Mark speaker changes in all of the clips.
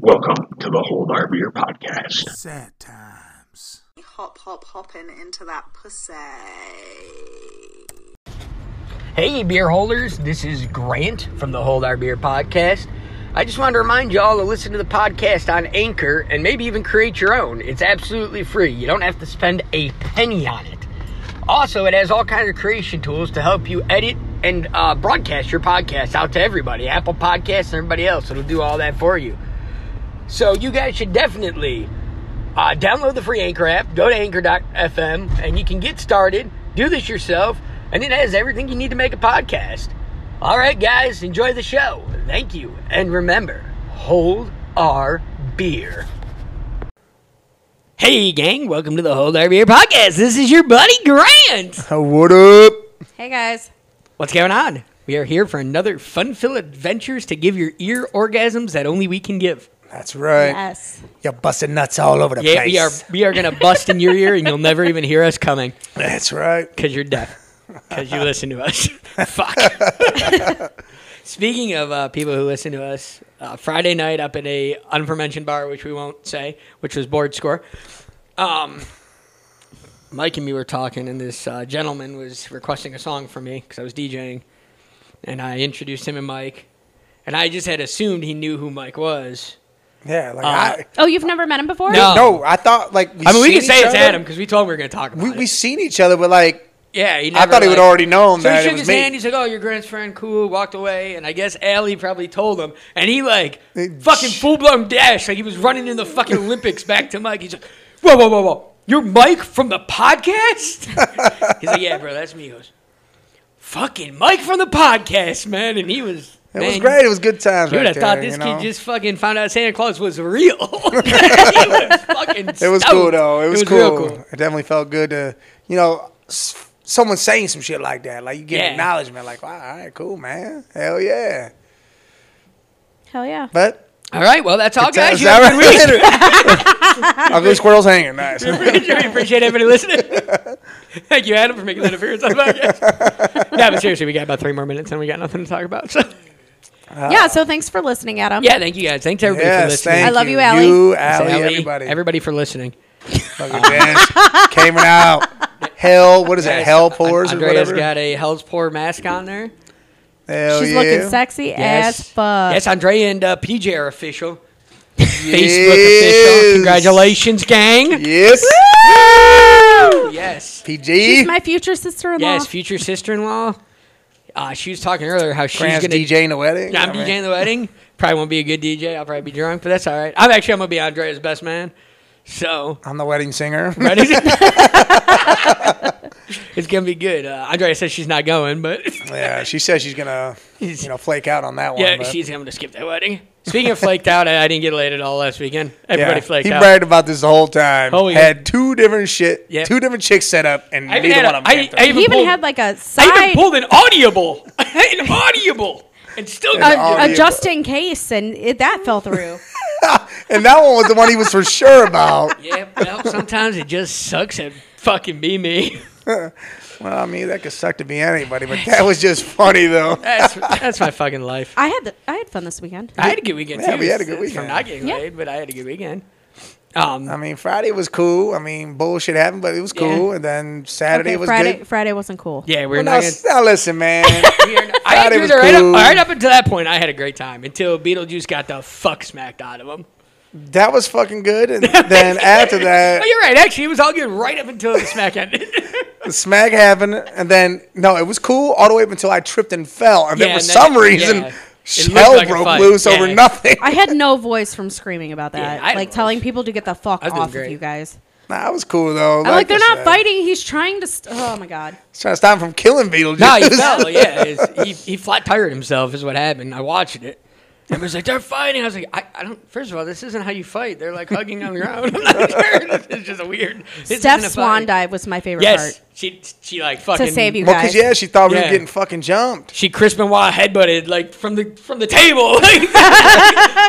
Speaker 1: Welcome to the Hold Our Beer podcast.
Speaker 2: Sad times.
Speaker 3: Hop, hop, hopping into that pussy.
Speaker 4: Hey, beer holders, this is Grant from the Hold Our Beer podcast. I just wanted to remind y'all to listen to the podcast on Anchor and maybe even create your own. It's absolutely free, you don't have to spend a penny on it. Also, it has all kinds of creation tools to help you edit and uh, broadcast your podcast out to everybody Apple Podcasts and everybody else. It'll do all that for you. So, you guys should definitely uh, download the free Anchor app, go to anchor.fm, and you can get started, do this yourself, and it has everything you need to make a podcast. All right, guys, enjoy the show. Thank you. And remember, hold our beer. Hey, gang, welcome to the Hold Our Beer podcast. This is your buddy Grant.
Speaker 2: What up?
Speaker 5: Hey guys.
Speaker 4: What's going on? We are here for another fun filled adventures to give your ear orgasms that only we can give.
Speaker 2: That's right.
Speaker 5: Yes.
Speaker 2: You're busting nuts all over the
Speaker 4: Yeah,
Speaker 2: place.
Speaker 4: we are we are gonna bust in your ear and you'll never even hear us coming.
Speaker 2: That's right.
Speaker 4: Because you're deaf. Because you listen to us. Fuck. Speaking of uh, people who listen to us, uh, Friday night up at a unformentioned bar, which we won't say, which was board score. Um, Mike and me were talking, and this uh, gentleman was requesting a song from me because I was DJing, and I introduced him and Mike, and I just had assumed he knew who Mike was.
Speaker 2: Yeah, like I.
Speaker 5: Oh, you've never met him before?
Speaker 4: No.
Speaker 2: No, I thought like we
Speaker 4: Uh, um, I mean, we
Speaker 2: seen
Speaker 4: can say
Speaker 2: each
Speaker 4: it's
Speaker 2: other.
Speaker 4: Adam because we told him we were going to talk about
Speaker 2: We
Speaker 4: it.
Speaker 2: we seen each other, but like
Speaker 4: Yeah, he
Speaker 2: I
Speaker 4: never,
Speaker 2: thought he would
Speaker 4: like-
Speaker 2: already known
Speaker 4: So
Speaker 2: that
Speaker 4: he
Speaker 2: it
Speaker 4: shook
Speaker 2: was
Speaker 4: his
Speaker 2: me.
Speaker 4: hand. He's like, "Oh, your grand's friend, cool." Walked away, and I guess Allie probably told him, and he like
Speaker 2: Eh,
Speaker 4: fucking
Speaker 2: sh-
Speaker 4: full blown dash, like he was running in the fucking Olympics back to Mike. He's like, "Whoa, whoa, whoa, whoa! You're Mike from the podcast?" he's like, "Yeah, bro, that's me." He goes, "Fucking Mike from the podcast, man!" And he was.
Speaker 2: it
Speaker 4: man,
Speaker 2: was great. It was good times.
Speaker 4: You would
Speaker 2: right
Speaker 4: have thought
Speaker 2: there,
Speaker 4: this
Speaker 2: you know?
Speaker 4: kid just fucking found out Santa Claus was real. he was fucking.
Speaker 2: It was
Speaker 4: stoked.
Speaker 2: cool though. It was, cool.
Speaker 4: real cool.
Speaker 2: It definitely felt good to you know s- someone saying some shit like that. Like you get
Speaker 4: Yeah.
Speaker 2: acknowledgement. Like wow, all right, cool, man. Hell yeah.
Speaker 5: Hell yeah.
Speaker 2: But
Speaker 4: All right, well, that's all, guys.
Speaker 2: is
Speaker 4: You have a
Speaker 2: that
Speaker 4: good
Speaker 2: right?
Speaker 4: week.
Speaker 2: Ugly squirrels hanging. Nice.
Speaker 4: we appreciate everybody listening. Thank you, Adam, for making that appearance on the podcast. yeah, but seriously, we got about three more minutes and we got nothing to talk about. So.
Speaker 5: yeah, so thanks for listening, Adam.
Speaker 4: Yeah, thank you guys. Thanks everybody for
Speaker 2: Yes,
Speaker 4: listening.
Speaker 2: thank
Speaker 5: I love you,
Speaker 2: Allie.
Speaker 5: Allie.
Speaker 2: You,
Speaker 4: Thanks,
Speaker 2: Allie,
Speaker 4: Allie,
Speaker 2: everybody.
Speaker 4: for listening.
Speaker 2: Fucking dance. Came out. Hell, what is that? Hell pours or
Speaker 4: Andrea's
Speaker 2: whatever?
Speaker 4: got a Hell's Poor mask on there.
Speaker 2: Hell
Speaker 5: She's
Speaker 2: yeah.
Speaker 5: looking sexy as fuck.
Speaker 4: Yes, Andrea and uh, PJ are official. Facebook
Speaker 2: Yes.
Speaker 4: official. Congratulations, gang.
Speaker 2: Yes.
Speaker 4: Yes.
Speaker 2: PG.
Speaker 5: She's my future sister in law.
Speaker 4: Yes, future sister in law. Uh, she was talking earlier how she's
Speaker 2: Grant's
Speaker 4: going to
Speaker 2: DJing the wedding.
Speaker 4: Yeah, I'm
Speaker 2: I mean,
Speaker 4: DJing the wedding. Probably won't be a good DJ. I'll probably be drunk, but that's all right. I'm actually I'm gonna be Andrea's best man. So
Speaker 2: I'm the wedding singer.
Speaker 4: ready? it's gonna be good. Uh, Andrea says she's not going, but
Speaker 2: yeah, she says she's gonna, you know, flake out on that one.
Speaker 4: yeah,
Speaker 2: but-
Speaker 4: she's I'm gonna skip that wedding. Speaking of flaked out, I, I didn't get laid at all last weekend.
Speaker 2: yeah.
Speaker 4: Everybody flaked
Speaker 2: He
Speaker 4: out.
Speaker 2: bragged about this the whole time.
Speaker 4: Oh, yeah.
Speaker 2: Had two different shit,
Speaker 4: Yep.
Speaker 2: two different chicks set up, and
Speaker 4: I even
Speaker 2: neither
Speaker 4: had
Speaker 2: one
Speaker 4: a-
Speaker 2: of them.
Speaker 4: I-
Speaker 2: came through.
Speaker 4: I
Speaker 5: He even
Speaker 4: pulled-
Speaker 5: had like a
Speaker 4: I
Speaker 5: side
Speaker 4: even pulled an audible, an audible, and still
Speaker 5: a,
Speaker 4: got
Speaker 2: audio.
Speaker 5: a just in case and it, that fell through.
Speaker 2: and that one was the one he was for sure about.
Speaker 4: Yeah, well, sometimes it just sucks and fucking be me.
Speaker 2: Well, I mean, that could suck to be anybody, but that was just funny though.
Speaker 4: That's that's my fucking life.
Speaker 5: I had the, I had fun this weekend.
Speaker 4: I had a good weekend
Speaker 2: Yeah,
Speaker 4: too.
Speaker 2: we had a good
Speaker 4: It's
Speaker 2: weekend.
Speaker 4: From not getting
Speaker 5: Yeah.
Speaker 4: laid, but I had a good weekend. Um,
Speaker 2: I mean, Friday was cool. I mean, bullshit happened, but it was cool. And then Saturday
Speaker 5: Okay,
Speaker 2: was
Speaker 5: Friday
Speaker 2: good.
Speaker 5: Friday wasn't cool.
Speaker 4: yeah, we're
Speaker 2: Well, now,
Speaker 4: not. Gonna,
Speaker 2: now listen, man.
Speaker 4: we are not- I
Speaker 2: Friday
Speaker 4: enjoyed
Speaker 2: was
Speaker 4: it right,
Speaker 2: cool.
Speaker 4: up, right up until that point. I had a great time until Beetlejuice got the fuck smacked out of him.
Speaker 2: that was fucking good. And then after that,
Speaker 4: Oh, you're right. Actually, it was all good right up until the smack ended.
Speaker 2: the smack happened. And then no, it was cool all the way up until I tripped and fell. And
Speaker 4: Yeah,
Speaker 2: then for
Speaker 4: and then-
Speaker 2: some reason,
Speaker 4: yeah. It looked
Speaker 2: hell
Speaker 4: like a
Speaker 2: broke
Speaker 4: fight.
Speaker 2: loose
Speaker 4: Yeah.
Speaker 2: over nothing.
Speaker 5: I had no voice from screaming about
Speaker 4: Yeah,
Speaker 5: that.
Speaker 4: I had
Speaker 5: like
Speaker 4: no
Speaker 5: telling people to get the fuck
Speaker 4: I was doing
Speaker 5: off of
Speaker 4: great.
Speaker 5: you guys.
Speaker 2: nah, it was cool though.
Speaker 5: I'm like, they're
Speaker 2: I
Speaker 5: not
Speaker 2: said,
Speaker 5: fighting. He's trying to. St- oh my god.
Speaker 2: it's Trying to stop him from killing Beetlejuice.
Speaker 4: no, he fell. Yeah, it's- he, he flat tired himself is what happened. I watched it. Everybody's like, they're fighting. I was like, I, I don't. First of all, this isn't how you fight. They're like hugging on the ground. I'm not sure. This is just a weird. this
Speaker 5: Steph
Speaker 4: isn't a fight.
Speaker 5: Swan dive was my favorite
Speaker 4: Yes, she she like
Speaker 5: part
Speaker 4: fucking
Speaker 5: to save you
Speaker 2: Well,
Speaker 5: guys.
Speaker 2: because yeah, she thought we were
Speaker 4: Yeah.
Speaker 2: getting fucking jumped.
Speaker 4: She Chris Benoit headbutted like from the from the table,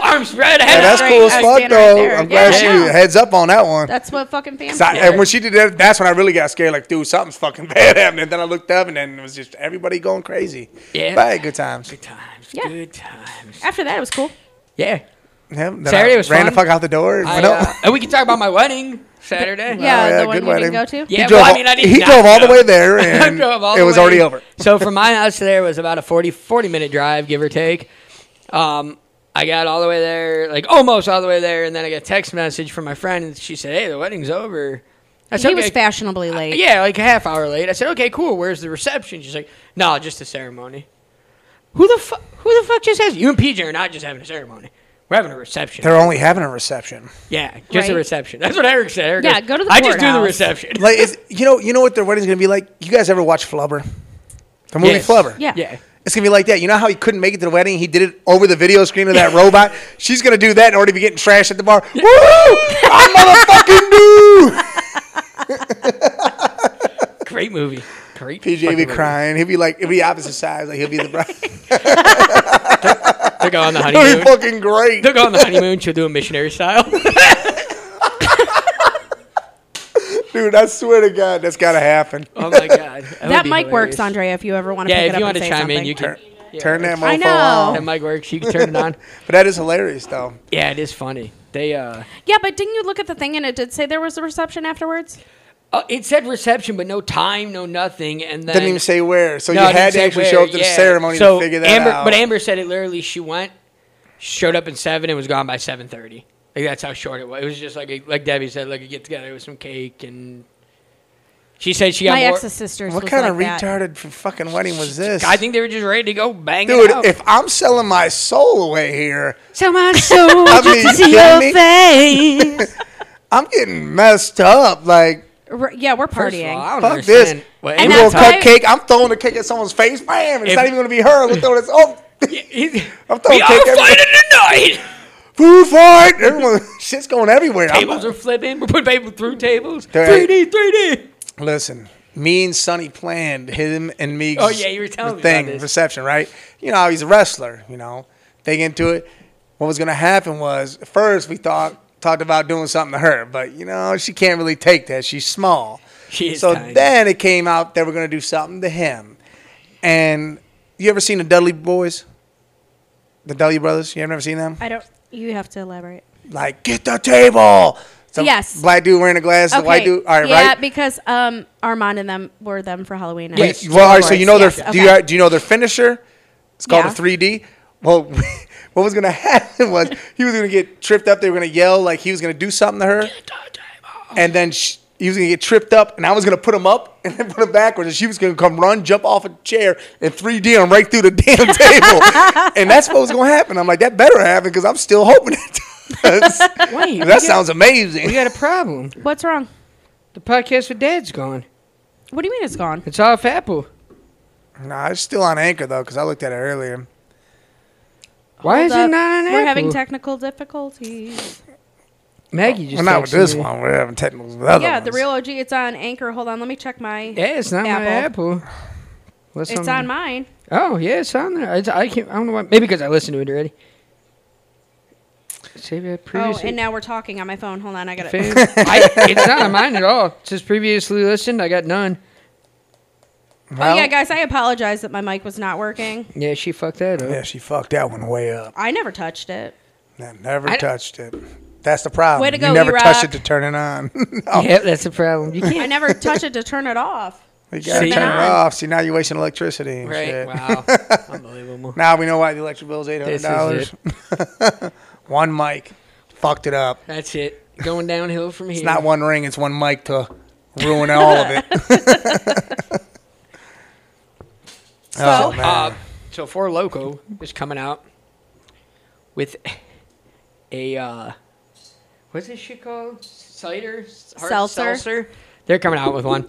Speaker 4: arms spread, head
Speaker 2: Yeah, that's
Speaker 4: out.
Speaker 5: right.
Speaker 2: cool as
Speaker 5: I was
Speaker 2: fuck
Speaker 5: standing right
Speaker 2: though.
Speaker 5: there.
Speaker 2: I'm glad
Speaker 5: Yeah,
Speaker 2: she
Speaker 5: yeah.
Speaker 2: heads up on that one.
Speaker 5: That's what fucking fans.
Speaker 2: So I-
Speaker 5: do.
Speaker 2: and when she did that, that's when I really got scared. Like, dude, something's fucking bad happening. Then I looked up, and then it was just everybody going crazy.
Speaker 4: Yeah.
Speaker 2: but I had good times.
Speaker 4: Good times,
Speaker 5: Yeah.
Speaker 4: good times.
Speaker 5: After that, it was cool.
Speaker 4: Yeah,
Speaker 2: him. Then
Speaker 4: Saturday
Speaker 2: I
Speaker 4: was
Speaker 2: ran the
Speaker 4: fun.
Speaker 2: fuck out the door. and
Speaker 4: I,
Speaker 2: went out.
Speaker 4: uh, and we can talk about my wedding Saturday.
Speaker 5: Yeah,
Speaker 2: Oh,
Speaker 5: the one
Speaker 2: good
Speaker 5: you didn't
Speaker 2: wedding.
Speaker 5: go to.
Speaker 4: Yeah.
Speaker 2: he
Speaker 4: well,
Speaker 2: drove,
Speaker 4: I mean, I didn't
Speaker 2: he
Speaker 4: not
Speaker 2: drove all the
Speaker 4: go.
Speaker 2: way there,
Speaker 4: I
Speaker 2: and
Speaker 4: drove all
Speaker 2: it
Speaker 4: the
Speaker 2: was
Speaker 4: way.
Speaker 2: already over.
Speaker 4: so from my house to there was about a 40, 40 minute drive, give or take. Um, I got all the way there, like almost all the way there, and then I got a text message from my friend, and she said, "Hey, the wedding's over." I
Speaker 5: He
Speaker 4: said,
Speaker 5: was
Speaker 4: "Okay."
Speaker 5: fashionably late.
Speaker 4: Yeah, like a half hour late. I said, "Okay, cool. Where's the reception?" She's like, "No, just a ceremony." Who the fuck? Who the fuck just has you and PJ are not just having a ceremony? We're having a reception.
Speaker 2: They're only having a reception.
Speaker 4: yeah, just a
Speaker 5: Right.
Speaker 4: reception. That's what Eric said. Eric
Speaker 5: Yeah,
Speaker 4: goes,
Speaker 5: go to the
Speaker 4: I just do the
Speaker 5: courthouse."
Speaker 4: reception.
Speaker 2: Like, is, you know, you know what their wedding's gonna be like. You guys ever watch Flubber? The movie
Speaker 4: Yes.
Speaker 2: Flubber.
Speaker 5: Yeah.
Speaker 4: yeah.
Speaker 2: It's gonna be like that. You know how he couldn't make it to the wedding? He did it over the video screen of that robot. She's gonna do that and already be getting trashed at the bar. Woo! I motherfucking do.
Speaker 4: Great movie. Great.
Speaker 2: PJ
Speaker 4: fucking
Speaker 2: be
Speaker 4: movie.
Speaker 2: crying. He'll be like, he'll be opposite sides. Like he'll be the bride.
Speaker 4: They'll go on the
Speaker 2: It'll
Speaker 4: honeymoon.
Speaker 2: be fucking great.
Speaker 4: They'll go on the honeymoon. She'll do a missionary style.
Speaker 2: Dude, I swear to God, that's gotta happen.
Speaker 4: oh my god. That,
Speaker 5: That
Speaker 4: would be
Speaker 5: mic works,
Speaker 4: hilarious.
Speaker 5: Andrea. If you ever want to
Speaker 4: Yeah,
Speaker 5: pick
Speaker 4: if
Speaker 5: it
Speaker 4: you
Speaker 5: up
Speaker 4: want
Speaker 5: and
Speaker 4: to
Speaker 5: say
Speaker 4: chime
Speaker 5: something.
Speaker 4: in, you can. Yeah,
Speaker 2: Turn that mofo
Speaker 5: I know.
Speaker 4: That
Speaker 2: on.
Speaker 4: mic works. You can turn it on.
Speaker 2: But that is hilarious though.
Speaker 4: Yeah, it is funny. They uh,
Speaker 5: Yeah, but didn't you look at the thing and it did say there was a reception afterwards?
Speaker 4: uh it said reception, but no time, no nothing, and then
Speaker 2: Didn't even say where. So
Speaker 4: No,
Speaker 2: you
Speaker 4: it didn't
Speaker 2: had to
Speaker 4: say
Speaker 2: actually
Speaker 4: where,
Speaker 2: show up to the
Speaker 4: yeah.
Speaker 2: ceremony
Speaker 4: so
Speaker 2: to figure that
Speaker 4: Amber,
Speaker 2: out.
Speaker 4: But Amber said it literally. She went, showed up at seven, and was gone by seven thirty. Like that's how short it was. It was just like a, like Debbie said, like a get together with some cake, and she said she got
Speaker 5: My
Speaker 4: more.
Speaker 5: ex's sisters.
Speaker 2: what
Speaker 5: was
Speaker 2: kind of
Speaker 5: like that.
Speaker 2: retarded f- fucking wedding was this?
Speaker 4: I think they were just ready to go bang
Speaker 2: Dude,
Speaker 4: it out.
Speaker 2: if I'm selling my soul away here,
Speaker 4: so my soul.
Speaker 2: I mean, you kidding me? I'm getting messed up. Like,
Speaker 5: Re- yeah, we're
Speaker 4: First of all, I
Speaker 5: partying.
Speaker 4: don't
Speaker 2: fuck this.
Speaker 4: understand.
Speaker 2: You
Speaker 4: what
Speaker 5: And
Speaker 4: Amber
Speaker 2: little
Speaker 5: that's why-
Speaker 2: cupcake. I'm throwing the cake at someone's face. Bam! It's
Speaker 4: If-
Speaker 2: not even going to be her. We're throwing this. Oh,
Speaker 4: He's-
Speaker 2: I'm throwing
Speaker 4: we
Speaker 2: cake
Speaker 4: are
Speaker 2: everywhere.
Speaker 4: fighting tonight.
Speaker 2: food fight. Everyone, shit's going everywhere. I'm-
Speaker 4: Tables are flipping. We're putting people through tables.
Speaker 2: Dude.
Speaker 4: Three D, three D.
Speaker 2: Listen, me and Sonny planned him and me.
Speaker 4: Oh, yeah, you were telling me about
Speaker 2: thing
Speaker 4: this.
Speaker 2: reception, right? You know, he's a wrestler. You know, they get into it. What was gonna happen was first we thought talked about doing something to her, but you know she can't really take that. She's small.
Speaker 4: She is
Speaker 2: so
Speaker 4: tiny.
Speaker 2: then it came out that we're gonna do something to him. And you ever seen the Dudley Boys? The Dudley Brothers? You ever never seen them?
Speaker 5: I don't. You have to elaborate.
Speaker 2: Like get the table. Some
Speaker 5: Yes.
Speaker 2: Black dude wearing a glass. The white dude. All right.
Speaker 5: yeah,
Speaker 2: right?
Speaker 5: because um, Armand and them were them for Halloween.
Speaker 2: Well,
Speaker 4: Yes.
Speaker 2: you- well, all right. So you know their
Speaker 5: Yes,
Speaker 2: do you
Speaker 5: okay.
Speaker 2: do you know their finisher? It's called
Speaker 5: Yeah.
Speaker 2: a 3D. Well, what was gonna happen was he was gonna get tripped up. They were gonna yell like he was gonna do something to her, and then sh he was gonna get tripped up, and I was gonna put him up and then put him backwards, and she was gonna come run, jump off a chair, and 3D him right through the damn table. and that's what was gonna happen. I'm like, that better happen because I'm still hoping it does.
Speaker 4: Wait, we
Speaker 2: that
Speaker 4: got-
Speaker 2: sounds
Speaker 4: We
Speaker 2: amazing.
Speaker 4: got a problem.
Speaker 5: What's wrong?
Speaker 4: The podcast with Dad's gone.
Speaker 5: What do you mean it's gone?
Speaker 4: It's off Apple.
Speaker 2: Nah, it's still on anchor though because I looked at it earlier.
Speaker 4: Why is
Speaker 5: Hold
Speaker 4: it
Speaker 5: up.
Speaker 4: not on Apple?
Speaker 5: We're having technical difficulties.
Speaker 4: Maggie just.
Speaker 2: Well, not with
Speaker 4: texted
Speaker 2: this
Speaker 4: me.
Speaker 2: one. We're having technicals with other
Speaker 5: yeah,
Speaker 2: ones.
Speaker 5: the real OG. It's on Anchor. Hold on, let me check my.
Speaker 4: Yeah, it's not
Speaker 5: Apple.
Speaker 4: my Apple. What's
Speaker 5: It's on mine.
Speaker 4: Oh yeah, it's on there. It's, I can't. I don't know why. Maybe because I listened to it already. Save it
Speaker 5: Oh,
Speaker 4: previously.
Speaker 5: and now we're talking on my phone. Hold on, I got it.
Speaker 4: I, it's not on mine at all. It says previously listened. I got none.
Speaker 5: Oh
Speaker 2: Well,
Speaker 5: yeah, guys, I apologize that my mic was not working.
Speaker 4: Yeah, she fucked that up.
Speaker 2: Yeah, she fucked that one way up.
Speaker 5: I never touched it.
Speaker 2: I never
Speaker 4: I-
Speaker 2: touched it. That's the problem.
Speaker 5: Way to go,
Speaker 2: you never
Speaker 5: E-Rock.
Speaker 2: touch it to turn it on. no,
Speaker 4: Yep, that's the problem. You
Speaker 5: I
Speaker 4: can't.
Speaker 5: never touched it to turn it off.
Speaker 2: you gotta
Speaker 4: See?
Speaker 2: turn it off. See, now you're wasting electricity. And
Speaker 4: Right?
Speaker 2: Shit.
Speaker 4: Wow. Unbelievable.
Speaker 2: Now we know why the electric bill is eight hundred
Speaker 4: This
Speaker 2: dollars.
Speaker 4: is
Speaker 2: one mic, fucked it up.
Speaker 4: That's it. Going downhill from here.
Speaker 2: It's not one ring. It's one mic to ruin all of it. oh man.
Speaker 4: Uh, so Four Loco is coming out with a uh, what's this shit called? Cider hard
Speaker 5: Seltzer.
Speaker 4: They're coming out with one.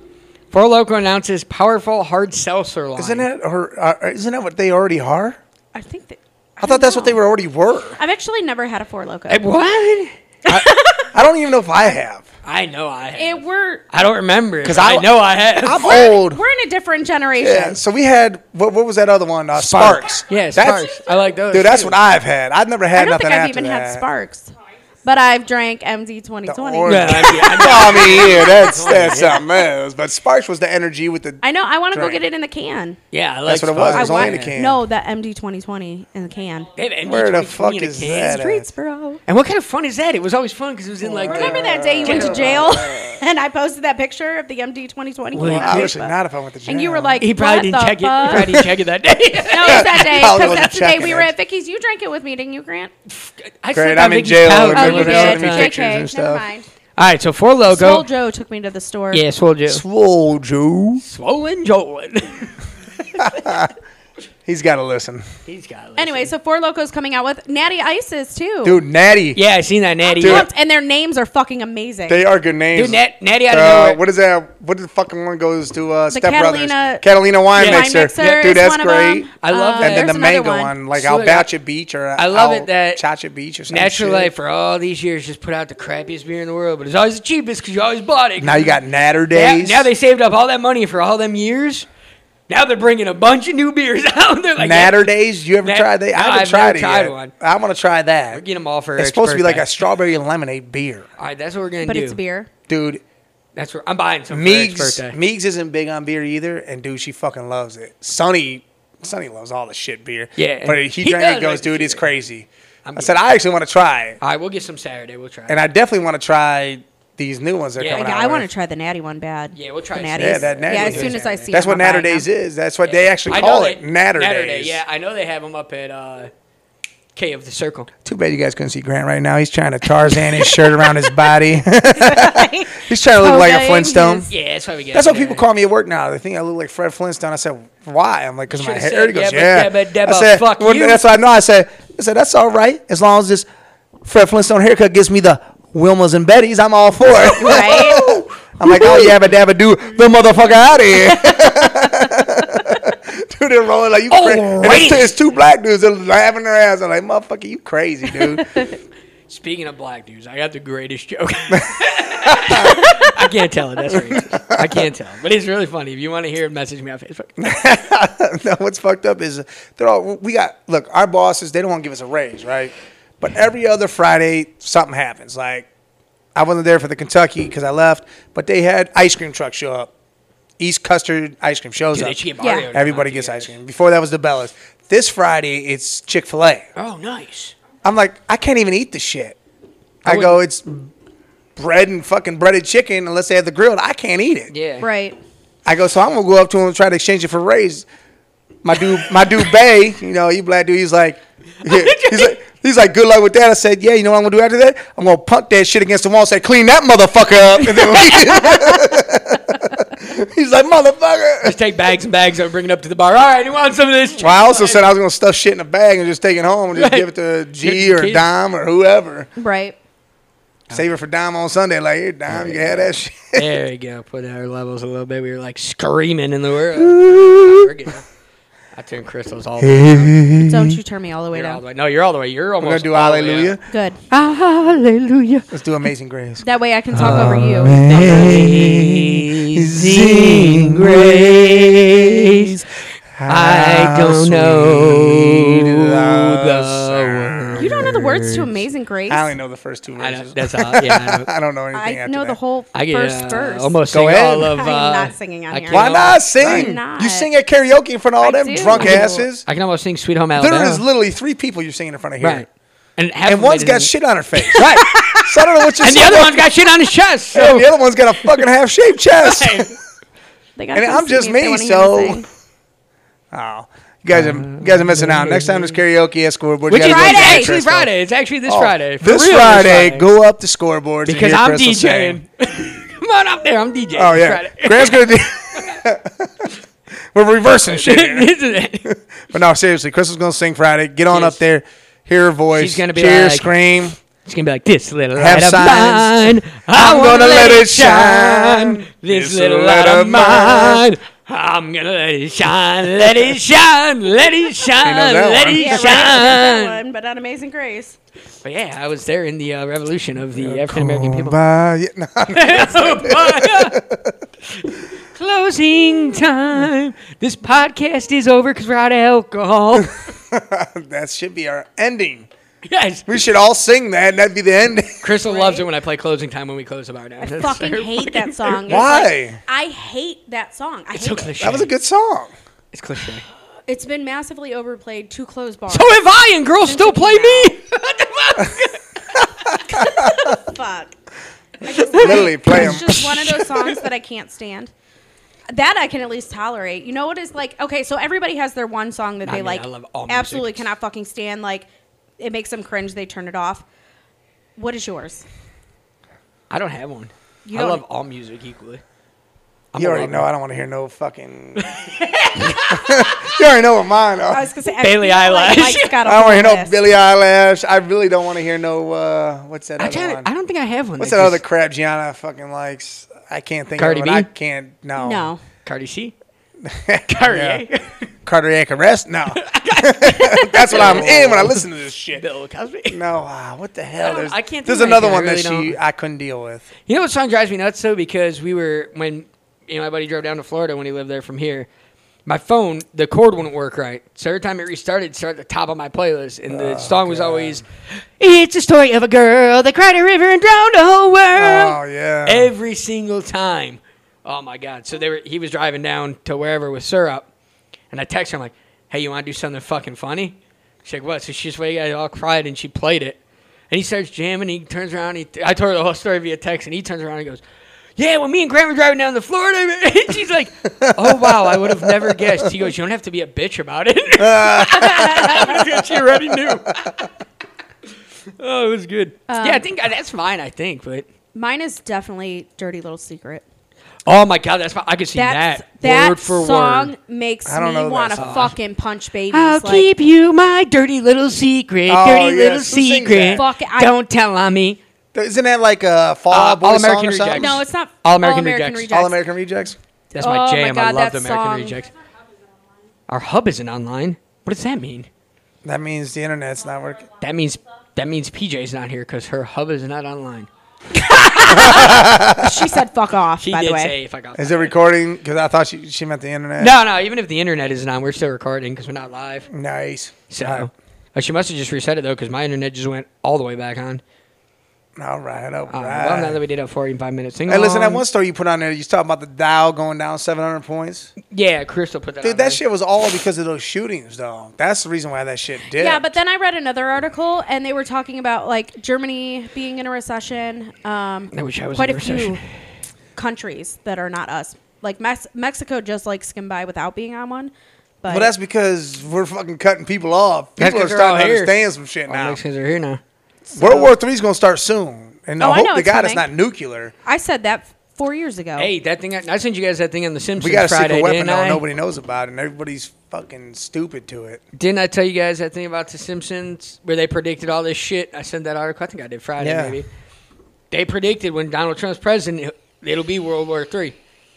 Speaker 4: Four Loco announces powerful hard seltzer line.
Speaker 2: isn't that or uh, isn't that what they already are?
Speaker 5: I think that.
Speaker 2: I thought that's what they were already were.
Speaker 5: I've actually never had a four loco.
Speaker 4: Eh, what?
Speaker 2: I don't even know if I have.
Speaker 4: I know I. Have.
Speaker 5: It, we're
Speaker 4: I don't remember because
Speaker 2: 'Cause
Speaker 4: I,
Speaker 2: I-
Speaker 4: know I have.
Speaker 2: I'm
Speaker 5: we're,
Speaker 2: old.
Speaker 5: We're in a different generation.
Speaker 2: Yeah. So we had what? What was that other one? Uh, Sparks.
Speaker 4: Yeah,
Speaker 2: That's-
Speaker 4: Sparks. I like those.
Speaker 2: Dude, that's
Speaker 4: too.
Speaker 2: what I've had. I've never had
Speaker 5: I don't
Speaker 2: nothing
Speaker 5: think I've
Speaker 2: after
Speaker 5: even
Speaker 2: that.
Speaker 5: had Sparks. But I've drank MD 2020.
Speaker 2: orange.
Speaker 4: Yeah, I- I-
Speaker 2: I mean, yeah, that's that's something else. But Sparks was the energy with the.
Speaker 5: Oh, I know. I want to go
Speaker 2: Drink.
Speaker 5: get it in the can.
Speaker 4: yeah, I like
Speaker 2: That's what it was. It
Speaker 4: Spawn.
Speaker 2: was
Speaker 5: I
Speaker 2: only
Speaker 5: want
Speaker 2: in a can.
Speaker 5: no the MD 2020 in the can.
Speaker 4: They have MD
Speaker 2: Where the
Speaker 4: 20
Speaker 2: fuck
Speaker 4: in a
Speaker 2: is
Speaker 4: can.
Speaker 2: that?
Speaker 5: Streets, bro.
Speaker 4: And what kind of fun is that? It was always fun because it was in like
Speaker 5: Remember
Speaker 4: the,
Speaker 5: that day you went to jail and I posted that picture of the MD 2020
Speaker 4: Well,
Speaker 5: can?
Speaker 2: I wish not if I went to jail.
Speaker 5: and you were like,
Speaker 4: he probably
Speaker 5: what
Speaker 4: didn't check it.
Speaker 5: the
Speaker 4: He
Speaker 5: fuck?
Speaker 4: probably didn't check it that day.
Speaker 5: No, it was that day
Speaker 2: Probably
Speaker 5: because
Speaker 2: wasn't
Speaker 5: that's the day
Speaker 2: checking
Speaker 5: we were
Speaker 2: it.
Speaker 5: at Vicky's. You drank it with me, didn't you, Grant?
Speaker 4: I
Speaker 2: Great,
Speaker 4: slept
Speaker 2: I'm
Speaker 4: on
Speaker 2: in
Speaker 4: Vicky's
Speaker 2: jail.
Speaker 4: couch
Speaker 2: Remember
Speaker 5: Oh,
Speaker 4: all
Speaker 5: you
Speaker 2: when they were
Speaker 4: the
Speaker 5: did.
Speaker 2: sending me
Speaker 4: time.
Speaker 5: JK,
Speaker 2: pictures and
Speaker 5: never
Speaker 2: stuff? Oh,
Speaker 5: mind.
Speaker 4: All right, so for logo,
Speaker 5: Small Joe took me to the store.
Speaker 4: yeah, swole Joe,
Speaker 2: swole Joe.
Speaker 4: swollen Joel.
Speaker 2: He's got to listen,
Speaker 4: He's got. Like,
Speaker 5: Anyway, so Four Locos coming out with Natty Isis too.
Speaker 2: dude. Natty.
Speaker 4: yeah, I seen that Natty.
Speaker 5: Pumped,
Speaker 4: Dude,
Speaker 5: and their names are fucking amazing.
Speaker 2: They are good names.
Speaker 4: Nat, Natty out of
Speaker 2: Uh,
Speaker 4: nowhere.
Speaker 2: what is that? What the fucking one goes to uh,
Speaker 5: The
Speaker 2: Step
Speaker 5: Catalina-
Speaker 2: Brothers? Catalina wine
Speaker 4: Yeah.
Speaker 5: Wine
Speaker 2: mixer.
Speaker 5: Mixer
Speaker 2: Dude,
Speaker 5: is
Speaker 2: that's
Speaker 5: one of
Speaker 2: great.
Speaker 5: them.
Speaker 4: I love
Speaker 5: Uh,
Speaker 2: and
Speaker 4: that.
Speaker 2: then the
Speaker 5: there's another
Speaker 2: mango one, like
Speaker 4: Swear to
Speaker 2: Albacha Beach or oh,
Speaker 4: I love it that-
Speaker 2: Chacha Beach or something.
Speaker 4: Natural Light for all these years just put out the crappiest beer in the world, but it's always the cheapest because you always bought it.
Speaker 2: Now you got Natter
Speaker 4: Now,
Speaker 2: Days.
Speaker 4: now they saved up all that money for all them years. Now they're bringing a bunch of new beers out. They're like,
Speaker 2: Natter Days. You ever
Speaker 4: Nat-
Speaker 2: tried that?
Speaker 4: No,
Speaker 2: I haven't
Speaker 4: I've
Speaker 2: tried
Speaker 4: never
Speaker 2: it
Speaker 4: tried
Speaker 2: yet.
Speaker 4: one.
Speaker 2: I want to try that.
Speaker 4: We're getting 'em all for
Speaker 2: It's supposed to be
Speaker 4: Eric's
Speaker 2: like a
Speaker 4: birthday.
Speaker 2: strawberry and lemonade beer,
Speaker 4: All right, that's what we're gonna
Speaker 5: but
Speaker 4: do.
Speaker 5: it's beer.
Speaker 2: dude.
Speaker 4: That's where I'm buying some. Meeks. For Eric's
Speaker 2: Meegs
Speaker 4: birthday.
Speaker 2: Meegs isn't big on beer either, and dude, she fucking loves it. Sonny Sonny loves all the shit beer.
Speaker 4: Yeah.
Speaker 2: but he,
Speaker 4: He
Speaker 2: drank
Speaker 4: does
Speaker 2: it. and Goes,
Speaker 4: like the
Speaker 2: dude, it's
Speaker 4: shit.
Speaker 2: crazy. i
Speaker 4: getting
Speaker 2: said, I actually want to try it,
Speaker 4: all right, we'll get some Saturday. We'll try.
Speaker 2: and I definitely want to try these new ones that are
Speaker 4: Yeah,
Speaker 2: coming
Speaker 5: Yeah,
Speaker 2: out.
Speaker 5: I want to
Speaker 2: with.
Speaker 5: try the Natty one bad.
Speaker 4: Yeah, we'll try
Speaker 5: the
Speaker 4: it.
Speaker 5: Natties.
Speaker 2: Yeah, that Natter
Speaker 5: Yeah, as
Speaker 2: Days.
Speaker 5: soon as I see.
Speaker 2: That's
Speaker 5: them,
Speaker 2: what
Speaker 5: I'll buy
Speaker 2: Natter Days
Speaker 5: them.
Speaker 2: is. That's what they actually call it. Natter Days.
Speaker 4: Yeah, I know they have them up at uh, K of the Circle.
Speaker 2: Too bad you guys couldn't see Grant right now. He's trying to Tarzan his shirt around his body. He's trying to look like a
Speaker 5: Poking
Speaker 2: Flintstone.
Speaker 5: his-
Speaker 4: Yeah, that's why we get.
Speaker 2: That's
Speaker 4: it
Speaker 2: what people
Speaker 4: there.
Speaker 2: call me at work now. They think I look like Fred Flintstone. I said, why? I'm like, because my
Speaker 4: Should've
Speaker 2: hair.
Speaker 4: said,
Speaker 2: he goes,
Speaker 4: "Yabba
Speaker 2: yeah.
Speaker 4: dabba dabba,
Speaker 2: I said,
Speaker 4: fuck
Speaker 2: well,
Speaker 4: you."
Speaker 2: That's what I know. I said, I said, that's all right. As long as this Fred Flintstone haircut gives me the Wilmas and Betty's, I'm all for it.
Speaker 5: Right?
Speaker 2: I'm like, oh, yabba dabba do the motherfucker out of here. Dude, they're rolling like you
Speaker 4: All
Speaker 2: crazy. It's,
Speaker 4: right.
Speaker 2: two, it's two black dudes. They're laughing their ass. I'm like, motherfucker, you crazy, dude.
Speaker 4: Speaking of black dudes, I got the greatest joke. I can't tell it. That's racist. I can't tell, but it's really funny. If you want to hear it, message me on Facebook.
Speaker 2: no, what's fucked up is they're all we got. Look, our bosses they don't want to give us a raise, right? But every other Friday something happens. Like I wasn't there for the Kentucky because I left, but they had ice cream truck show up. East custard ice cream shows
Speaker 4: Dude,
Speaker 2: up.
Speaker 4: they should get
Speaker 5: Yeah.
Speaker 4: Mario to come
Speaker 2: Everybody
Speaker 4: out
Speaker 2: gets
Speaker 4: together.
Speaker 2: ice cream. Before that was the Bellas. This Friday it's Chick Fil A.
Speaker 4: Oh, nice.
Speaker 2: I'm like, I can't even eat the shit. I go, it's bread and fucking breaded chicken unless they have the grilled. I can't eat it.
Speaker 4: Yeah.
Speaker 5: right.
Speaker 2: I go, so I'm gonna go up to him and try to exchange it for raise. My dude, my dude Bay, you know, he black dude, he's like, yeah. he's like, he's like, good luck with that. I said, yeah, you know what I'm gonna do after that? I'm gonna punk that shit against the wall. and Say, clean that motherfucker up. And then leave. he's like, motherfucker.
Speaker 4: Just take bags and bags and bring it up to the bar. All right, you want some of this?
Speaker 2: Well, I also said I was gonna stuff shit in a bag and just take it home and just
Speaker 4: Right.
Speaker 2: give it to G
Speaker 4: Give it to
Speaker 2: or
Speaker 4: kids.
Speaker 2: Dom or whoever.
Speaker 5: Right.
Speaker 2: Save it for Dom on Sunday. Like, here, Dom, you can have that shit.
Speaker 4: There we go. Put our levels a little bit. We were like screaming in the world. We're good. I turned crystals all the way.
Speaker 5: Don't you turn me all the way
Speaker 4: You're all
Speaker 5: down.
Speaker 4: the way. No, you're all the way. You're almost.
Speaker 2: We're gonna do
Speaker 4: all the way
Speaker 2: Hallelujah.
Speaker 4: up.
Speaker 5: Good. Ah,
Speaker 4: Hallelujah.
Speaker 2: Let's do Amazing Grace.
Speaker 5: That way I can talk over you.
Speaker 4: Amazing grace. I don't know the
Speaker 5: You don't know the words to Amazing Grace.
Speaker 2: I only know the first two
Speaker 4: I don't,
Speaker 2: verses.
Speaker 4: that's all. Yeah, I, don't,
Speaker 2: I don't know anything.
Speaker 5: I
Speaker 2: after
Speaker 5: know the
Speaker 2: that.
Speaker 5: whole
Speaker 4: I get
Speaker 5: first
Speaker 4: uh,
Speaker 5: verse.
Speaker 4: almost
Speaker 2: Go
Speaker 4: sing
Speaker 2: ahead.
Speaker 4: all of. Uh,
Speaker 5: I'm not singing on
Speaker 4: I
Speaker 5: here.
Speaker 4: can
Speaker 2: Why
Speaker 4: almost-
Speaker 2: not sing?
Speaker 5: I'm not.
Speaker 2: You sing at karaoke in front of all
Speaker 5: I
Speaker 2: them
Speaker 5: do.
Speaker 2: drunk asses.
Speaker 4: I can almost sing "Sweet Home Alabama."
Speaker 2: There is literally three people you're singing in front of here,
Speaker 4: right, and, half
Speaker 2: and
Speaker 4: of
Speaker 2: one's
Speaker 4: it
Speaker 2: got
Speaker 4: is-
Speaker 2: shit on her face,
Speaker 4: Right,
Speaker 2: so I don't know what you're
Speaker 4: and the
Speaker 2: saying.
Speaker 4: other one's got shit on his chest. So
Speaker 2: and the other one's got a fucking half-shaped chest.
Speaker 5: They gotta
Speaker 2: And
Speaker 5: come
Speaker 2: I'm
Speaker 5: see
Speaker 2: just
Speaker 5: if they
Speaker 2: me,
Speaker 5: wanna hear
Speaker 2: so-
Speaker 5: sing.
Speaker 2: Oh, you guys are you guys are missing out. Next time there's karaoke at scoreboard. you
Speaker 4: Which is
Speaker 2: gotta go to San
Speaker 4: Friday. Actually,
Speaker 2: Cristobal.
Speaker 4: Friday. It's actually this
Speaker 2: Oh,
Speaker 4: Friday. For
Speaker 2: This
Speaker 4: real,
Speaker 2: Friday, go up to scoreboard and
Speaker 4: because
Speaker 2: hear
Speaker 4: I'm
Speaker 2: Crystal sing.
Speaker 4: DJing. Come on up there. I'm DJing.
Speaker 2: Oh
Speaker 4: this
Speaker 2: yeah,
Speaker 4: Friday.
Speaker 2: Grant's gonna do. We're reversing shit. here.
Speaker 4: This is it.
Speaker 2: But no, seriously, Crystal's gonna sing Friday. Get on
Speaker 4: Yes.
Speaker 2: up there, hear her voice,
Speaker 4: She's gonna be
Speaker 2: cheer,
Speaker 4: like-
Speaker 2: scream.
Speaker 4: It's gonna be like this little
Speaker 2: Have
Speaker 4: light of
Speaker 2: signs.
Speaker 4: mine. I'm gonna let it shine.
Speaker 2: This
Speaker 4: This little light of mine. I'm gonna let it shine. Let it shine. Let it shine.
Speaker 2: that
Speaker 4: Let
Speaker 2: one.
Speaker 4: it
Speaker 5: Yeah, right. That
Speaker 4: shine.
Speaker 5: one, but on Amazing Grace.
Speaker 4: But yeah, I was there in the uh, revolution of the African American people.
Speaker 2: Bye. Yeah, no, I'm-
Speaker 4: Closing time. This podcast is over because we're out of alcohol.
Speaker 2: that should be our ending.
Speaker 4: Yes.
Speaker 2: We should all sing that, and that'd be the end.
Speaker 4: Crystal loves it when I play closing time when we close the bar down.
Speaker 5: I fucking hate that song. It's
Speaker 2: Why?
Speaker 5: like, I hate that song. I
Speaker 4: It's
Speaker 5: hate
Speaker 4: so
Speaker 5: it.
Speaker 4: cliche.
Speaker 2: that was a good song.
Speaker 4: It's cliche.
Speaker 5: It's been massively overplayed to close bars.
Speaker 4: So have I, and girls still
Speaker 5: it
Speaker 4: play
Speaker 5: came
Speaker 4: me.
Speaker 5: Fuck.
Speaker 2: Literally, play
Speaker 5: It's
Speaker 2: them.
Speaker 5: just one of those songs that I can't stand. That I can at least tolerate. You know what is like? Okay, so everybody has their one song that
Speaker 4: Nah,
Speaker 5: they
Speaker 4: man,
Speaker 5: like.
Speaker 4: I love all music.
Speaker 5: absolutely cannot fucking stand. Like, it makes them cringe. They turn it off. What is yours?
Speaker 4: I don't have one.
Speaker 5: You
Speaker 4: I
Speaker 5: don't-
Speaker 4: love all music equally. I'm
Speaker 2: You
Speaker 4: a
Speaker 2: already
Speaker 4: lover.
Speaker 2: know I don't want to hear no fucking. you already know what mine are.
Speaker 5: I
Speaker 2: I
Speaker 5: was gonna say I
Speaker 4: Bailey
Speaker 5: feel
Speaker 4: Eyelash.
Speaker 5: Mike's got a
Speaker 2: don't want to
Speaker 5: whole
Speaker 2: hear no
Speaker 5: list.
Speaker 2: Billie Eyelash. I really don't want to hear no. Uh, what's that
Speaker 4: I,
Speaker 2: other
Speaker 4: kinda,
Speaker 2: one?
Speaker 4: I don't think I have one.
Speaker 2: what's
Speaker 4: that
Speaker 2: that other
Speaker 4: just-
Speaker 2: crap Gianna fucking likes? I can't think
Speaker 4: Cardi
Speaker 2: of it. I
Speaker 4: B?
Speaker 2: can't. No.
Speaker 5: No,
Speaker 4: Cardi C. Cardi A.
Speaker 2: Cardiac arrest? No. That's what I'm in when I listen to this shit.
Speaker 4: Bill Cosby.
Speaker 2: No, ah, what the hell?
Speaker 4: don't-
Speaker 2: there's
Speaker 4: I can't
Speaker 2: there's
Speaker 4: do
Speaker 2: another
Speaker 4: anything.
Speaker 2: one
Speaker 4: I
Speaker 2: that
Speaker 4: really
Speaker 2: she
Speaker 4: don't.
Speaker 2: I couldn't deal with.
Speaker 4: You know what song drives me nuts though? Because we were when you know my buddy drove down to Florida when he lived there from here. My phone, the cord wouldn't work right. So every time it restarted, it started at the top of my playlist, and the song was always "It's a story of a girl that cried a river and drowned a whole world."
Speaker 2: Oh yeah.
Speaker 4: Every single time. Oh my god! So they were. He was driving down to wherever with syrup, and I texted her I'm like, "Hey, you want to do something fucking funny?" She's like, "What?" So she just waited, I all cried, and she played it. And he starts jamming. He turns around. He I told her the whole story via text, and he turns around and goes, "Yeah, when me and Grant were driving down to Florida," and she's like, "Oh wow, I would have never guessed." He goes, "You don't have to be a bitch about it." she already knew. oh, it was good. yeah, I think uh, that's mine. I think, but.
Speaker 5: mine is definitely "Dirty Little Secret."
Speaker 4: Oh my god, that's my, I could see
Speaker 5: That's,
Speaker 4: that,
Speaker 5: that
Speaker 4: word for
Speaker 5: song
Speaker 4: word.
Speaker 5: makes
Speaker 2: I don't know
Speaker 5: me
Speaker 2: that
Speaker 5: want to
Speaker 2: song.
Speaker 5: fucking punch babies.
Speaker 4: I'll
Speaker 5: like,
Speaker 4: keep you my dirty little secret,
Speaker 2: Oh, yes,
Speaker 4: dirty little
Speaker 2: who sings
Speaker 4: secret.
Speaker 2: that?
Speaker 5: Fuck, I-
Speaker 4: Don't tell on me.
Speaker 2: Isn't that like a Fall
Speaker 4: Uh,
Speaker 2: Out Boy
Speaker 4: All
Speaker 2: song
Speaker 4: American
Speaker 2: or something?
Speaker 4: Rejects.
Speaker 5: no, it's not
Speaker 4: All American Rejects.
Speaker 2: All American Rejects.
Speaker 4: That's my
Speaker 5: Oh my
Speaker 4: jam. I love
Speaker 5: God, that
Speaker 4: the American
Speaker 5: song.
Speaker 4: Rejects. Our hub isn't online. What does that mean?
Speaker 2: That means the internet's not working.
Speaker 4: That means that means PJ's not here because her hub is not online.
Speaker 5: She said "fuck off."
Speaker 4: She
Speaker 5: by
Speaker 4: did
Speaker 5: the way,
Speaker 4: say if I got
Speaker 2: Is it recording? Because I thought she she meant the internet.
Speaker 4: no, no. Even if the internet isn't on, we're still recording because we're not live.
Speaker 2: Nice.
Speaker 4: So
Speaker 2: All right.
Speaker 4: Uh, she must have just reset it though because my internet just went all the way back on.
Speaker 2: All right. All
Speaker 4: Uh,
Speaker 2: right.
Speaker 4: Well, now that we did a 45 minutes.
Speaker 2: Hey, listen,
Speaker 4: Um,
Speaker 2: that one story you put on there, you talking about the Dow going down 700 points.
Speaker 4: Yeah, Crystal put that. on
Speaker 2: Dude,
Speaker 4: there.
Speaker 2: that shit was all because of those shootings, though. That's the reason why that shit did.
Speaker 5: Yeah, but then I read another article and they were talking about like Germany being in a recession. Um,
Speaker 4: I wish I was
Speaker 5: quite
Speaker 4: in a
Speaker 5: a
Speaker 4: recession.
Speaker 5: few countries that are not us. Like Mex- Mexico just like skimmed by without being on one. But
Speaker 2: Well, that's because we're fucking cutting people off.
Speaker 4: That's
Speaker 2: People are
Speaker 4: 'cause they're all
Speaker 2: starting to
Speaker 4: here.
Speaker 2: understand some shit
Speaker 4: All
Speaker 2: now.
Speaker 4: Mexicans are here now.
Speaker 2: World War Three's going to start soon. And
Speaker 5: Oh,
Speaker 2: I
Speaker 5: I
Speaker 2: hope
Speaker 5: know
Speaker 2: to
Speaker 5: it's
Speaker 2: God it's not
Speaker 5: coming.
Speaker 2: nuclear.
Speaker 5: I said that four years ago.
Speaker 4: Hey, that thing! I, I sent you guys that thing on the Simpsons
Speaker 2: We got a
Speaker 4: Friday.
Speaker 2: secret weapon
Speaker 4: didn't
Speaker 2: though
Speaker 4: I?
Speaker 2: nobody knows about, and everybody's fucking stupid to it.
Speaker 4: Didn't I tell you guys that thing about the Simpsons where they predicted all this shit? I sent that article. I think I did Friday.
Speaker 2: Yeah.
Speaker 4: Maybe they predicted when Donald Trump's president, it- it'll be World War Three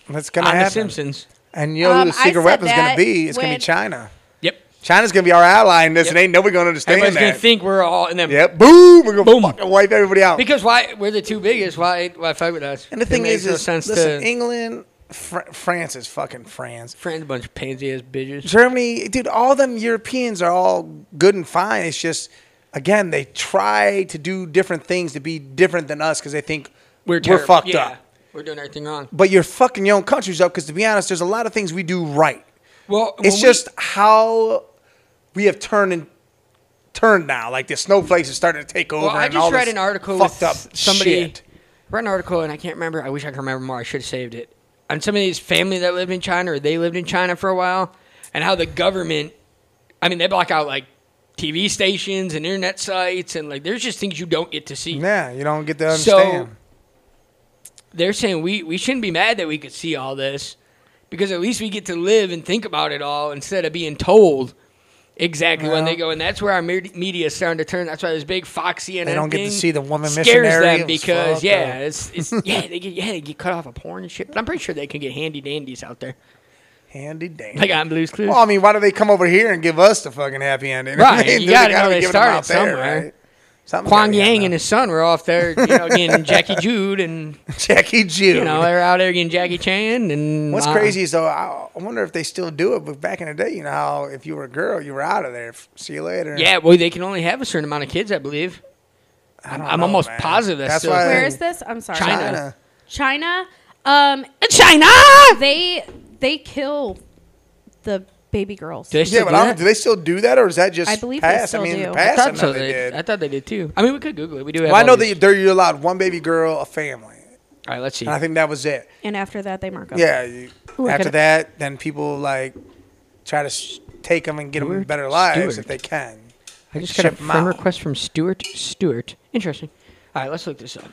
Speaker 2: That's
Speaker 4: on
Speaker 2: going to
Speaker 4: the
Speaker 2: happen.
Speaker 4: Simpsons.
Speaker 2: And you know
Speaker 5: Um,
Speaker 2: who the
Speaker 5: I
Speaker 2: secret
Speaker 5: said
Speaker 2: weapon's going to
Speaker 5: that
Speaker 2: be? It's going to
Speaker 5: when-
Speaker 2: be China.
Speaker 4: Yep.
Speaker 2: China's going to be our ally in this, and
Speaker 4: Yep.
Speaker 2: ain't nobody going to understand
Speaker 4: Everybody's gonna
Speaker 2: that.
Speaker 4: think we're all in them.
Speaker 2: Yep. Boom. We're gonna
Speaker 4: Boom.
Speaker 2: fucking wipe everybody out.
Speaker 4: Because why? We're the two biggest. Why? Why fight with us?
Speaker 2: and the thing
Speaker 4: it makes
Speaker 2: is,
Speaker 4: no
Speaker 2: is
Speaker 4: sense
Speaker 2: listen,
Speaker 4: to
Speaker 2: England, Fr- France is fucking France.
Speaker 4: friend a bunch of pansy ass bitches.
Speaker 2: Germany, dude, all them Europeans are all good and fine. It's just, again, they try to do different things to be different than us because they think we're,
Speaker 4: terrible.
Speaker 2: fucked
Speaker 4: Yeah.
Speaker 2: up.
Speaker 4: We're doing everything wrong.
Speaker 2: But you're fucking your own countries up because, to be honest, there's a lot of things we do right.
Speaker 4: Well,
Speaker 2: It's
Speaker 4: when we-
Speaker 2: just how we have turned and turned now. Like the snowflakes are starting to take over.
Speaker 4: Well, I
Speaker 2: and all
Speaker 4: just read
Speaker 2: this
Speaker 4: an article
Speaker 2: fucked
Speaker 4: with
Speaker 2: up
Speaker 4: somebody.
Speaker 2: shit.
Speaker 4: Read an article and I can't remember. I wish I could remember more. I should have saved it. On somebody's family that lived in China or they lived in China for a while, and how the government. I mean, they block out like TV stations and internet sites, and like there's just things you don't get to see.
Speaker 2: Yeah, you don't get to
Speaker 4: So-
Speaker 2: understand.
Speaker 4: They're saying we we shouldn't be mad that we could see all this, because at least we get to live and think about it all instead of being told. Exactly when
Speaker 2: Yeah.
Speaker 4: they go, and that's where our med- media is starting to turn. That's why this big Fox CNN
Speaker 2: They don't get to
Speaker 4: thing
Speaker 2: see the woman
Speaker 4: scares
Speaker 2: missionary. It
Speaker 4: them
Speaker 2: was
Speaker 4: because
Speaker 2: fucked
Speaker 4: yeah,
Speaker 2: up.
Speaker 4: it's, it's yeah they get yeah they get cut off of porn and shit. But I'm pretty sure they can get handy dandies out there
Speaker 2: Handy dandy.
Speaker 4: like on Blue's Clues.
Speaker 2: well, I mean, why do they come over here and give us the fucking happy ending?
Speaker 4: Right,
Speaker 2: They
Speaker 4: you gotta know
Speaker 2: gotta
Speaker 4: they
Speaker 2: give it 'em
Speaker 4: started
Speaker 2: out there,
Speaker 4: somewhere.
Speaker 2: Something's gotta
Speaker 4: Kwang
Speaker 2: be
Speaker 4: Yang
Speaker 2: on
Speaker 4: and his son were off there, you know, getting Jackie Jude and
Speaker 2: that. Jackie Jude.
Speaker 4: you know they're out there getting Jackie Chan and
Speaker 2: What's
Speaker 4: uh,
Speaker 2: crazy is though, I, I wonder if they still do it. But back in the day, you know how if you were a girl, you were out of there. F- See you later.
Speaker 4: Yeah, well, they can only have a certain amount of kids, I believe.
Speaker 2: I don't
Speaker 4: I'm
Speaker 2: know,
Speaker 4: almost
Speaker 2: man.
Speaker 4: positive that's
Speaker 2: That's
Speaker 4: still a
Speaker 2: why-
Speaker 4: thing.
Speaker 5: Where is this? I'm sorry.
Speaker 4: China.
Speaker 2: China.
Speaker 5: China. Um,
Speaker 4: China.
Speaker 5: they they kill the baby girls.
Speaker 4: Do they still
Speaker 2: Yeah, but
Speaker 4: do
Speaker 2: I
Speaker 4: that?
Speaker 2: don't, do they still do that, or is that just
Speaker 5: I believe they
Speaker 2: past?
Speaker 5: still
Speaker 2: I mean,
Speaker 5: do.
Speaker 2: the
Speaker 4: I
Speaker 2: past. I,
Speaker 4: thought
Speaker 2: know
Speaker 4: so.
Speaker 2: they
Speaker 4: They,
Speaker 2: did.
Speaker 4: I thought they did too. I mean, we could Google it. We do. Have
Speaker 2: well, I
Speaker 4: all
Speaker 2: know
Speaker 4: these-
Speaker 2: that they're you're allowed one baby girl, a family,
Speaker 4: All right, let's see.
Speaker 2: and I think that was it.
Speaker 5: and after that, they mark up.
Speaker 2: Yeah. You,
Speaker 5: Ooh, I
Speaker 2: after
Speaker 5: could've-
Speaker 2: that, then people like try to s- take them and get them
Speaker 4: Stuart
Speaker 2: better lives
Speaker 4: Stewart.
Speaker 2: if they can.
Speaker 4: I just got a
Speaker 2: Ship 'em
Speaker 4: friend
Speaker 2: out.
Speaker 4: request from Stuart. Stewart. Interesting. All right, let's look this up.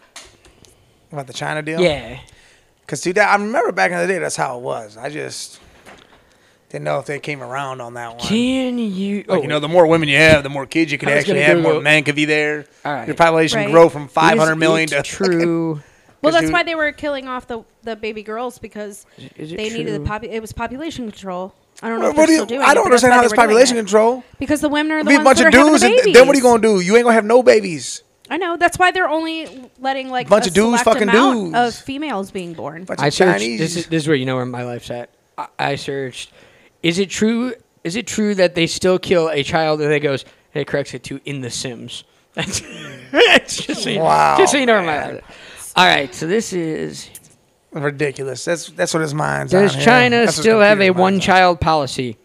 Speaker 2: About the China deal.
Speaker 4: Yeah.
Speaker 2: Cause dude, that, I remember back in the day, that's how it was. I just didn't know if they came around on that one.
Speaker 4: Can you? Oh,
Speaker 2: Like, you know, the more women you have, the more kids you can
Speaker 4: I was
Speaker 2: actually
Speaker 4: gonna
Speaker 2: have,
Speaker 4: Google-
Speaker 2: more men could be there.
Speaker 4: All right.
Speaker 2: Your population
Speaker 5: Right.
Speaker 2: can grow from
Speaker 4: wait, is
Speaker 2: 500 million to
Speaker 4: it true.
Speaker 5: Well, that's
Speaker 2: dude-
Speaker 5: why they were killing off the, the baby girls because
Speaker 4: is it
Speaker 5: they needed
Speaker 4: true?
Speaker 5: the popu- it was population control. I don't
Speaker 2: What
Speaker 5: know. if they're
Speaker 2: do you-
Speaker 5: still doing
Speaker 2: I
Speaker 5: it,
Speaker 2: don't
Speaker 5: but that's
Speaker 2: understand
Speaker 5: why
Speaker 2: how
Speaker 5: they
Speaker 2: this
Speaker 5: were doing
Speaker 2: population
Speaker 5: it.
Speaker 2: control.
Speaker 5: because the women are the
Speaker 2: Be a
Speaker 5: ones
Speaker 2: bunch
Speaker 5: that
Speaker 2: of
Speaker 5: are having the
Speaker 2: dudes, and th-
Speaker 5: babies.
Speaker 2: then what are you gonna do? You ain't gonna have no babies.
Speaker 5: I know that's why they're only letting like
Speaker 2: Bunch
Speaker 5: a
Speaker 2: of dudes
Speaker 5: select
Speaker 2: fucking
Speaker 5: amount
Speaker 2: dudes.
Speaker 5: of females being born.
Speaker 2: Bunch
Speaker 4: I
Speaker 2: of
Speaker 4: searched.
Speaker 2: Chinese.
Speaker 4: This is this is where you know where my life's at. I, I searched. Is it true? Is it true that they still kill a child and they goes and it corrects it to in the Sims? That's it's just so you,
Speaker 2: Wow,
Speaker 4: Just so you know where my life's at. All right, so this is
Speaker 2: ridiculous. That's that's what his mind's.
Speaker 4: Does
Speaker 2: on here.
Speaker 4: China
Speaker 2: That's what
Speaker 4: still have a
Speaker 2: computer's
Speaker 4: one
Speaker 2: mind's
Speaker 4: child policy?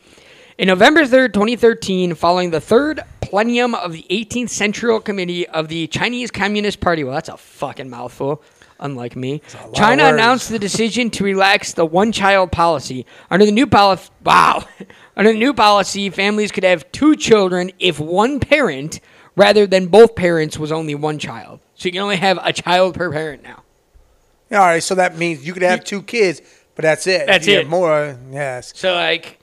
Speaker 4: In November 3rd, 2013, following the third plenum of the 18th Central Committee of the Chinese Communist Party, well, that's a fucking mouthful, unlike me,
Speaker 2: lot of
Speaker 4: China
Speaker 2: words.
Speaker 4: announced the decision to relax the one child policy. Under the new policy, wow, under the new policy, families could have two children if one parent, rather than both parents, was only one child. So you can only have a child per parent now.
Speaker 2: on. All right, so that means you could have two kids, but that's it. If
Speaker 4: That's
Speaker 2: you have
Speaker 4: it.
Speaker 2: More, yes.
Speaker 4: So like,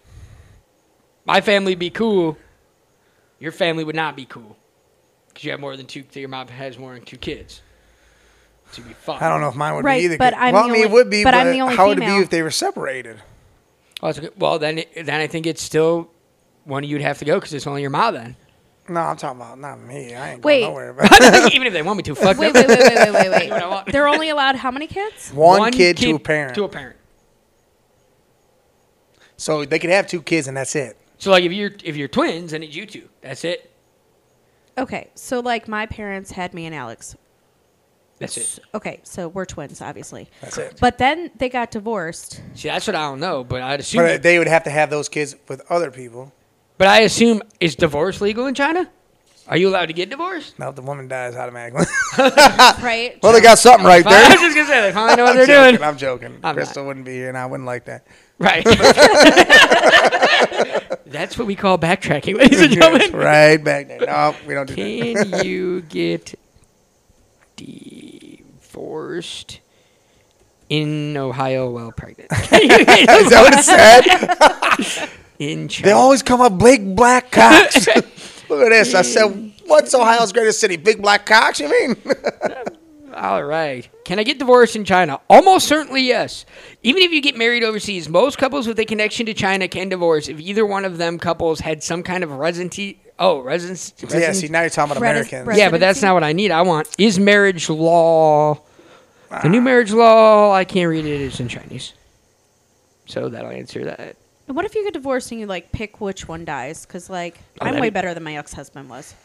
Speaker 4: my family be cool. Your family would not be cool because you have more than two. Your mom has more than two kids. So you'd be fucked.
Speaker 2: I don't know if mine would
Speaker 5: Right,
Speaker 2: be either.
Speaker 5: but
Speaker 2: kid.
Speaker 5: I'm
Speaker 2: well,
Speaker 5: the
Speaker 2: I mean,
Speaker 5: only-
Speaker 2: it would be,
Speaker 5: but
Speaker 2: but,
Speaker 5: I'm the only
Speaker 2: how would it
Speaker 5: female.
Speaker 2: be if they were separated?
Speaker 4: Oh, that's okay. Well, then it- then I think it's still one you'd have to go because it's only your mom then.
Speaker 2: No, I'm talking about not me. I ain't
Speaker 5: Wait.
Speaker 2: going nowhere. But
Speaker 4: Even if they want me to, fuck
Speaker 5: Wait,
Speaker 4: them.
Speaker 5: wait, wait, wait, wait, wait,
Speaker 4: what I want.
Speaker 5: wait. they're only allowed how many kids?
Speaker 2: one, kid, to a parent.
Speaker 4: To a parent.
Speaker 2: so they could have two kids, and that's it.
Speaker 4: So like, if you're if you're twins, then it's you two. That's it.
Speaker 5: Okay, so like my parents had me and Alex.
Speaker 4: That's it.
Speaker 5: Okay, so we're twins, obviously.
Speaker 2: That's it.
Speaker 5: But then they got divorced.
Speaker 4: See, that's what I don't know, but I'd assume.
Speaker 2: But uh, they would have to have those kids with other people.
Speaker 4: but I assume is divorce legal in China? Are you allowed to get divorced?
Speaker 2: Now if the woman dies automatically.
Speaker 5: Right?
Speaker 2: well, they got something right
Speaker 4: I
Speaker 2: there.
Speaker 4: was just gonna say they finally know what
Speaker 2: I'm
Speaker 4: they're
Speaker 2: joking,
Speaker 4: doing.
Speaker 2: I'm joking.
Speaker 4: I'm
Speaker 2: Crystal wouldn't be here, and I wouldn't like that.
Speaker 4: Right. That's what we call backtracking, ladies and gentlemen.
Speaker 2: right back there. No, we don't do that.
Speaker 4: Can you get divorced in Ohio while pregnant? Can you get
Speaker 2: Is that what it said?
Speaker 4: in China?
Speaker 2: They always come up big black cocks. Look at this. I said, "What's Ohio's greatest city? Big black cocks." You mean?
Speaker 4: All right. Can I get divorced in China? Almost certainly yes. Even if you get married overseas, most couples with a connection to China can divorce if either one of them couples had some kind of residency. Oh, residence.
Speaker 2: yeah. See, now you're talking about
Speaker 5: Red is-
Speaker 2: Americans.
Speaker 5: red-
Speaker 4: Yeah, but that's
Speaker 5: Residency?
Speaker 4: not what I need. I want is marriage law. The new marriage law, I can't read it. It's in Chinese. So that'll answer that.
Speaker 5: What if you get divorced and you like pick which one dies? Because like
Speaker 4: Oh,
Speaker 5: I'm
Speaker 4: that'd
Speaker 5: way
Speaker 4: be-
Speaker 5: better than my ex husband was.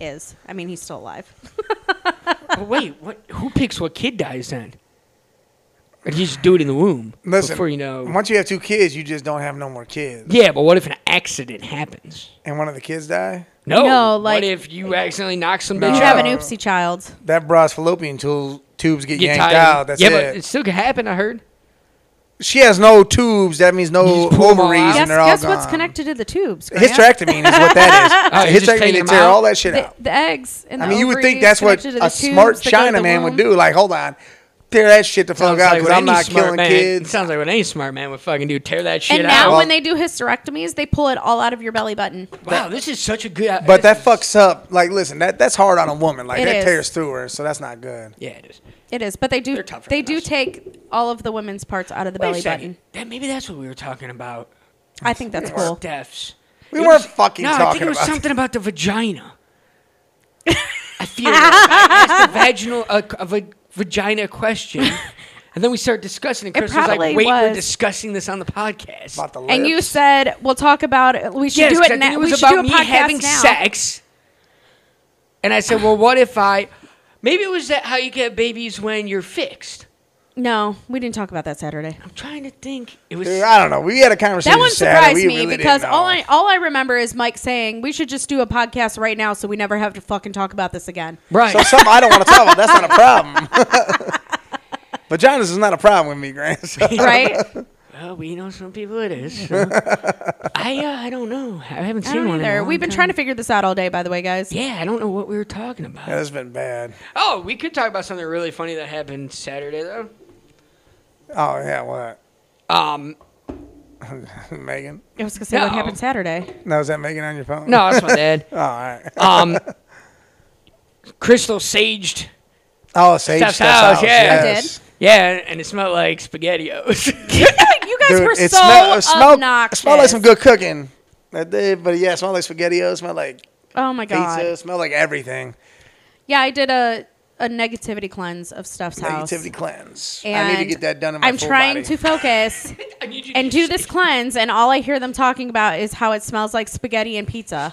Speaker 5: Is I mean he's still alive.
Speaker 4: But wait, what? Who picks what kid dies then? Or you just do it in the womb
Speaker 2: Listen,
Speaker 4: before you know.
Speaker 2: once you have two kids, you just don't have no more kids.
Speaker 4: Yeah, but what if an accident happens?
Speaker 2: And one of the kids die.
Speaker 4: No,
Speaker 5: No,
Speaker 4: what
Speaker 5: like-
Speaker 4: if you accidentally knock some
Speaker 2: No.
Speaker 4: bitch
Speaker 5: You
Speaker 2: Yeah.
Speaker 5: have an
Speaker 4: out?
Speaker 5: oopsie child.
Speaker 2: That bra's fallopian tu- tubes get,
Speaker 4: Get
Speaker 2: yanked
Speaker 4: tired.
Speaker 2: out. That's
Speaker 4: yeah,
Speaker 2: it.
Speaker 4: but it still could happen. I heard.
Speaker 2: she has no tubes. That means
Speaker 4: You
Speaker 2: no
Speaker 4: just pull 'em all
Speaker 2: ovaries,
Speaker 4: out?
Speaker 2: and
Speaker 5: Guess,
Speaker 2: they're all
Speaker 5: guess
Speaker 2: gone.
Speaker 5: what's connected to the tubes? Grant?
Speaker 2: Hysterectomy is what that
Speaker 4: Oh, you
Speaker 2: is.
Speaker 4: just
Speaker 2: hysterectomy,
Speaker 4: take
Speaker 2: they
Speaker 4: them
Speaker 2: tear
Speaker 4: out?
Speaker 2: all that shit
Speaker 5: The,
Speaker 2: out.
Speaker 5: the eggs. And
Speaker 2: I
Speaker 5: the
Speaker 2: mean, you would think
Speaker 5: ovaries
Speaker 2: that's what
Speaker 5: connected to the
Speaker 2: a smart
Speaker 5: tubes that go to the
Speaker 2: China man would
Speaker 5: womb.
Speaker 2: do. Like, hold on, tear that shit the fuck
Speaker 4: Sounds
Speaker 2: out
Speaker 4: like
Speaker 2: because
Speaker 4: what
Speaker 2: I'm
Speaker 4: any
Speaker 2: not
Speaker 4: smart
Speaker 2: killing
Speaker 4: man-
Speaker 2: kids.
Speaker 4: Sounds like what any smart man would fucking do. Tear that shit
Speaker 5: And now
Speaker 4: out.
Speaker 5: when they do hysterectomies, they pull it all out of your belly button.
Speaker 4: wow, this is such a good.
Speaker 2: But that fucks up. Like, listen, that that's hard on a woman. Like
Speaker 5: It
Speaker 2: that
Speaker 5: is.
Speaker 2: tears through her, so that's not good.
Speaker 4: Yeah, it is.
Speaker 5: It is, but they do
Speaker 4: They're tougher
Speaker 5: they
Speaker 4: than
Speaker 5: do
Speaker 4: us.
Speaker 5: take all of the women's parts out of the
Speaker 4: Wait a
Speaker 5: belly
Speaker 4: second.
Speaker 5: button.
Speaker 4: That, maybe that's what we were talking about.
Speaker 5: I think that's cool.
Speaker 4: Deaths.
Speaker 2: We weren't fucking
Speaker 4: no, I think
Speaker 2: talking
Speaker 4: it was
Speaker 2: about
Speaker 4: something about the vagina. I feel like I asked a vaginal a, a va- vagina question, and then we started discussing it. Chris was like,
Speaker 5: probably
Speaker 4: "Wait, we're
Speaker 5: was.
Speaker 4: discussing this on the podcast."
Speaker 2: About the
Speaker 5: And you
Speaker 2: lips.
Speaker 5: said we'll talk about it. We should
Speaker 4: Yes,
Speaker 5: do
Speaker 4: 'cause I
Speaker 5: it
Speaker 4: think
Speaker 5: now.
Speaker 4: It
Speaker 5: we
Speaker 4: was
Speaker 5: should
Speaker 4: about
Speaker 5: do a
Speaker 4: me
Speaker 5: podcast
Speaker 4: having
Speaker 5: now.
Speaker 4: sex, and I said, "Well, what if I?" Maybe it was that how you get babies when you're fixed.
Speaker 5: No, we didn't talk about that Saturday.
Speaker 4: I'm trying to think. It was.
Speaker 2: Dude, I don't know. We had a conversation.
Speaker 5: That one
Speaker 2: Saturday.
Speaker 5: surprised
Speaker 2: We
Speaker 5: me
Speaker 2: really
Speaker 5: because
Speaker 2: didn't
Speaker 5: all
Speaker 2: know.
Speaker 5: I all I remember is Mike saying we should just do a podcast right now so we never have to fucking talk about this again.
Speaker 4: Right.
Speaker 2: So something I don't want to talk about. That's not a problem. Vaginas is not a problem with me, Grant. So
Speaker 5: Right?
Speaker 4: Oh, well, we know some people it is. so. I uh, I don't know. I haven't
Speaker 5: I
Speaker 4: seen
Speaker 5: don't
Speaker 4: one in a
Speaker 5: either.
Speaker 4: long
Speaker 5: We've been
Speaker 4: time.
Speaker 5: trying to figure this out all day, by the way, guys.
Speaker 4: Yeah, I don't know what we were talking about.
Speaker 2: that's been bad.
Speaker 4: Oh, we could talk about something really funny that happened Saturday though.
Speaker 2: Oh yeah, what?
Speaker 4: Um,
Speaker 2: Megan?
Speaker 5: I was gonna say what
Speaker 4: No.
Speaker 5: happened Saturday.
Speaker 2: No, is that Megan on your phone?
Speaker 4: no, that's my dad.
Speaker 2: Oh, all right.
Speaker 4: Um, Crystal saged.
Speaker 2: Oh, Sage
Speaker 4: Steph's
Speaker 2: Steph's
Speaker 4: house,
Speaker 2: house.
Speaker 4: yeah.
Speaker 5: I
Speaker 2: yes.
Speaker 5: did.
Speaker 4: Yeah, and it smelled like SpaghettiOs.
Speaker 5: you guys
Speaker 2: Dude,
Speaker 5: were
Speaker 2: it
Speaker 5: so
Speaker 2: smell- it smell- it
Speaker 5: obnoxious.
Speaker 2: smelled like some good cooking. That did, but yeah, it smelled like SpaghettiOs. Smelled like
Speaker 5: Oh my god.
Speaker 2: pizza. Smelled like everything.
Speaker 5: Yeah, I did a a negativity cleanse of Stuff's house.
Speaker 2: Negativity cleanse.
Speaker 5: And
Speaker 2: I need to get that done in my
Speaker 5: I'm
Speaker 2: full
Speaker 5: trying
Speaker 2: body.
Speaker 5: to focus
Speaker 4: I need you to
Speaker 5: and do
Speaker 4: just-
Speaker 5: this cleanse, and all I hear them talking about is how it smells like spaghetti and pizza.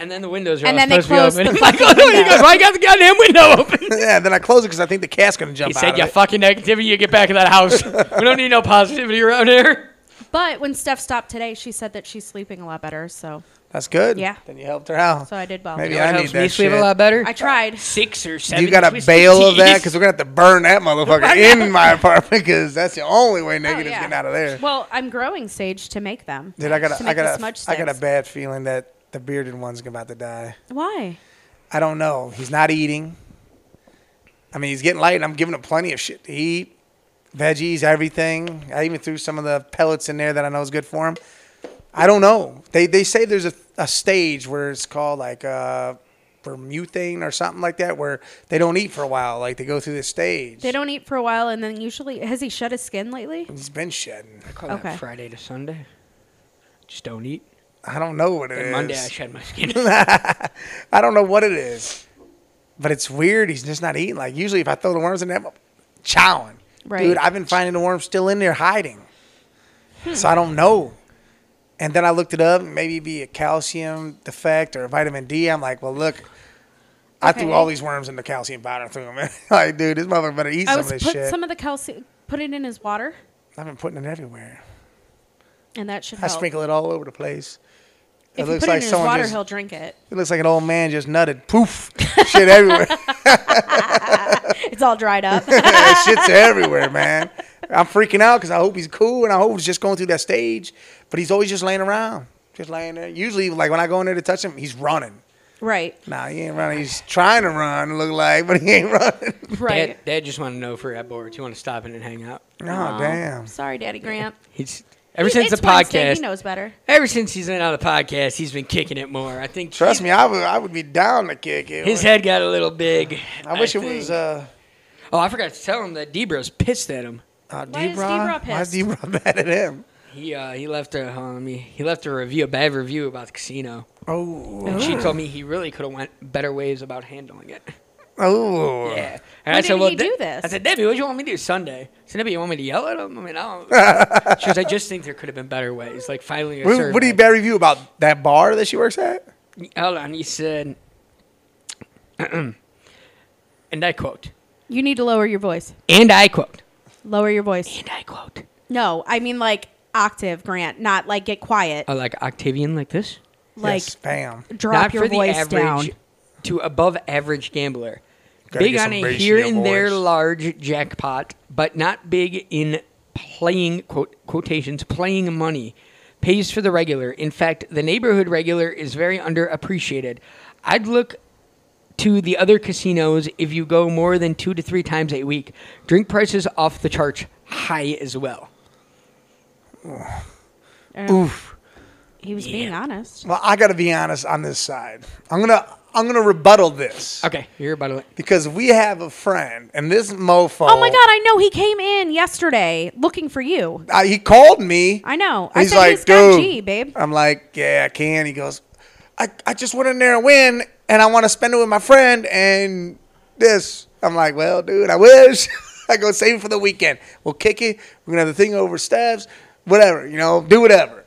Speaker 4: And then the windows are
Speaker 5: And
Speaker 4: all
Speaker 5: then they
Speaker 4: supposed to be
Speaker 5: closed
Speaker 4: open.
Speaker 5: the
Speaker 4: Michael,
Speaker 5: fucking
Speaker 4: he
Speaker 5: window.
Speaker 4: goes, "Why you got the goddamn window open?"
Speaker 2: yeah, then I close it because I think the cat's gonna jump
Speaker 4: He
Speaker 2: out.
Speaker 4: said,
Speaker 2: of
Speaker 4: "You
Speaker 2: it.
Speaker 4: fucking negativity. You get back in that house. we don't need no positivity around here."
Speaker 5: But when Steph stopped today, she said that she's sleeping a lot better. So,
Speaker 2: That's good.
Speaker 5: Yeah.
Speaker 2: Then you helped her out.
Speaker 5: so I did well.
Speaker 2: Maybe
Speaker 4: It
Speaker 2: I need
Speaker 4: helps me
Speaker 2: that
Speaker 4: sleep
Speaker 2: shit.
Speaker 4: a lot better.
Speaker 5: I tried.
Speaker 4: Six or seven.
Speaker 2: You got a
Speaker 4: twisted
Speaker 2: bail of that
Speaker 4: teas.
Speaker 2: because we're gonna have to burn that motherfucker in my apartment because that's the only way
Speaker 5: Oh,
Speaker 2: negatives
Speaker 5: yeah.
Speaker 2: getting out of there.
Speaker 5: Well, I'm growing sage to make them.
Speaker 2: Dude, I got a,
Speaker 5: to
Speaker 2: I
Speaker 5: make the
Speaker 2: got
Speaker 5: smudge
Speaker 2: a, I got a
Speaker 5: sticks.
Speaker 2: bad feeling that the bearded one's about to die.
Speaker 5: Why?
Speaker 2: I don't know. He's not eating. I mean, he's getting light, and I'm giving him plenty of shit to eat, veggies, everything. I even threw some of the pellets in there that I know is good for him. I don't know. They they say there's a, a stage where it's called like uh, vermutane or something like that, where they don't eat for a while. Like they go through this stage.
Speaker 5: They don't eat for a while, and then usually has he shed his skin lately?
Speaker 2: He's been shedding.
Speaker 4: Call that
Speaker 5: Okay.
Speaker 4: Friday to Sunday. Just don't eat.
Speaker 2: I don't know what it is.
Speaker 4: And Monday I shed my skin.
Speaker 2: I don't know what it is, but it's weird. He's just not eating. Like usually, if I throw the worms in there, I'm chowing.
Speaker 5: Right.
Speaker 2: Dude, I've been finding the worms still in there hiding, so I don't know. And then I looked it up. Maybe it'd be a calcium defect or a vitamin D. I'm like, well, look, I threw
Speaker 5: Okay.
Speaker 2: all these worms in the calcium powder and threw them in. like, dude, this mother better eat
Speaker 5: I
Speaker 2: some
Speaker 5: was
Speaker 2: of this
Speaker 5: put
Speaker 2: shit.
Speaker 5: some of the calcium, put it in his water,
Speaker 2: I've been putting it everywhere.
Speaker 5: and that should
Speaker 2: I
Speaker 5: help.
Speaker 2: sprinkle it all over the place.
Speaker 5: if
Speaker 2: it
Speaker 5: you
Speaker 2: looks
Speaker 5: put
Speaker 2: like
Speaker 5: it in his
Speaker 2: someone
Speaker 5: water,
Speaker 2: just-
Speaker 5: he'll drink it.
Speaker 2: It looks like an old man just nutted. Poof, shit everywhere.
Speaker 5: It's all dried up.
Speaker 2: that shit's everywhere, man. I'm freaking out because I hope he's cool and I hope he's just going through that stage. But he's always just laying around, just laying there. Usually, like when I go in there to touch him, he's running.
Speaker 5: right.
Speaker 2: Nah, he ain't running. He's trying to run, it look like, but he ain't running.
Speaker 5: Right.
Speaker 4: Dad, Dad just wanted to know if we we're at boards. You want to stop in and hang out?
Speaker 2: Oh, damn.
Speaker 5: Sorry, Daddy Gramp.
Speaker 4: He's ever since
Speaker 5: It's
Speaker 4: the
Speaker 5: Wednesday,
Speaker 4: podcast.
Speaker 5: he knows better.
Speaker 4: Ever since he's been on the podcast, he's been kicking it more. I think.
Speaker 2: Trust
Speaker 4: he-
Speaker 2: me, I would, I would be down to kick it.
Speaker 4: His head got a little big.
Speaker 2: I wish it
Speaker 4: think.
Speaker 2: was uh,
Speaker 4: Oh, I forgot to tell him that Debro's pissed at him.
Speaker 2: uh,
Speaker 5: Why is
Speaker 2: D-Bra.
Speaker 5: D-Bra
Speaker 2: Why is
Speaker 5: pissed?
Speaker 2: D-Bra mad at him?
Speaker 4: He uh, he left a um, he, he left a review, a bad review about the casino.
Speaker 2: Oh,
Speaker 4: And she told me he really could have went better ways about handling it.
Speaker 2: oh.
Speaker 4: Yeah. And
Speaker 5: When did he do
Speaker 4: De-
Speaker 5: this?
Speaker 4: I said, Debbie, what do you want me to do Sunday? I said, Debbie, you want me to yell at him? I mean, I don't. she goes, I just think there could have been better ways. Like finally, a
Speaker 2: What, what did he
Speaker 4: survey.
Speaker 2: bad review about that bar that she works at?
Speaker 4: Hold on. He said, and I quote,
Speaker 5: You need to lower your voice.
Speaker 4: and I quote,
Speaker 5: Lower your voice.
Speaker 4: and I quote.
Speaker 5: No, I mean like octave, Grant, not like get quiet.
Speaker 4: Oh, like Octavian, like this?
Speaker 5: like
Speaker 2: yes, bam.
Speaker 5: drop
Speaker 4: Not
Speaker 5: your
Speaker 4: for the
Speaker 5: voice
Speaker 4: average
Speaker 5: down.
Speaker 4: to above average gambler.
Speaker 2: Gotta
Speaker 4: big
Speaker 2: get
Speaker 4: on
Speaker 2: some
Speaker 4: a
Speaker 2: ratio
Speaker 4: here and there
Speaker 2: boys.
Speaker 4: large jackpot, but not big in playing quote quotations playing money. Pays for the regular. In fact, the neighborhood regular is very underappreciated. I'd look to the other casinos if you go more than two to three times a week. Drink prices off the charts high as well.
Speaker 2: Oof.
Speaker 5: He was being honest.
Speaker 2: Well, I got to be honest on this side. I'm gonna I'm gonna rebuttal this
Speaker 4: Okay, you're about to.
Speaker 2: because we have a friend, and this mofo.
Speaker 5: Oh my god, I know he came in yesterday looking for you.
Speaker 2: I, uh, he called me.
Speaker 5: I know. I
Speaker 2: He's
Speaker 5: said
Speaker 2: like,
Speaker 5: he's got
Speaker 2: dude.
Speaker 5: G, babe.
Speaker 2: I'm like, yeah, I can. He goes, I, I just went in there and win, and I want to spend it with my friend and this. I'm like, well, dude, I wish I go save it for the weekend. We'll kick it. We're gonna have the thing over Steph's, whatever. You know, do whatever.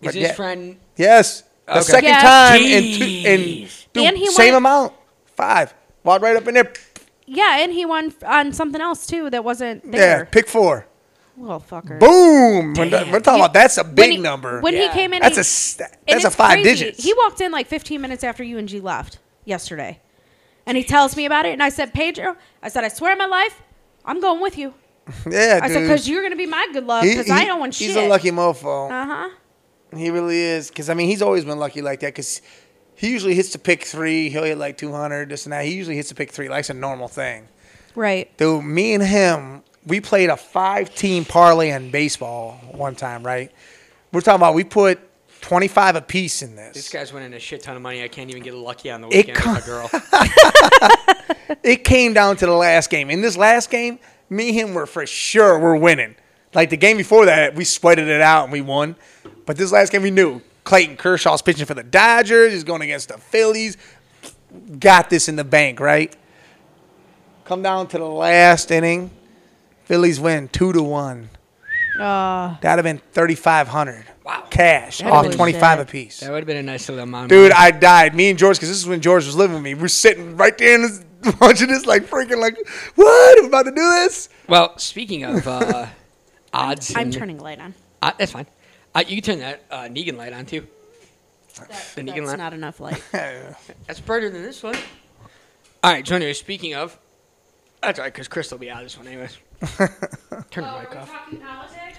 Speaker 4: Is
Speaker 2: But
Speaker 4: his
Speaker 2: yeah.
Speaker 4: friend?
Speaker 2: Yes, the
Speaker 4: Okay.
Speaker 2: second
Speaker 5: Yes.
Speaker 2: time in two, in
Speaker 4: Jeez.
Speaker 2: dude,
Speaker 5: And he
Speaker 2: same
Speaker 5: went-
Speaker 2: amount, five. Walked right up in there.
Speaker 5: Yeah, and he won f- on something else too that wasn't
Speaker 2: Yeah,
Speaker 5: there.
Speaker 2: pick four.
Speaker 5: Little fucker.
Speaker 2: Boom. When the- we're talking about that's a big
Speaker 5: When he-
Speaker 2: number.
Speaker 5: When
Speaker 4: Yeah.
Speaker 5: he came in,
Speaker 2: that's
Speaker 5: he-
Speaker 2: a st-
Speaker 5: and
Speaker 2: that's a
Speaker 5: it's
Speaker 2: five
Speaker 5: crazy.
Speaker 2: digits.
Speaker 5: He walked in like 15 minutes after you and G left yesterday, and he tells me about it. And I said, Pedro, I said, I swear on my life, I'm going with you.
Speaker 2: yeah,
Speaker 5: I
Speaker 2: dude.
Speaker 5: said, because you're gonna be my good luck,
Speaker 2: He-
Speaker 5: because I
Speaker 2: he-
Speaker 5: don't want shit.
Speaker 2: He's a lucky mofo.
Speaker 5: Uh huh.
Speaker 2: He really is. Because, I mean, he's always been lucky like that. Because he usually hits the pick three. He'll hit like 200, this and that. He usually hits the pick three. Like it's a normal thing.
Speaker 5: Right.
Speaker 2: Dude, me and him, we played a five team parlay in baseball one time, right? We're talking about we put 25 apiece in this.
Speaker 4: This guy's winning a shit ton of money. I can't even get lucky on the
Speaker 2: It
Speaker 4: weekend
Speaker 2: co-
Speaker 4: with a girl.
Speaker 2: it came down to the last game. In this last game, me and him were for sure we're winning. Like the game before that, we sweated it out and we won. But this last game, we knew Clayton Kershaw's pitching for the Dodgers. He's going against the Phillies. Got this in the bank, right? Come down to the last inning. Phillies win two to one. That'd have been thirty five hundred.
Speaker 4: Wow.
Speaker 2: Cash
Speaker 5: That
Speaker 2: off
Speaker 5: was
Speaker 2: twenty five
Speaker 5: sick.
Speaker 2: apiece.
Speaker 4: that would have been a nice little amount. of
Speaker 2: Dude,
Speaker 4: money.
Speaker 2: I died. Me and George, because this is when George was living with me. We're sitting right there and this, watching this, like freaking, like, what? I'm about to do this.
Speaker 4: well, speaking of uh, odds,
Speaker 5: I'm
Speaker 4: and-
Speaker 5: turning the light on.
Speaker 4: Uh, that's fine. Uh, you can turn that uh, Negan light on too. The Negan
Speaker 5: That's
Speaker 4: light.
Speaker 5: not enough light.
Speaker 4: That's brighter than this one. All right, so anyway, speaking of, that's all right, because Chris will be out of this one anyways. Turn the
Speaker 5: Oh,
Speaker 4: mic off.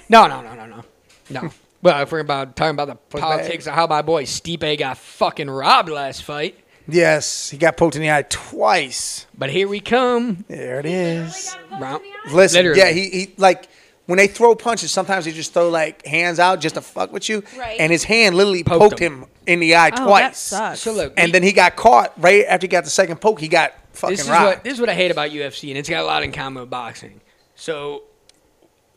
Speaker 4: No, no, no, no, no, no. well, if we're about talking about the politics of how my boy Stipe got fucking robbed last fight,
Speaker 2: Yes, he got poked in the eye twice.
Speaker 4: but here we come.
Speaker 2: There it is.
Speaker 4: Round.
Speaker 2: Listen,
Speaker 4: Literally.
Speaker 2: yeah, he, he, like, when they throw punches, sometimes they just throw, like, hands out just to fuck with you.
Speaker 5: Right.
Speaker 2: And his hand literally
Speaker 4: Poked
Speaker 2: poked,
Speaker 4: him.
Speaker 2: him. in the eye
Speaker 5: Oh,
Speaker 2: twice.
Speaker 5: that sucks.
Speaker 4: So look,
Speaker 2: And then he got caught right after he got the second poke. He got fucking
Speaker 4: this is
Speaker 2: robbed.
Speaker 4: what this is what I hate about UFC, and it's got a lot in common with boxing. So,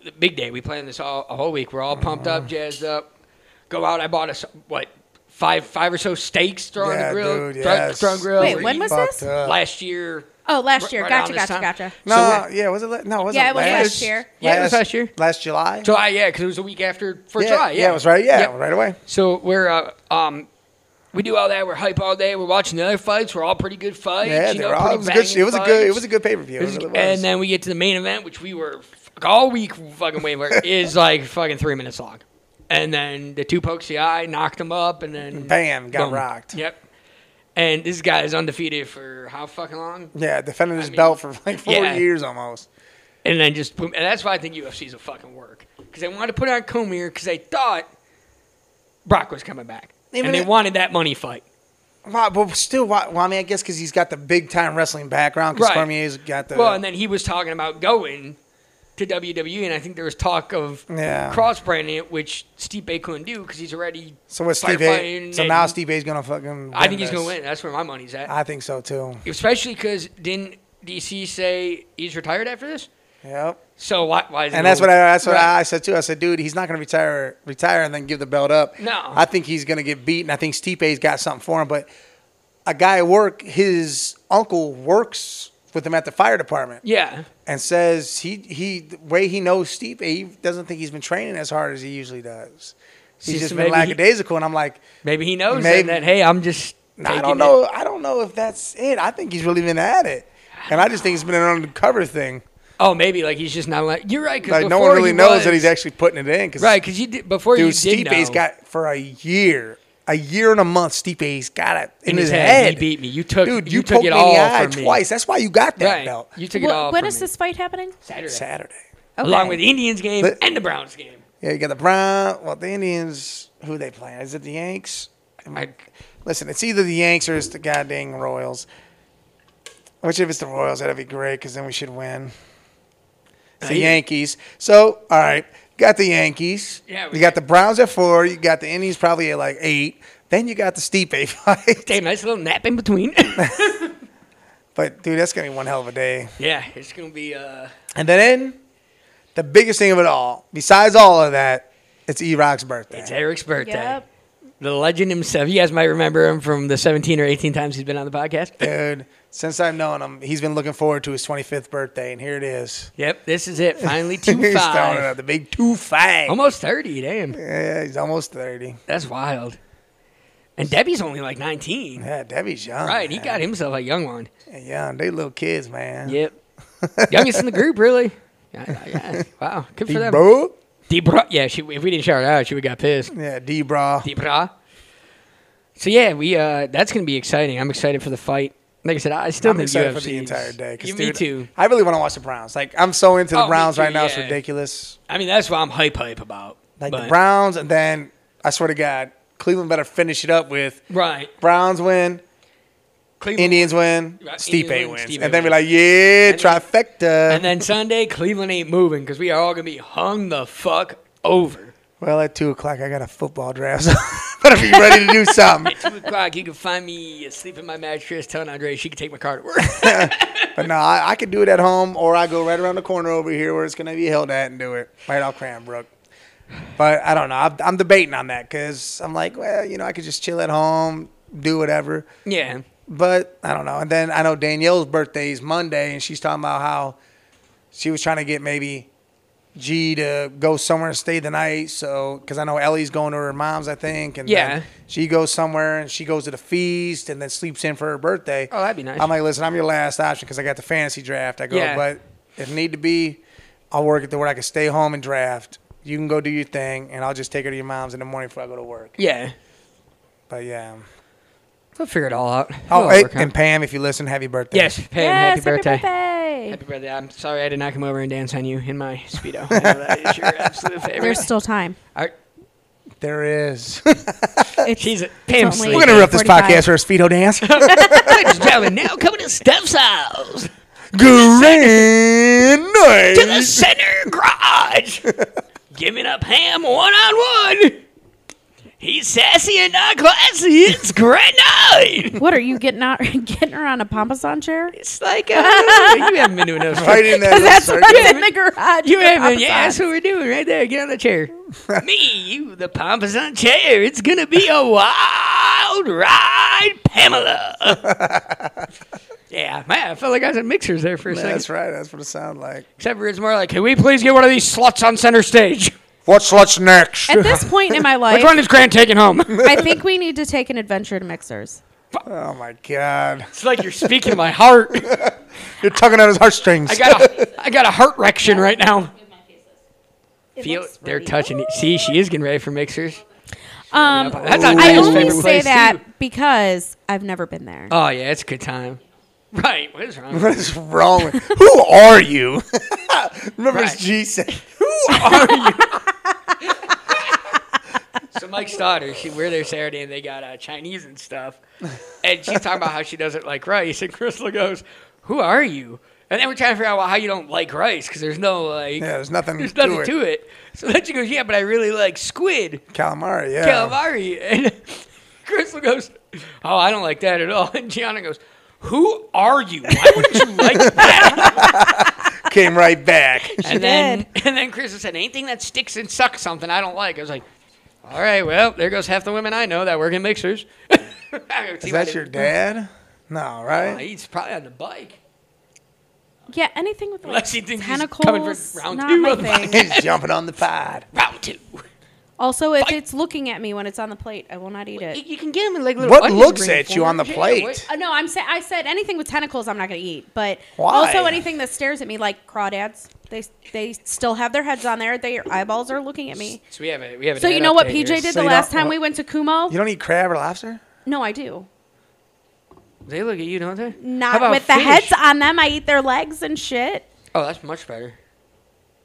Speaker 4: the big day, we planned this all a whole week. We're all pumped
Speaker 2: Mm-hmm.
Speaker 4: up, jazzed up. Go out. I bought us what five five or so steaks thrown on
Speaker 2: Yeah,
Speaker 4: the grill.
Speaker 2: dude,
Speaker 4: thrown-
Speaker 2: yes.
Speaker 4: thrown grill.
Speaker 5: Wait,
Speaker 4: We're
Speaker 5: when
Speaker 4: eating
Speaker 5: was
Speaker 2: Fucked
Speaker 5: this?
Speaker 2: up.
Speaker 4: last year?
Speaker 5: Oh,
Speaker 4: right-
Speaker 5: last year.
Speaker 4: right around
Speaker 5: Gotcha,
Speaker 4: this
Speaker 5: gotcha,
Speaker 4: time.
Speaker 5: gotcha.
Speaker 2: No,
Speaker 4: So-
Speaker 2: yeah, was it? la- No, it wasn't
Speaker 5: Yeah, it was
Speaker 2: last,
Speaker 5: last year.
Speaker 4: Yeah, it was last year.
Speaker 2: Last July.
Speaker 4: July, yeah, because it was a week after for
Speaker 2: yeah,
Speaker 4: July. Yeah,
Speaker 2: yeah, it was right. Yeah, right away.
Speaker 4: So we're uh, um, we do all that. We're hype all day. We're watching the other fights. We're all pretty good fights.
Speaker 2: Yeah,
Speaker 4: you
Speaker 2: they
Speaker 4: know,
Speaker 2: were all-
Speaker 4: pretty
Speaker 2: it was a good. It was a
Speaker 4: banging
Speaker 2: good. It
Speaker 4: fights.
Speaker 2: was a good pay per view.
Speaker 4: It was- and then we get to the main event, which we were fuck, all week fucking waiting for. is like fucking three minutes long, and then the two pokes the eye knocked him up, and then
Speaker 2: Bam, got rocked.
Speaker 4: Yep. And this guy is undefeated for how fucking long?
Speaker 2: yeah, defended his
Speaker 4: mean,
Speaker 2: belt for like four
Speaker 4: yeah.
Speaker 2: years almost.
Speaker 4: And then just boom. And that's why I think UFC's a fucking work because they wanted to put on Comir because they thought Brock was coming back,
Speaker 2: Even
Speaker 4: and they
Speaker 2: it-
Speaker 4: wanted that money fight.
Speaker 2: Wow, but still, why, well, I mean, I guess because he's got the big time wrestling background. Because
Speaker 4: Right.
Speaker 2: Cormier's got the
Speaker 4: Well, and then he was talking about going to WWE, and I think there was talk of
Speaker 2: Yeah.
Speaker 4: cross branding it, which Stipe couldn't do because he's already
Speaker 2: so what's Steve? A,
Speaker 4: firefighting
Speaker 2: so now
Speaker 4: and-
Speaker 2: Steve A's gonna fucking.
Speaker 4: I think he's
Speaker 2: this.
Speaker 4: gonna win. That's where my money's at.
Speaker 2: I think so too.
Speaker 4: Especially because didn't DC say he's retired after this?
Speaker 2: Yep.
Speaker 4: So why? why is he
Speaker 2: And that's what
Speaker 4: gonna-
Speaker 2: I, that's what
Speaker 4: Right.
Speaker 2: I said too. I said, dude, he's not going to retire retire and then give the belt up.
Speaker 4: No.
Speaker 2: I think he's going to get beat, and I think Stipe's got something for him. But a guy at work, his uncle works with him at the fire department,
Speaker 4: Yeah,
Speaker 2: and says he he the way he knows Stipe, he doesn't think he's been training as hard as he usually does. He's
Speaker 4: See,
Speaker 2: just
Speaker 4: so
Speaker 2: been
Speaker 4: maybe he-
Speaker 2: lackadaisical, and I'm like,
Speaker 4: maybe he knows
Speaker 2: Maybe.
Speaker 4: then that. Hey, I'm just.
Speaker 2: I
Speaker 4: taking
Speaker 2: don't know, I don't know if that's it. I think he's really been at it, and I just think it's been an undercover thing.
Speaker 4: It. Oh, maybe like he's just not. Like, you're right. Cause
Speaker 2: Like no one
Speaker 4: before
Speaker 2: really
Speaker 4: he
Speaker 2: knows
Speaker 4: was-
Speaker 2: that he's actually putting it in. Cause
Speaker 4: right because you did before you
Speaker 2: Dude,
Speaker 4: did
Speaker 2: Stipe's
Speaker 4: know,
Speaker 2: got for a year, a year and a month. Stipe's got it in,
Speaker 4: in
Speaker 2: his, head.
Speaker 4: He beat me. You took.
Speaker 2: Dude, you,
Speaker 4: took
Speaker 2: poked
Speaker 4: it
Speaker 2: me in
Speaker 4: all
Speaker 2: the eye
Speaker 4: from me.
Speaker 2: twice. That's why you got that
Speaker 4: Right.
Speaker 2: belt.
Speaker 4: You took it
Speaker 5: Wh-
Speaker 4: all.
Speaker 5: when
Speaker 4: from
Speaker 5: is
Speaker 4: me.
Speaker 5: this fight happening?
Speaker 4: Saturday?
Speaker 2: Saturday.
Speaker 4: Along
Speaker 5: Okay.
Speaker 4: with the Indians game
Speaker 2: But-
Speaker 4: and the Browns game.
Speaker 2: Yeah, you got the Brown. Well, the Indians. Who they playing? Is it the Yanks?
Speaker 4: I,
Speaker 2: Listen, it's either the Yanks or it's the goddamn Royals. Which if it's the Royals, that'd be great because then we should win. It's the
Speaker 4: Yeah.
Speaker 2: Yankees. So, all right, got the Yankees.
Speaker 4: Yeah, we
Speaker 2: you got
Speaker 4: got-
Speaker 2: the Browns at four. You got the Indians probably at like eight. Then you got the Stipe fight.
Speaker 4: damn, nice little nap in between.
Speaker 2: But dude, that's gonna be one hell of a day.
Speaker 4: yeah, it's gonna be. uh
Speaker 2: And then the biggest thing of it all, besides all of that, it's E Rock's birthday.
Speaker 4: It's Eric's birthday.
Speaker 5: Yep.
Speaker 4: the legend himself. You guys might remember him from the 17 or 18 times he's been on the podcast.
Speaker 2: Dude, since I've known him, he's been looking forward to his 25th birthday, and here it is.
Speaker 4: Yep, this is it. Finally, two
Speaker 2: he's throwing it
Speaker 4: five.
Speaker 2: out the big two five.
Speaker 4: Almost 30, damn.
Speaker 2: Yeah, he's almost thirty.
Speaker 4: That's wild. And Debbie's only like 19.
Speaker 2: Yeah, Debbie's young.
Speaker 4: Right, he
Speaker 2: man.
Speaker 4: got himself a young one.
Speaker 2: Yeah, young. They little kids, man.
Speaker 4: Yep. Youngest in the group, really. Yeah, yeah, yeah. Wow, good for
Speaker 2: D
Speaker 4: them.
Speaker 2: bro.
Speaker 4: Debra. Yeah, she, if we didn't shout her out, she would got pissed.
Speaker 2: Yeah, D bra.
Speaker 4: Debra. So yeah, we uh, that's gonna be exciting. I'm excited for the fight. Like I said, I still
Speaker 2: I'm
Speaker 4: think
Speaker 2: excited
Speaker 4: UFC
Speaker 2: for the
Speaker 4: 's-
Speaker 2: entire day. 'cause,
Speaker 4: You, me
Speaker 2: dude,
Speaker 4: too.
Speaker 2: I really want to watch the Browns. Like I'm so into
Speaker 4: Oh,
Speaker 2: the
Speaker 4: me
Speaker 2: Browns
Speaker 4: too,
Speaker 2: right now. It's
Speaker 4: yeah.
Speaker 2: ridiculous.
Speaker 4: I mean, that's what I'm hype hype about.
Speaker 2: Like
Speaker 4: But-
Speaker 2: the Browns, and then I swear to God, Cleveland better finish it up with
Speaker 4: right?
Speaker 2: Browns win,
Speaker 4: Cleveland,
Speaker 2: Indians win,
Speaker 4: Right,
Speaker 2: Stipe
Speaker 4: Indians win,
Speaker 2: wins,
Speaker 4: Stipe
Speaker 2: and then be
Speaker 4: wins.
Speaker 2: like, yeah,
Speaker 4: And then-
Speaker 2: trifecta.
Speaker 4: And then Sunday, Cleveland ain't moving because we are all gonna be hung the fuck over.
Speaker 2: well, at two o'clock, I got a football draft. So better be ready to do something.
Speaker 4: Two o'clock, you can find me asleep in my mattress, telling Andre she can take my car to work.
Speaker 2: But no, I, I could do it at home, or I go right around the corner over here where it's going to be held at and do it right off Cranbrook. But I don't know. I'm, I'm debating on that because I'm like, well, you know, I could just chill at home, do whatever.
Speaker 4: yeah,
Speaker 2: But I don't know. And then I know Danielle's birthday is Monday, and she's talking about how she was trying to get maybe G to go somewhere and stay the night. So, because I know Ellie's going to her mom's, I think. And
Speaker 4: Yeah.
Speaker 2: then she goes somewhere and she goes to the feast and then sleeps in for her birthday.
Speaker 4: Oh, that'd be nice.
Speaker 2: I'm like, listen, I'm your last option because I got the fantasy draft. I go,
Speaker 4: Yeah.
Speaker 2: but if need to be, I'll work it to where I can stay home and draft. You can go do your thing, and I'll just take her to your mom's in the morning before I go to work.
Speaker 4: yeah.
Speaker 2: But yeah.
Speaker 4: We'll figure it all out.
Speaker 2: Oh,
Speaker 4: We'll
Speaker 2: hey,
Speaker 4: work out.
Speaker 2: and Pam, if you listen, happy birthday.
Speaker 4: yes, Pam, happy
Speaker 5: yes,
Speaker 4: birthday.
Speaker 5: happy birthday.
Speaker 4: Happy birthday. I'm sorry I did not come over and dance on you in my Speedo. I know that is your absolute favorite.
Speaker 5: There's still time.
Speaker 4: All right.
Speaker 2: There is.
Speaker 5: It's,
Speaker 4: She's a Pam
Speaker 5: only-
Speaker 4: Sleep.
Speaker 2: We're gonna rip this
Speaker 5: 45.
Speaker 2: podcast for a speedo dance.
Speaker 4: Ladies and gentlemen, now coming to Steph's house,
Speaker 2: Grand
Speaker 4: to the
Speaker 2: night.
Speaker 4: center garage, giving up ham one on one. He's sassy and not classy. It's great night.
Speaker 5: what are you getting out? Getting her on a pompasan chair?
Speaker 4: It's like uh, you haven't been doing enough.
Speaker 2: Right in that
Speaker 5: That's
Speaker 2: little
Speaker 5: what's in the garage.
Speaker 4: You
Speaker 5: the
Speaker 4: haven't. Yeah,
Speaker 5: Pompasan.
Speaker 4: that's what we're doing right there. Get on the chair. Me, you, the pompous on chair. It's gonna be a wild ride, Pamela. yeah, man, I felt like I was at mixers there for a
Speaker 2: circle.
Speaker 4: second.
Speaker 2: That's right. That's what it sounds like.
Speaker 4: Except for it's more like, can we please get one of these sluts on center stage?
Speaker 2: What's what's next?
Speaker 5: At this point in my
Speaker 4: Which
Speaker 5: life,
Speaker 4: one is Grant taking home?
Speaker 5: I think we need to take an adventure to Mixers.
Speaker 2: Oh my god!
Speaker 4: it's like you're speaking to my heart.
Speaker 2: You're tugging at his heartstrings.
Speaker 4: I got a, I got a heart erection right now. Feel, they're touching it. See, she is getting ready for mixers.
Speaker 5: Um,
Speaker 4: That's not
Speaker 5: I
Speaker 4: Graham's
Speaker 5: only
Speaker 4: favorite
Speaker 5: say
Speaker 4: place,
Speaker 5: that
Speaker 4: too.
Speaker 5: because I've never been there.
Speaker 4: Oh yeah, it's a good time. Right, what is wrong?
Speaker 2: what is wrong? With, who are you? Remember
Speaker 4: Right.
Speaker 2: his G said.
Speaker 4: So Mike's daughter, she we're there Saturday and they got uh, Chinese and stuff, and she's talking about how she doesn't like rice, and Crystal goes, "Who are you?" And then we're trying to figure out well, how you don't like rice because there's no like
Speaker 2: Yeah, there's nothing.
Speaker 4: there's nothing to it. So then she goes, "Yeah, but I really like squid
Speaker 2: Calamari. Yeah.
Speaker 4: calamari," and Crystal goes, "Oh, I don't like that at all." And Gianna goes. Who are you? Why wouldn't you like that?
Speaker 2: Came right back.
Speaker 4: and then and then Crystal said, Anything that sticks and sucks something I don't like. I was like, All right, well, there goes half the women I know that work in mixers.
Speaker 2: Is that your dad? No, right?
Speaker 4: Oh, He's probably on the bike.
Speaker 5: yeah, anything with like
Speaker 4: Unless he thinks he's
Speaker 5: tentacles,
Speaker 4: coming for round
Speaker 5: not
Speaker 4: two
Speaker 5: my
Speaker 4: of the
Speaker 5: thing.
Speaker 2: He's jumping on the pod.
Speaker 4: Round two.
Speaker 5: Also, if
Speaker 4: Fight.
Speaker 5: it's looking at me when it's on the plate, I will not eat it.
Speaker 4: You can get him in like little.
Speaker 2: What
Speaker 4: onion
Speaker 2: looks
Speaker 4: rings
Speaker 2: at
Speaker 4: for
Speaker 2: you
Speaker 4: him.
Speaker 2: on the
Speaker 4: Yeah,
Speaker 2: plate?
Speaker 4: what-
Speaker 5: Oh, no, I'm sa- I said anything with tentacles I'm not going to eat, but
Speaker 2: Why?
Speaker 5: also anything that stares at me like crawdads. They they still have their heads on there. Their eyeballs are looking at me.
Speaker 4: So we have a we have.
Speaker 5: So
Speaker 4: an
Speaker 5: you
Speaker 4: ad
Speaker 5: know what
Speaker 4: update
Speaker 5: PJ
Speaker 4: here.
Speaker 5: did
Speaker 2: So
Speaker 5: the
Speaker 2: you
Speaker 5: last
Speaker 2: don't-
Speaker 5: time we went to Kumo?
Speaker 2: You don't eat crab or lobster?
Speaker 5: No, I do.
Speaker 4: They look at you, don't they? How
Speaker 5: Not
Speaker 4: about
Speaker 5: with the
Speaker 4: fish?
Speaker 5: heads on them. I eat their legs and shit.
Speaker 4: Oh, that's much better.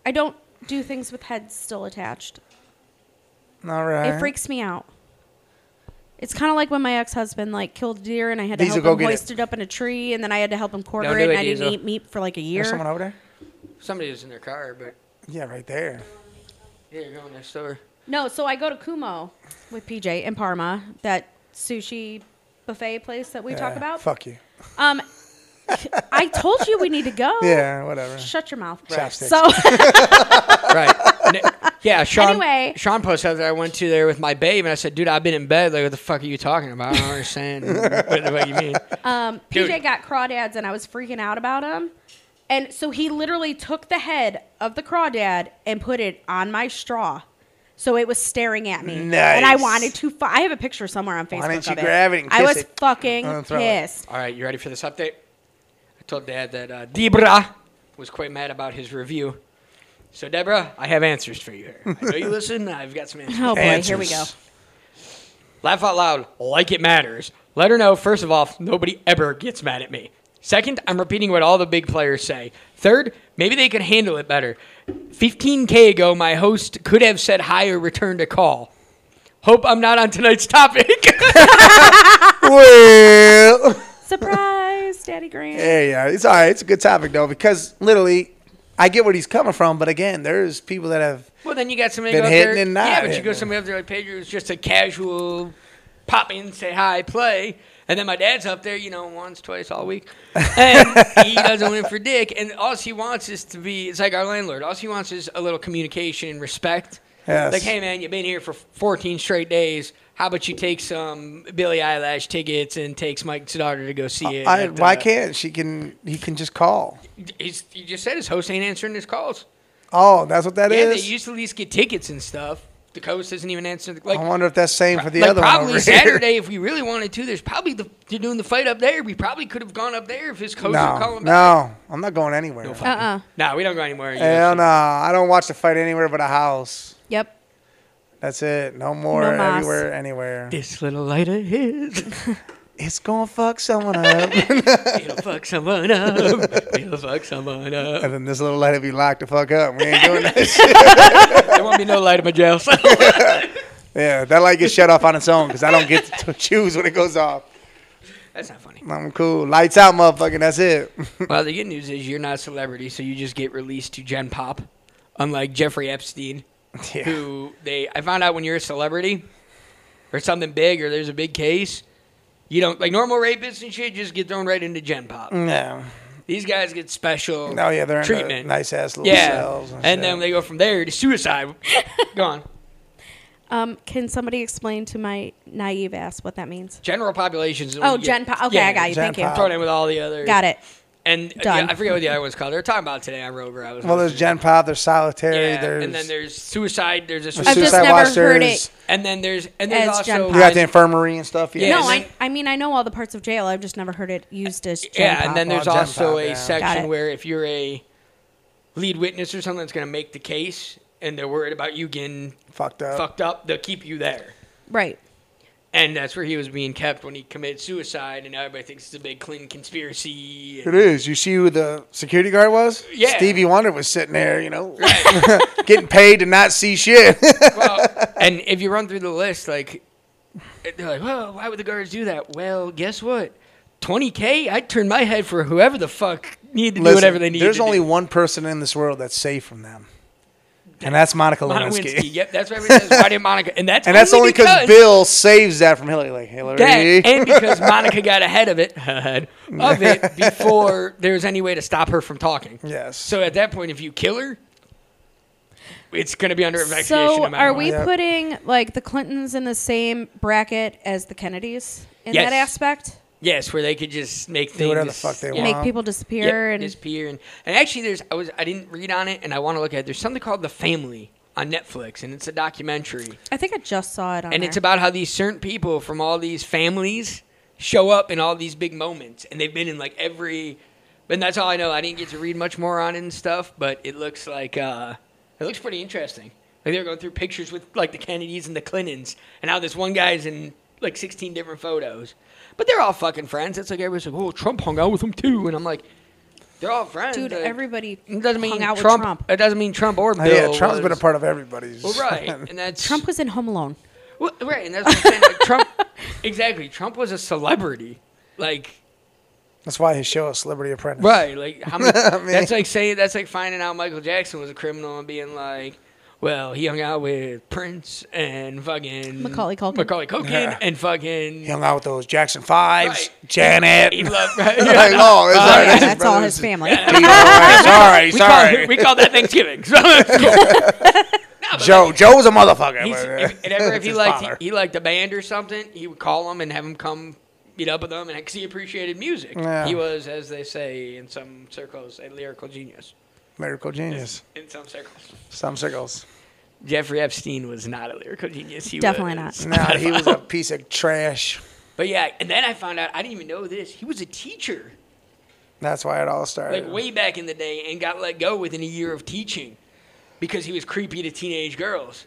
Speaker 5: I don't do things with heads still attached.
Speaker 2: All right.
Speaker 5: It freaks me out. It's kind of like when my ex-husband like killed a deer and I had to
Speaker 2: Diesel, go
Speaker 5: help him
Speaker 2: get it.
Speaker 5: hoist it up in a tree and then I had to help him quarter
Speaker 4: do
Speaker 5: it and
Speaker 4: it,
Speaker 5: I didn't
Speaker 4: Diesel.
Speaker 5: eat meat for like a year.
Speaker 2: There's someone over there.
Speaker 4: Somebody was in their car, but
Speaker 2: Yeah, right there.
Speaker 4: yeah, you're going next door.
Speaker 5: No, so I go to Kumo with PJ in Parma, that sushi buffet place that we talk
Speaker 2: Yeah,
Speaker 5: about.
Speaker 2: Fuck you.
Speaker 5: Um, I told you we need to go.
Speaker 2: Yeah, whatever.
Speaker 5: Shut your mouth.
Speaker 2: Chopsticks.
Speaker 5: So
Speaker 4: Right. Ne- Yeah, Sean.
Speaker 5: Anyway.
Speaker 4: Sean posted out there. I went to there with my babe, and I said, "Dude, I've been in bed. Like, what the fuck are you talking about? I don't understand what the fuck you mean."
Speaker 5: Um,
Speaker 4: Dude.
Speaker 5: PJ got crawdads, and I was freaking out about them. And so he literally took the head of the crawdad and put it on my straw, so it was staring at me. And I
Speaker 2: Nice.
Speaker 5: wanted to. Fu- I have a picture somewhere on Facebook.
Speaker 2: Why didn't you
Speaker 5: of it.
Speaker 2: grab it and
Speaker 5: I
Speaker 2: kiss
Speaker 5: was
Speaker 2: it?
Speaker 5: fucking
Speaker 2: And throw it.
Speaker 5: pissed.
Speaker 4: All right, you ready for this update? I told Dad that uh, Debra was quite mad about his review. So, Deborah, I have answers for you here. I know you listen. I've got some answers.
Speaker 5: Oh boy, here we go.
Speaker 2: Answers.
Speaker 4: Laugh out loud, like it matters. Let her know, first of all, nobody ever gets mad at me. Second, I'm repeating what all the big players say. Third, maybe they could handle it better. 15K ago, my host could have said hi or returned a call. Hope I'm not on tonight's topic.
Speaker 2: well.
Speaker 5: Surprise, Daddy Grant.
Speaker 2: Yeah, yeah, it's all right. It's a good topic though because literally, I get where he's coming from, but again, there's people that have
Speaker 4: well, then you got somebody
Speaker 2: Been
Speaker 4: up
Speaker 2: hitting
Speaker 4: there.
Speaker 2: and not
Speaker 4: yeah, but you
Speaker 2: hitting.
Speaker 4: go somebody up there like Pedro, who's just a casual pop in, say hi, play. And then my dad's up there, you know, once, twice all week. And he doesn't win for dick. And all he wants is to be, it's like our landlord. All he wants is a little communication and respect.
Speaker 2: Yes.
Speaker 4: Like, hey, man, you've been here for 14 straight days. How about you take some Billie Eyelash tickets and takes Mike's daughter to go see it?
Speaker 2: I,
Speaker 4: at the-
Speaker 2: why can't she can he can just call?
Speaker 4: He's, he just said his host ain't answering his calls.
Speaker 2: Oh, that's what that
Speaker 4: yeah,
Speaker 2: is.
Speaker 4: they used to at least get tickets and stuff. The coast doesn't even answer. The, like,
Speaker 2: I wonder if that's same for the
Speaker 4: like
Speaker 2: other one.
Speaker 4: probably
Speaker 2: over here.
Speaker 4: Saturday if we really wanted to. There's probably the you're doing the fight up there. We probably could have gone up there if his coach were
Speaker 2: No,
Speaker 4: calling back.
Speaker 2: no, I'm not going anywhere.
Speaker 4: No
Speaker 5: Uh
Speaker 4: fucking-
Speaker 5: uh
Speaker 4: Nah, we don't go anywhere. in
Speaker 2: Hell
Speaker 4: UFC.
Speaker 2: no, I don't watch the fight anywhere but a house.
Speaker 5: Yep.
Speaker 2: That's it. No more
Speaker 5: No mas.
Speaker 2: everywhere, anywhere.
Speaker 4: This little light of his,
Speaker 2: It's gonna fuck someone up.
Speaker 4: it'll fuck someone up. It'll fuck someone up.
Speaker 2: and then this little lady be locked the fuck up. We ain't doing that. shit.
Speaker 4: There won't be no light in my jail cell.
Speaker 2: Yeah, that light gets shut off on its own because I don't get to choose when it goes off.
Speaker 4: That's not funny.
Speaker 2: I'm cool. Lights out, motherfucking. That's it.
Speaker 4: Well, the good news is you're not a celebrity, so you just get released to Gen Pop, unlike Jeffrey Epstein.
Speaker 2: yeah.
Speaker 4: who they I found out when you're a celebrity or something big or there's a big case, you don't like normal rapists and shit just get thrown right into Gen Pop.
Speaker 2: No.
Speaker 4: These guys get special
Speaker 2: No, Oh, yeah, they're
Speaker 4: treatment.
Speaker 2: in nice ass little
Speaker 4: yeah.
Speaker 2: cells.
Speaker 4: and
Speaker 2: And, shit.
Speaker 4: then they go from there to suicide. Gone.
Speaker 5: Um, can somebody explain to my naive ass what that means?
Speaker 4: General populations.
Speaker 5: Oh, Gen Pop. Okay, I got you.
Speaker 2: Gen
Speaker 5: Thank you.
Speaker 2: Pop.
Speaker 4: Thrown in with all the other.
Speaker 5: Got it.
Speaker 4: And uh,
Speaker 5: Done.
Speaker 4: yeah, I forget what the other one's called. They were talking about it today on Rover. I was
Speaker 2: well, there's
Speaker 4: listening.
Speaker 2: Gen Pop. There's Solitary.
Speaker 4: yeah,
Speaker 2: there's
Speaker 4: and then there's suicide. There's a
Speaker 5: I've
Speaker 4: suicide.
Speaker 5: just
Speaker 2: Suicide
Speaker 5: never
Speaker 2: Watchers.
Speaker 5: heard it.
Speaker 4: and then there's and there's
Speaker 5: As Gen
Speaker 4: also
Speaker 5: Pop.
Speaker 2: You got the infirmary and stuff. Yeah.
Speaker 4: Yeah,
Speaker 5: no,
Speaker 4: and
Speaker 5: I, I mean I know all the parts of jail. I've just never heard it used as. Gen
Speaker 4: yeah,
Speaker 5: Pop.
Speaker 4: and then there's
Speaker 2: Oh, Gen
Speaker 4: also
Speaker 2: Pop,
Speaker 4: a
Speaker 2: yeah.
Speaker 5: Got
Speaker 4: section
Speaker 5: it.
Speaker 4: where if you're a lead witness or something that's going to make the case and they're worried about you getting
Speaker 2: fucked up.
Speaker 4: fucked up, they'll keep you there.
Speaker 5: right.
Speaker 4: And that's where he was being kept when he committed suicide, and now everybody thinks it's a big Clinton conspiracy.
Speaker 2: It is. You see who the security guard was?
Speaker 4: Yeah.
Speaker 2: Stevie Wonder was sitting there, you know, getting paid to not see shit.
Speaker 4: well, and if you run through the list, like they're like, "Well, why would the guards do that?" Well, guess what? 20k, I'd turn my head for whoever the fuck needed to do
Speaker 2: Listen,
Speaker 4: whatever they needed.
Speaker 2: There's
Speaker 4: to
Speaker 2: only
Speaker 4: do.
Speaker 2: one person in this world that's safe from them, and that's Monica Lewinsky.
Speaker 4: Lewinsky. Yep, that's what everybody says. Why did Monica? And that's
Speaker 2: And that's only because
Speaker 4: because
Speaker 2: Bill saves that from Hillary. Like Hillary,
Speaker 4: That, and because Monica got ahead of it, ahead of it before there was any way to stop her from talking.
Speaker 2: Yes.
Speaker 4: So at that point, if you kill her, it's going to be under investigation.
Speaker 5: So
Speaker 4: no matter
Speaker 5: are
Speaker 4: what.
Speaker 5: we
Speaker 2: Yeah.
Speaker 5: putting like the Clintons in the same bracket as the Kennedys in
Speaker 4: Yes.
Speaker 5: that aspect?
Speaker 4: Yes, where they could just make things
Speaker 2: whatever the fuck they
Speaker 4: yeah.
Speaker 2: want.
Speaker 5: Make people disappear
Speaker 4: Yeah,
Speaker 5: and
Speaker 4: disappear and, and actually there's I was I didn't read on it and I want to look at it. There's something called The Family on Netflix and it's a documentary.
Speaker 5: I think I just saw it on
Speaker 4: and it's
Speaker 5: there.
Speaker 4: about how these certain people from all these families show up in all these big moments and they've been in like every and that's all i know i didn't get to read much more on it and stuff but it looks like uh it looks pretty interesting like they were going through pictures with like the kennedys and the clintons and how this one guy's in like 16 different photos but they're all fucking friends it's like everybody's like oh trump hung out with them too and i'm like they're all friends
Speaker 5: Dude,
Speaker 4: like,
Speaker 5: everybody
Speaker 4: it doesn't mean
Speaker 5: hung out
Speaker 4: trump,
Speaker 5: with Trump.
Speaker 4: it doesn't mean trump or bill
Speaker 2: Oh, yeah, Trump's been a
Speaker 4: was-
Speaker 2: part of everybody's.
Speaker 4: well, right and that's
Speaker 5: Trump was in Home Alone.
Speaker 4: well, right, and that's what I'm saying. Like, Trump, exactly. Trump was a celebrity. Like,
Speaker 2: That's why his show is Celebrity Apprentice.
Speaker 4: right, like how many?
Speaker 2: I mean-
Speaker 4: that's like saying that's like finding out Michael Jackson was a criminal and being like, well, he hung out with Prince and fucking
Speaker 5: Macaulay Culkin.
Speaker 4: Macaulay Culkin,
Speaker 2: Yeah.
Speaker 4: and fucking
Speaker 2: He hung out with those Jackson Fives,
Speaker 4: Right.
Speaker 2: Janet.
Speaker 4: he loved. Right,
Speaker 2: Like, oh, it's all right.
Speaker 5: yeah,
Speaker 2: That's his
Speaker 5: that's all
Speaker 2: brother.
Speaker 5: his family.
Speaker 2: He all right, Sorry,
Speaker 4: we call,
Speaker 2: sorry.
Speaker 4: we call that Thanksgiving. So it's cool. no, but
Speaker 2: Joe. Joe was a motherfucker.
Speaker 4: He's,
Speaker 2: but, uh,
Speaker 4: if, and ever if
Speaker 2: it's
Speaker 4: he
Speaker 2: his
Speaker 4: liked
Speaker 2: father.
Speaker 4: he, liked a band or something, he would call him and have him come meet up with him, and because he appreciated music,
Speaker 2: Yeah.
Speaker 4: he was, as they say in some circles, a lyrical genius.
Speaker 2: lyrical genius.
Speaker 4: In some circles,
Speaker 2: Some circles.
Speaker 4: Jeffrey Epstein was not a lyrical genius. He
Speaker 5: Definitely
Speaker 4: was-
Speaker 2: No, he was a piece of trash.
Speaker 4: But yeah, and then I found out I didn't even know this. He was a teacher,
Speaker 2: That's why it all
Speaker 4: like
Speaker 2: started.
Speaker 4: way back in the day, and got let go within a year of teaching because he was creepy to teenage girls.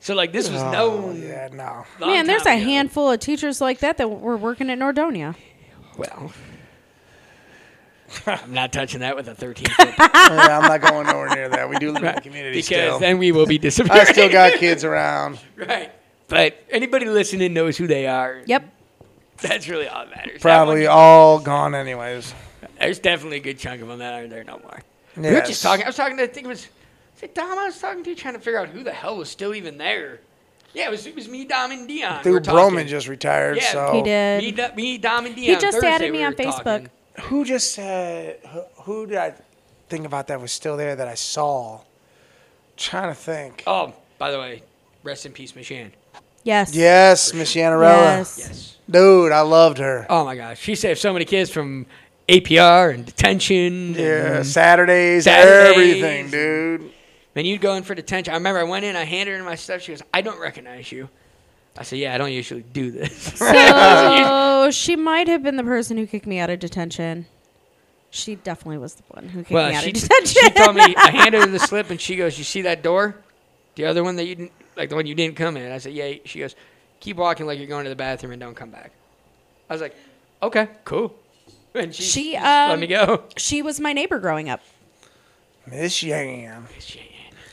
Speaker 4: So like this was known.
Speaker 2: Oh, yeah, no.
Speaker 4: long
Speaker 5: Man, there's a
Speaker 4: time ago.
Speaker 5: handful of teachers like that that were working at Nordonia.
Speaker 4: Well, I'm not touching that with a 13 foot
Speaker 2: Oh, Yeah, I'm not going nowhere near that. We do live in the community
Speaker 4: because
Speaker 2: still.
Speaker 4: then we will be
Speaker 2: I
Speaker 4: disappearing.
Speaker 2: still got kids around.
Speaker 4: right. But anybody listening knows who they are.
Speaker 5: Yep.
Speaker 4: That's really all that matters. That
Speaker 2: Probably
Speaker 4: one-
Speaker 2: all gone anyways.
Speaker 4: there's definitely a good chunk of them that aren't there no more. We were
Speaker 2: Yes.
Speaker 4: just talking. I was talking to, I think it was, was it Dom I was talking to, trying to figure out who the hell was still even there. Yeah, it was, it was me, Dom, and Dion.
Speaker 2: Dude,
Speaker 4: were talking.
Speaker 2: Broman just retired,
Speaker 4: Yeah,
Speaker 2: so
Speaker 5: He did.
Speaker 4: Me, Do- me, Dom, and Dion.
Speaker 5: just
Speaker 4: Thursday
Speaker 5: added me
Speaker 4: we
Speaker 5: on
Speaker 4: were talking.
Speaker 5: Facebook.
Speaker 2: who just said who, who did I think about that was still there that I saw? Trying to think.
Speaker 4: Oh, by the way, rest in peace, Michonne.
Speaker 5: Yes.
Speaker 2: Yes, Miss Yanarella.
Speaker 5: Yes.
Speaker 4: Yes.
Speaker 2: Dude, I loved her.
Speaker 4: Oh my gosh, she saved so many kids from APR and detention.
Speaker 2: Yeah,
Speaker 4: and-
Speaker 2: Saturdays,
Speaker 4: Mm-hmm. Saturdays.
Speaker 2: everything, dude.
Speaker 4: Man, you'd go in for detention. I remember I went in, I handed her my stuff. She goes, "I don't recognize you." I said, "Yeah, I don't usually do this."
Speaker 5: So she might have been the person who kicked me out of detention. She definitely was the one who kicked
Speaker 4: well,
Speaker 5: me out
Speaker 4: she,
Speaker 5: of detention.
Speaker 4: she told me I handed her the slip, and she goes, "You see that door? The other one that you didn't like, the one you didn't come in." I said, "Yeah." She goes, "Keep walking like you're going to the bathroom and don't come back." I was like, "Okay, cool." And she,
Speaker 5: She,
Speaker 4: just let
Speaker 5: um,
Speaker 4: me go.
Speaker 5: she was my neighbor growing up.
Speaker 2: Miss Yan.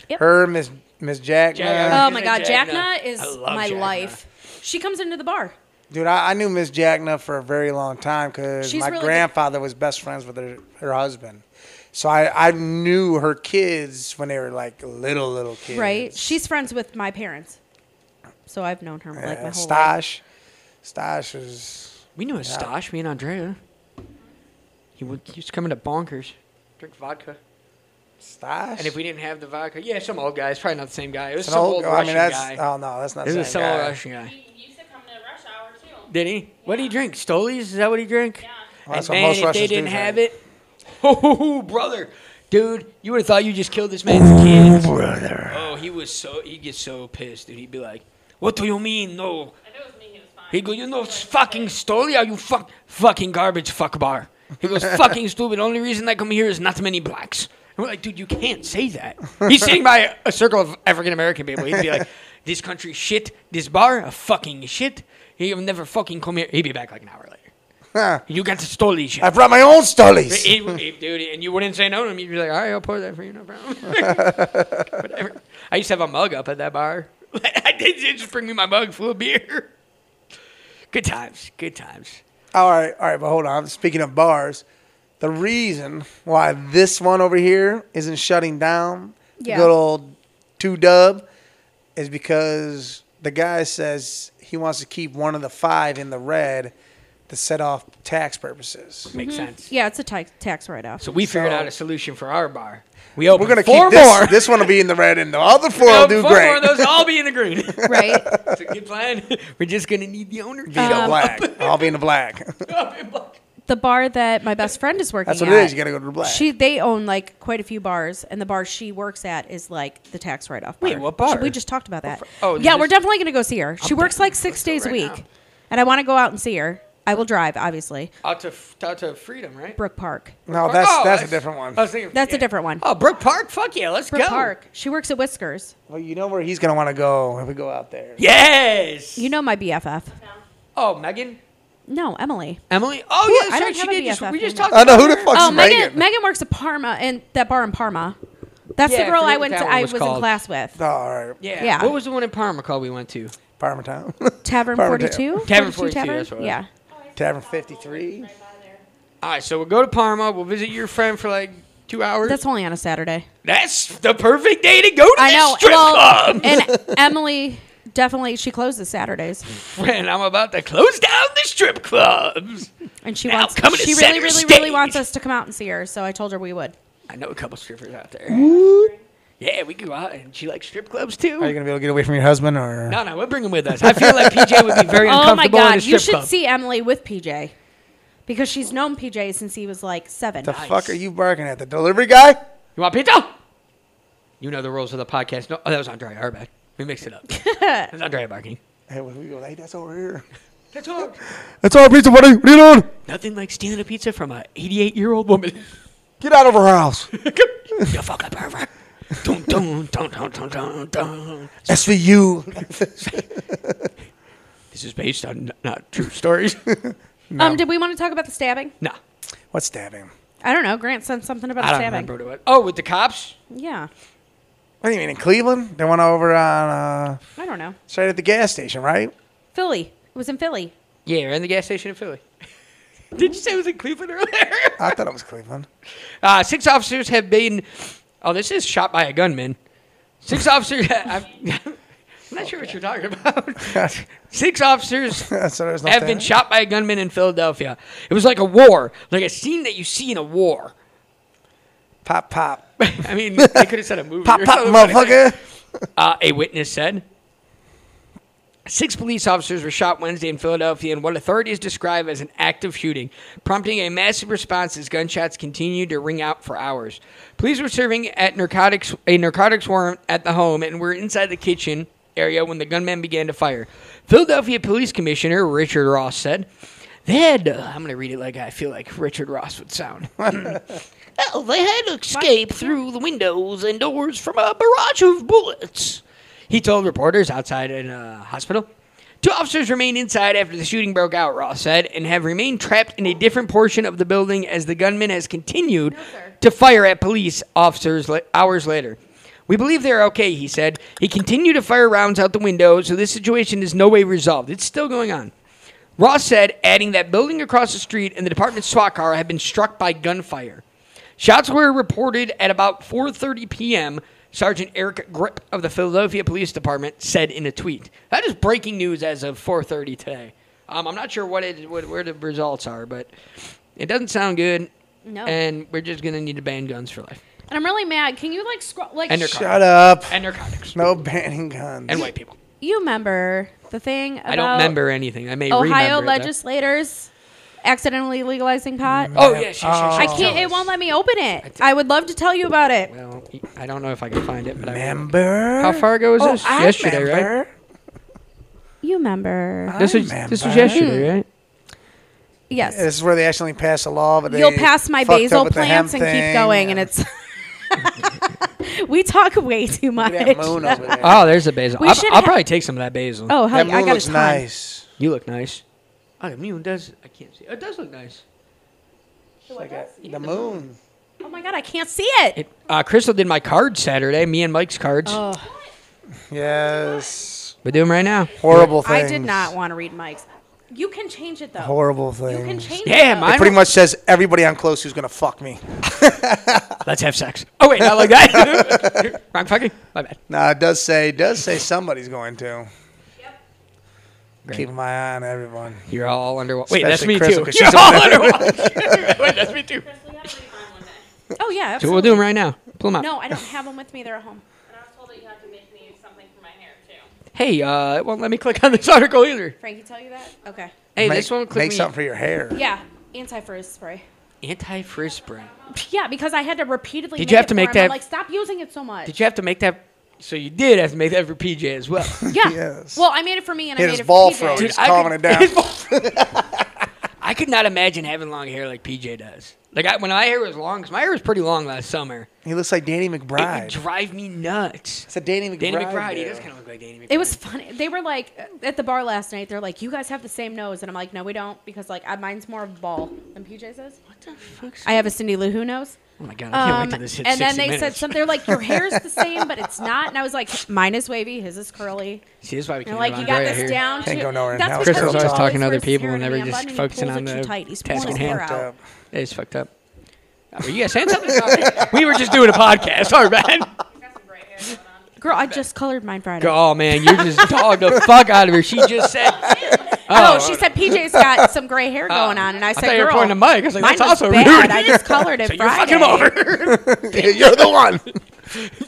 Speaker 5: Yep.
Speaker 2: Her, Miss Miss Jack.
Speaker 4: Jack-
Speaker 2: man.
Speaker 5: Oh
Speaker 4: She's
Speaker 5: my
Speaker 4: a
Speaker 5: god,
Speaker 4: Jackna.
Speaker 5: Jackna is
Speaker 4: I love
Speaker 5: my
Speaker 4: Jackna.
Speaker 5: life. She comes into the bar.
Speaker 2: Dude, I, I knew Miss Jackna for a very long time because
Speaker 5: She's
Speaker 2: my
Speaker 5: really good.
Speaker 2: grandfather was best friends with her, her husband. So I, I knew her kids when they were like little, little kids.
Speaker 5: Right? She's friends with my parents. So I've known her like my
Speaker 2: yeah,
Speaker 5: whole life.
Speaker 2: Stash. Stash was.
Speaker 4: We knew a Stosh, me and Andrea. He would he used to come into bonkers, drink vodka.
Speaker 2: Stash?
Speaker 4: And if we didn't have the vodka, yeah, some old guy. It's probably not the same guy. It was
Speaker 2: It's an
Speaker 4: some old,
Speaker 2: oh,
Speaker 4: Russian
Speaker 2: I mean, that's.
Speaker 4: guy.
Speaker 2: Oh, no, that's not
Speaker 4: it
Speaker 2: the
Speaker 4: was
Speaker 2: same
Speaker 4: some old
Speaker 2: guy.
Speaker 4: Russian guy.
Speaker 6: He used to come to rush hour too.
Speaker 4: Did he? What did he drink? Stolies? Is that what he drank? Yeah.
Speaker 2: Well, that's what
Speaker 4: man,
Speaker 2: most
Speaker 4: if they
Speaker 2: Russians do
Speaker 4: didn't
Speaker 2: drink.
Speaker 4: have it, oh, brother, dude, you would have thought you just killed this man's kids.
Speaker 2: Brother.
Speaker 4: Oh, he was so he gets so pissed, dude. He'd be like, "What do you mean, no?"
Speaker 6: If it was me, he was fine.
Speaker 4: He go, you know, fucking Stoli, are you fuck, fucking garbage fuck bar? He goes, fucking stupid. Only reason I come here is not many blacks. And we're like, dude, you can't say that. He's sitting by a circle of African American people. He'd be like, this country shit, this bar a fucking shit. He'll never fucking come here. He'd be back like an hour later. You got the Stoli shit.
Speaker 2: I brought my own Stollies.
Speaker 4: He- he- dude, and you wouldn't say no to him. You'd be like, all right, I'll pour that for you, no problem. Whatever. I used to have a mug up at that bar. I did they just bring me my mug full of beer. Good times, good times.
Speaker 2: All right, all right, but hold on. Speaking of bars, the reason why this one over here isn't shutting down, the
Speaker 5: Yeah.
Speaker 2: good old two dub, is because the guy says he wants to keep one of the five in the red to set off tax purposes.
Speaker 4: Makes
Speaker 5: Mm-hmm.
Speaker 4: sense.
Speaker 5: Yeah, it's a ti- tax write off.
Speaker 4: So we figured
Speaker 2: So-
Speaker 4: out a solution for our bar. We opened
Speaker 2: We're gonna
Speaker 4: four
Speaker 2: keep this.
Speaker 4: more.
Speaker 2: This one will be in the red, and the other four
Speaker 4: We
Speaker 2: will
Speaker 4: opened
Speaker 2: do
Speaker 4: four more
Speaker 2: great.
Speaker 4: of those will all be in the green.
Speaker 5: right?
Speaker 4: It's a good plan. We're just gonna need the owner.
Speaker 2: Be the black. I'll be in the black.
Speaker 5: The bar that my best friend is working
Speaker 2: That's what
Speaker 5: at.
Speaker 2: it is. You gotta go to the black.
Speaker 5: She they own like quite a few bars, and the bar she works at is like the tax write off.
Speaker 4: Wait, what bar?
Speaker 5: We just talked about that.
Speaker 4: Oh,
Speaker 5: Oh,
Speaker 4: you
Speaker 5: yeah,
Speaker 4: just-
Speaker 5: we're definitely gonna go see her. She works like six
Speaker 4: go
Speaker 5: days a
Speaker 4: right
Speaker 5: week,
Speaker 4: now.
Speaker 5: and I want to go out and see her. I will drive, obviously.
Speaker 4: Out to out to freedom, right?
Speaker 5: Brook Park.
Speaker 2: no, that's
Speaker 4: Oh,
Speaker 2: that's a different one.
Speaker 4: I was thinking-
Speaker 5: That's
Speaker 4: yeah.
Speaker 5: a different one.
Speaker 4: Oh, Brook Park. Fuck yeah, let's
Speaker 5: Brook
Speaker 4: go.
Speaker 5: Park. She works at Whiskers.
Speaker 2: Well, you know where he's gonna want to go if we go out there.
Speaker 4: Yes.
Speaker 5: You know my BFF.
Speaker 4: Oh, Megan.
Speaker 5: No, Emily.
Speaker 4: Emily. Oh
Speaker 5: Who-
Speaker 4: yeah, that's
Speaker 5: I don't
Speaker 4: right. She
Speaker 5: have a
Speaker 4: did. Just,
Speaker 5: BFF
Speaker 4: we just
Speaker 5: name.
Speaker 4: talked.
Speaker 2: I know
Speaker 4: about
Speaker 2: who the
Speaker 4: her.
Speaker 2: fuck's
Speaker 5: oh, Megan.
Speaker 2: Megan.
Speaker 5: Megan. works at Parma and that bar in Parma. That's
Speaker 4: Yeah, I
Speaker 5: the girl
Speaker 4: forget
Speaker 5: I
Speaker 4: what
Speaker 5: went
Speaker 4: that
Speaker 5: to.
Speaker 4: one
Speaker 5: I
Speaker 4: was
Speaker 5: was
Speaker 4: called.
Speaker 5: in class with.
Speaker 2: Oh, all right.
Speaker 4: Yeah.
Speaker 5: Yeah.
Speaker 4: What was the one in Parma called we went to?
Speaker 2: Parma Town.
Speaker 5: Tavern
Speaker 2: Parma Town.
Speaker 5: Forty Two.
Speaker 4: Tavern 42, that's what it was.
Speaker 5: Yeah.
Speaker 2: Tavern
Speaker 4: Hmm.
Speaker 2: 53.
Speaker 6: Right by there.
Speaker 4: All right, so we'll go to Parma. We'll visit your friend for like two hours.
Speaker 5: That's only on a Saturday.
Speaker 4: That's the perfect day to go to
Speaker 5: I
Speaker 4: the
Speaker 5: know.
Speaker 4: strip
Speaker 5: well,
Speaker 4: club.
Speaker 5: eh. and Emily definitely she closes Saturdays,
Speaker 4: Friend, I'm about to close down the strip clubs.
Speaker 5: and she
Speaker 4: Now
Speaker 5: wants
Speaker 4: coming to
Speaker 5: she really,
Speaker 4: center
Speaker 5: really,
Speaker 4: stage.
Speaker 5: really wants us to come out and see her. So I told her we would.
Speaker 4: I know a couple strippers out there. yeah, we could go out, and she likes strip clubs too.
Speaker 2: Are you gonna be able to get away from your husband or?
Speaker 4: no, no, we'll bring him with us. I feel like PJ would be very
Speaker 5: Oh my
Speaker 4: uncomfortable in a
Speaker 5: god,
Speaker 4: strip
Speaker 5: you should
Speaker 4: club.
Speaker 5: see Emily with PJ. Because she's known PJ since he was like seven.
Speaker 2: The fuck are you barking at? The delivery guy?
Speaker 4: you want pizza? You know the rules of the podcast. No, oh, that was Andre. Our bad. We mixed it up. That's Andre barking.
Speaker 2: Hey, when we go, hey, that's over here.
Speaker 4: That's hard.
Speaker 2: That's all pizza, buddy. What are you doing?
Speaker 4: Nothing like stealing a pizza from a 88 year old woman.
Speaker 2: Get out of our house.
Speaker 4: you fucking pervert. Dun, dun, dun, dun, dun, dun, dun.
Speaker 2: SVU.
Speaker 4: This is based on n- not true stories.
Speaker 5: Um, did we want to talk about the stabbing?
Speaker 4: no,
Speaker 2: What's stabbing?
Speaker 5: I don't know. Grant said something about
Speaker 4: I
Speaker 5: the
Speaker 4: don't
Speaker 5: stabbing.
Speaker 4: remember what it was. Oh, with the cops?
Speaker 5: Yeah.
Speaker 2: What do you mean in Cleveland? They went over on uh,
Speaker 5: I don't know.
Speaker 2: straight at the gas station, right?
Speaker 5: Philly. It was in Philly.
Speaker 4: Yeah, we're in the gas station in Philly. Did you say it was in Cleveland earlier?
Speaker 2: I thought it was Cleveland.
Speaker 4: Uh, six officers have been. Oh, this is shot by a gunman. Six officers. I'm, I'm not sure what you're talking about. Six officers
Speaker 2: So there's no
Speaker 4: have
Speaker 2: stabbing?
Speaker 4: been shot by a gunman in Philadelphia. It was like a war, like a scene that you see in a war.
Speaker 2: Pop, pop.
Speaker 4: I mean, they could have said a movie.
Speaker 2: Pop,
Speaker 4: or
Speaker 2: pop,
Speaker 4: something, but it's-
Speaker 2: motherfucker.
Speaker 4: Uh, a witness said. Six police officers were shot Wednesday in Philadelphia in what authorities describe as an active shooting, prompting a massive response as gunshots continued to ring out for hours. Police were serving at narcotics a narcotics warrant at the home and were inside the kitchen area when the gunman began to fire. Philadelphia Police Commissioner Richard Ross said, "They had uh, I'm going to read it like I feel like Richard Ross would sound. Well, they had to escape through the windows and doors from a barrage of bullets. He told reporters outside in a hospital. Two officers remained inside after the shooting broke out, Ross said, and have remained trapped in a different portion of the building as the gunman has continued to fire at police officers li- hours later. We believe they're okay, he said. He continued to fire rounds out the window, so this situation is no way resolved. It's still going on. Ross said, adding that building across the street and the department's SWAT car had been struck by gunfire. Shots were reported at about 4:30 p.m. Sergeant Eric Grip of the Philadelphia Police Department said in a tweet. That is breaking news as of 4:30 today. Um, I'm not sure what it what, where the results are, but it doesn't sound good.
Speaker 5: No.
Speaker 4: And we're just gonna need to ban guns for life
Speaker 5: And I'm really mad. Can you like scroll? Like,
Speaker 4: And they're
Speaker 5: sh-
Speaker 4: car-
Speaker 2: Shut up.
Speaker 4: and narcotics
Speaker 2: No banning guns.
Speaker 4: and white people.
Speaker 5: you remember the thing about
Speaker 4: I don't remember anything. I may
Speaker 5: Ohio
Speaker 4: remember it, though.
Speaker 5: legislators accidentally legalizing pot?
Speaker 4: Oh yeah, she, she,
Speaker 5: I can't. It won't let me open it. I would love to tell you about it.
Speaker 4: Well, I don't know if I can find it, but I remember.
Speaker 2: Remember?
Speaker 4: How far ago was
Speaker 2: Oh,
Speaker 4: this?
Speaker 2: I
Speaker 4: yesterday, right?
Speaker 2: remember.
Speaker 5: You remember?
Speaker 4: This
Speaker 2: I
Speaker 4: was, this was
Speaker 2: remember.
Speaker 4: yesterday, right?
Speaker 5: Yes.
Speaker 2: This is where they actually passed a law, but they
Speaker 5: You'll pass my
Speaker 2: fucked up
Speaker 5: basil
Speaker 2: with the hemp
Speaker 5: plants and keep
Speaker 2: thing.
Speaker 5: going, and it's. we talk way too much.
Speaker 2: Look at that moon over there.
Speaker 4: Oh, there's the basil.
Speaker 5: We
Speaker 4: I'll,
Speaker 5: should
Speaker 4: I'll
Speaker 5: have-
Speaker 4: probably take some of that basil.
Speaker 5: Oh, hell
Speaker 2: that
Speaker 5: yeah, I
Speaker 2: moon
Speaker 5: got
Speaker 2: looks
Speaker 5: a ton.
Speaker 2: nice.
Speaker 4: You look nice. Oh, the moon does. I can't see. It does look nice.
Speaker 2: The moon.
Speaker 5: Oh my god, I can't see it.
Speaker 4: It, uh, Crystal did my cards Saturday. Me and Mike's cards.
Speaker 5: Oh,
Speaker 2: Yes.
Speaker 4: We do them right now.
Speaker 2: Horrible things.
Speaker 5: I did not want to read Mike's. You can change it though.
Speaker 2: Horrible
Speaker 5: You can
Speaker 2: things.
Speaker 5: change
Speaker 4: Yeah,
Speaker 5: it. though.
Speaker 4: mine-
Speaker 2: Pretty much says everybody on close who's gonna fuck me.
Speaker 4: Let's have sex. Oh wait, not like that. Wrong fucking. My bad.
Speaker 2: Nah, it does say does say somebody's going to.
Speaker 4: Great.
Speaker 2: Keep my eye on everyone.
Speaker 4: You're all underwater. Wait, that's
Speaker 2: Especially
Speaker 4: me
Speaker 2: Crystal,
Speaker 4: too.
Speaker 2: 'cause she's
Speaker 4: You're
Speaker 2: over
Speaker 4: all
Speaker 2: there.
Speaker 4: underwater. wait, that's me too.
Speaker 6: Chris, we gotta read mine one day.
Speaker 5: Oh yeah.
Speaker 4: So we'll
Speaker 5: Absolutely.
Speaker 4: do them right now. Pull them out.
Speaker 5: No, I don't have them with me. They're at home.
Speaker 6: And I was told that you have to make me something for my hair too.
Speaker 4: Hey, uh, it won't let me click on this article either.
Speaker 5: Frankie, tell you that? Okay.
Speaker 4: Hey,
Speaker 2: make,
Speaker 4: this won't click
Speaker 2: make
Speaker 4: me.
Speaker 2: something for your hair.
Speaker 5: Yeah, anti-frizz spray.
Speaker 4: Anti-frizz spray.
Speaker 6: Oh.
Speaker 5: Yeah, because I had to repeatedly.
Speaker 4: Did
Speaker 5: make
Speaker 4: you have
Speaker 5: it
Speaker 4: to
Speaker 5: for
Speaker 4: make
Speaker 5: him. I'm
Speaker 4: that-
Speaker 5: Like, stop using it so much.
Speaker 4: Did you have to make that? So you did have to make that for PJ as well.
Speaker 5: Yeah.
Speaker 2: Yes.
Speaker 5: Well, I made it for me and I
Speaker 2: Hit
Speaker 5: made
Speaker 2: his
Speaker 5: it
Speaker 2: ball
Speaker 5: for
Speaker 2: throat.
Speaker 5: PJ.
Speaker 2: He's calming it down.
Speaker 4: I could not imagine having long hair like PJ does. Like I, when my hair was long, 'cause my hair was pretty long last summer.
Speaker 2: He looks like Danny
Speaker 4: It would
Speaker 2: McBride.
Speaker 4: drive me nuts.
Speaker 2: It's a Danny McBride.
Speaker 4: Danny McBride, he
Speaker 2: there.
Speaker 4: does kind of look like Danny McBride.
Speaker 5: It was funny. They were like at the bar last night. They're like, "You guys have the same nose," and I'm like, "No, we don't," because like I- mine's more of a ball than PJ's is.
Speaker 4: What the fuck's?
Speaker 5: I have a Cindy Lou Who knows.
Speaker 4: oh my god! I can't wait
Speaker 5: Um,
Speaker 4: till this hits
Speaker 5: and then
Speaker 4: 60
Speaker 5: they said
Speaker 4: minutes.
Speaker 5: something. They're like, "Your hair's the same, but it's not." And I was like, "Mine is wavy. His is curly."
Speaker 4: See, this is why we
Speaker 5: And
Speaker 4: can't
Speaker 5: like,
Speaker 4: have
Speaker 5: "You got
Speaker 4: Andrea
Speaker 5: this
Speaker 4: here.
Speaker 5: down."
Speaker 2: Can't
Speaker 5: too."
Speaker 2: go nowhere
Speaker 5: That's
Speaker 2: now.
Speaker 5: because
Speaker 2: Crystal's
Speaker 5: he
Speaker 2: always
Speaker 4: talking to other
Speaker 5: wears
Speaker 4: people
Speaker 5: hair
Speaker 4: and
Speaker 5: me.
Speaker 4: never
Speaker 5: I'm
Speaker 4: just
Speaker 5: buttoning, he
Speaker 4: focusing
Speaker 5: pulls
Speaker 4: on
Speaker 5: it
Speaker 4: the
Speaker 5: too tight. He's
Speaker 4: task
Speaker 5: pulling his
Speaker 4: at hand.
Speaker 5: hair out.
Speaker 4: It is fucked up. Oh, were you guys saying something? Sorry. we were just doing a podcast. Sorry, man.
Speaker 6: He's got some gray hair going on.
Speaker 5: Girl, I just colored mine Friday.
Speaker 4: Oh man, you just dogged the fuck out of her. She just said.
Speaker 5: Oh, she said PJ's got some gray hair going on, and
Speaker 4: Uh,
Speaker 5: I
Speaker 4: I
Speaker 5: said,
Speaker 4: thought you
Speaker 5: "Girl,
Speaker 4: were pointing to Mike. I was like,
Speaker 5: mine
Speaker 4: that's
Speaker 5: was
Speaker 4: also
Speaker 5: bad.
Speaker 4: rude.
Speaker 5: I just colored it
Speaker 4: So you
Speaker 5: Friday."
Speaker 4: fuck him over.
Speaker 2: You're the one.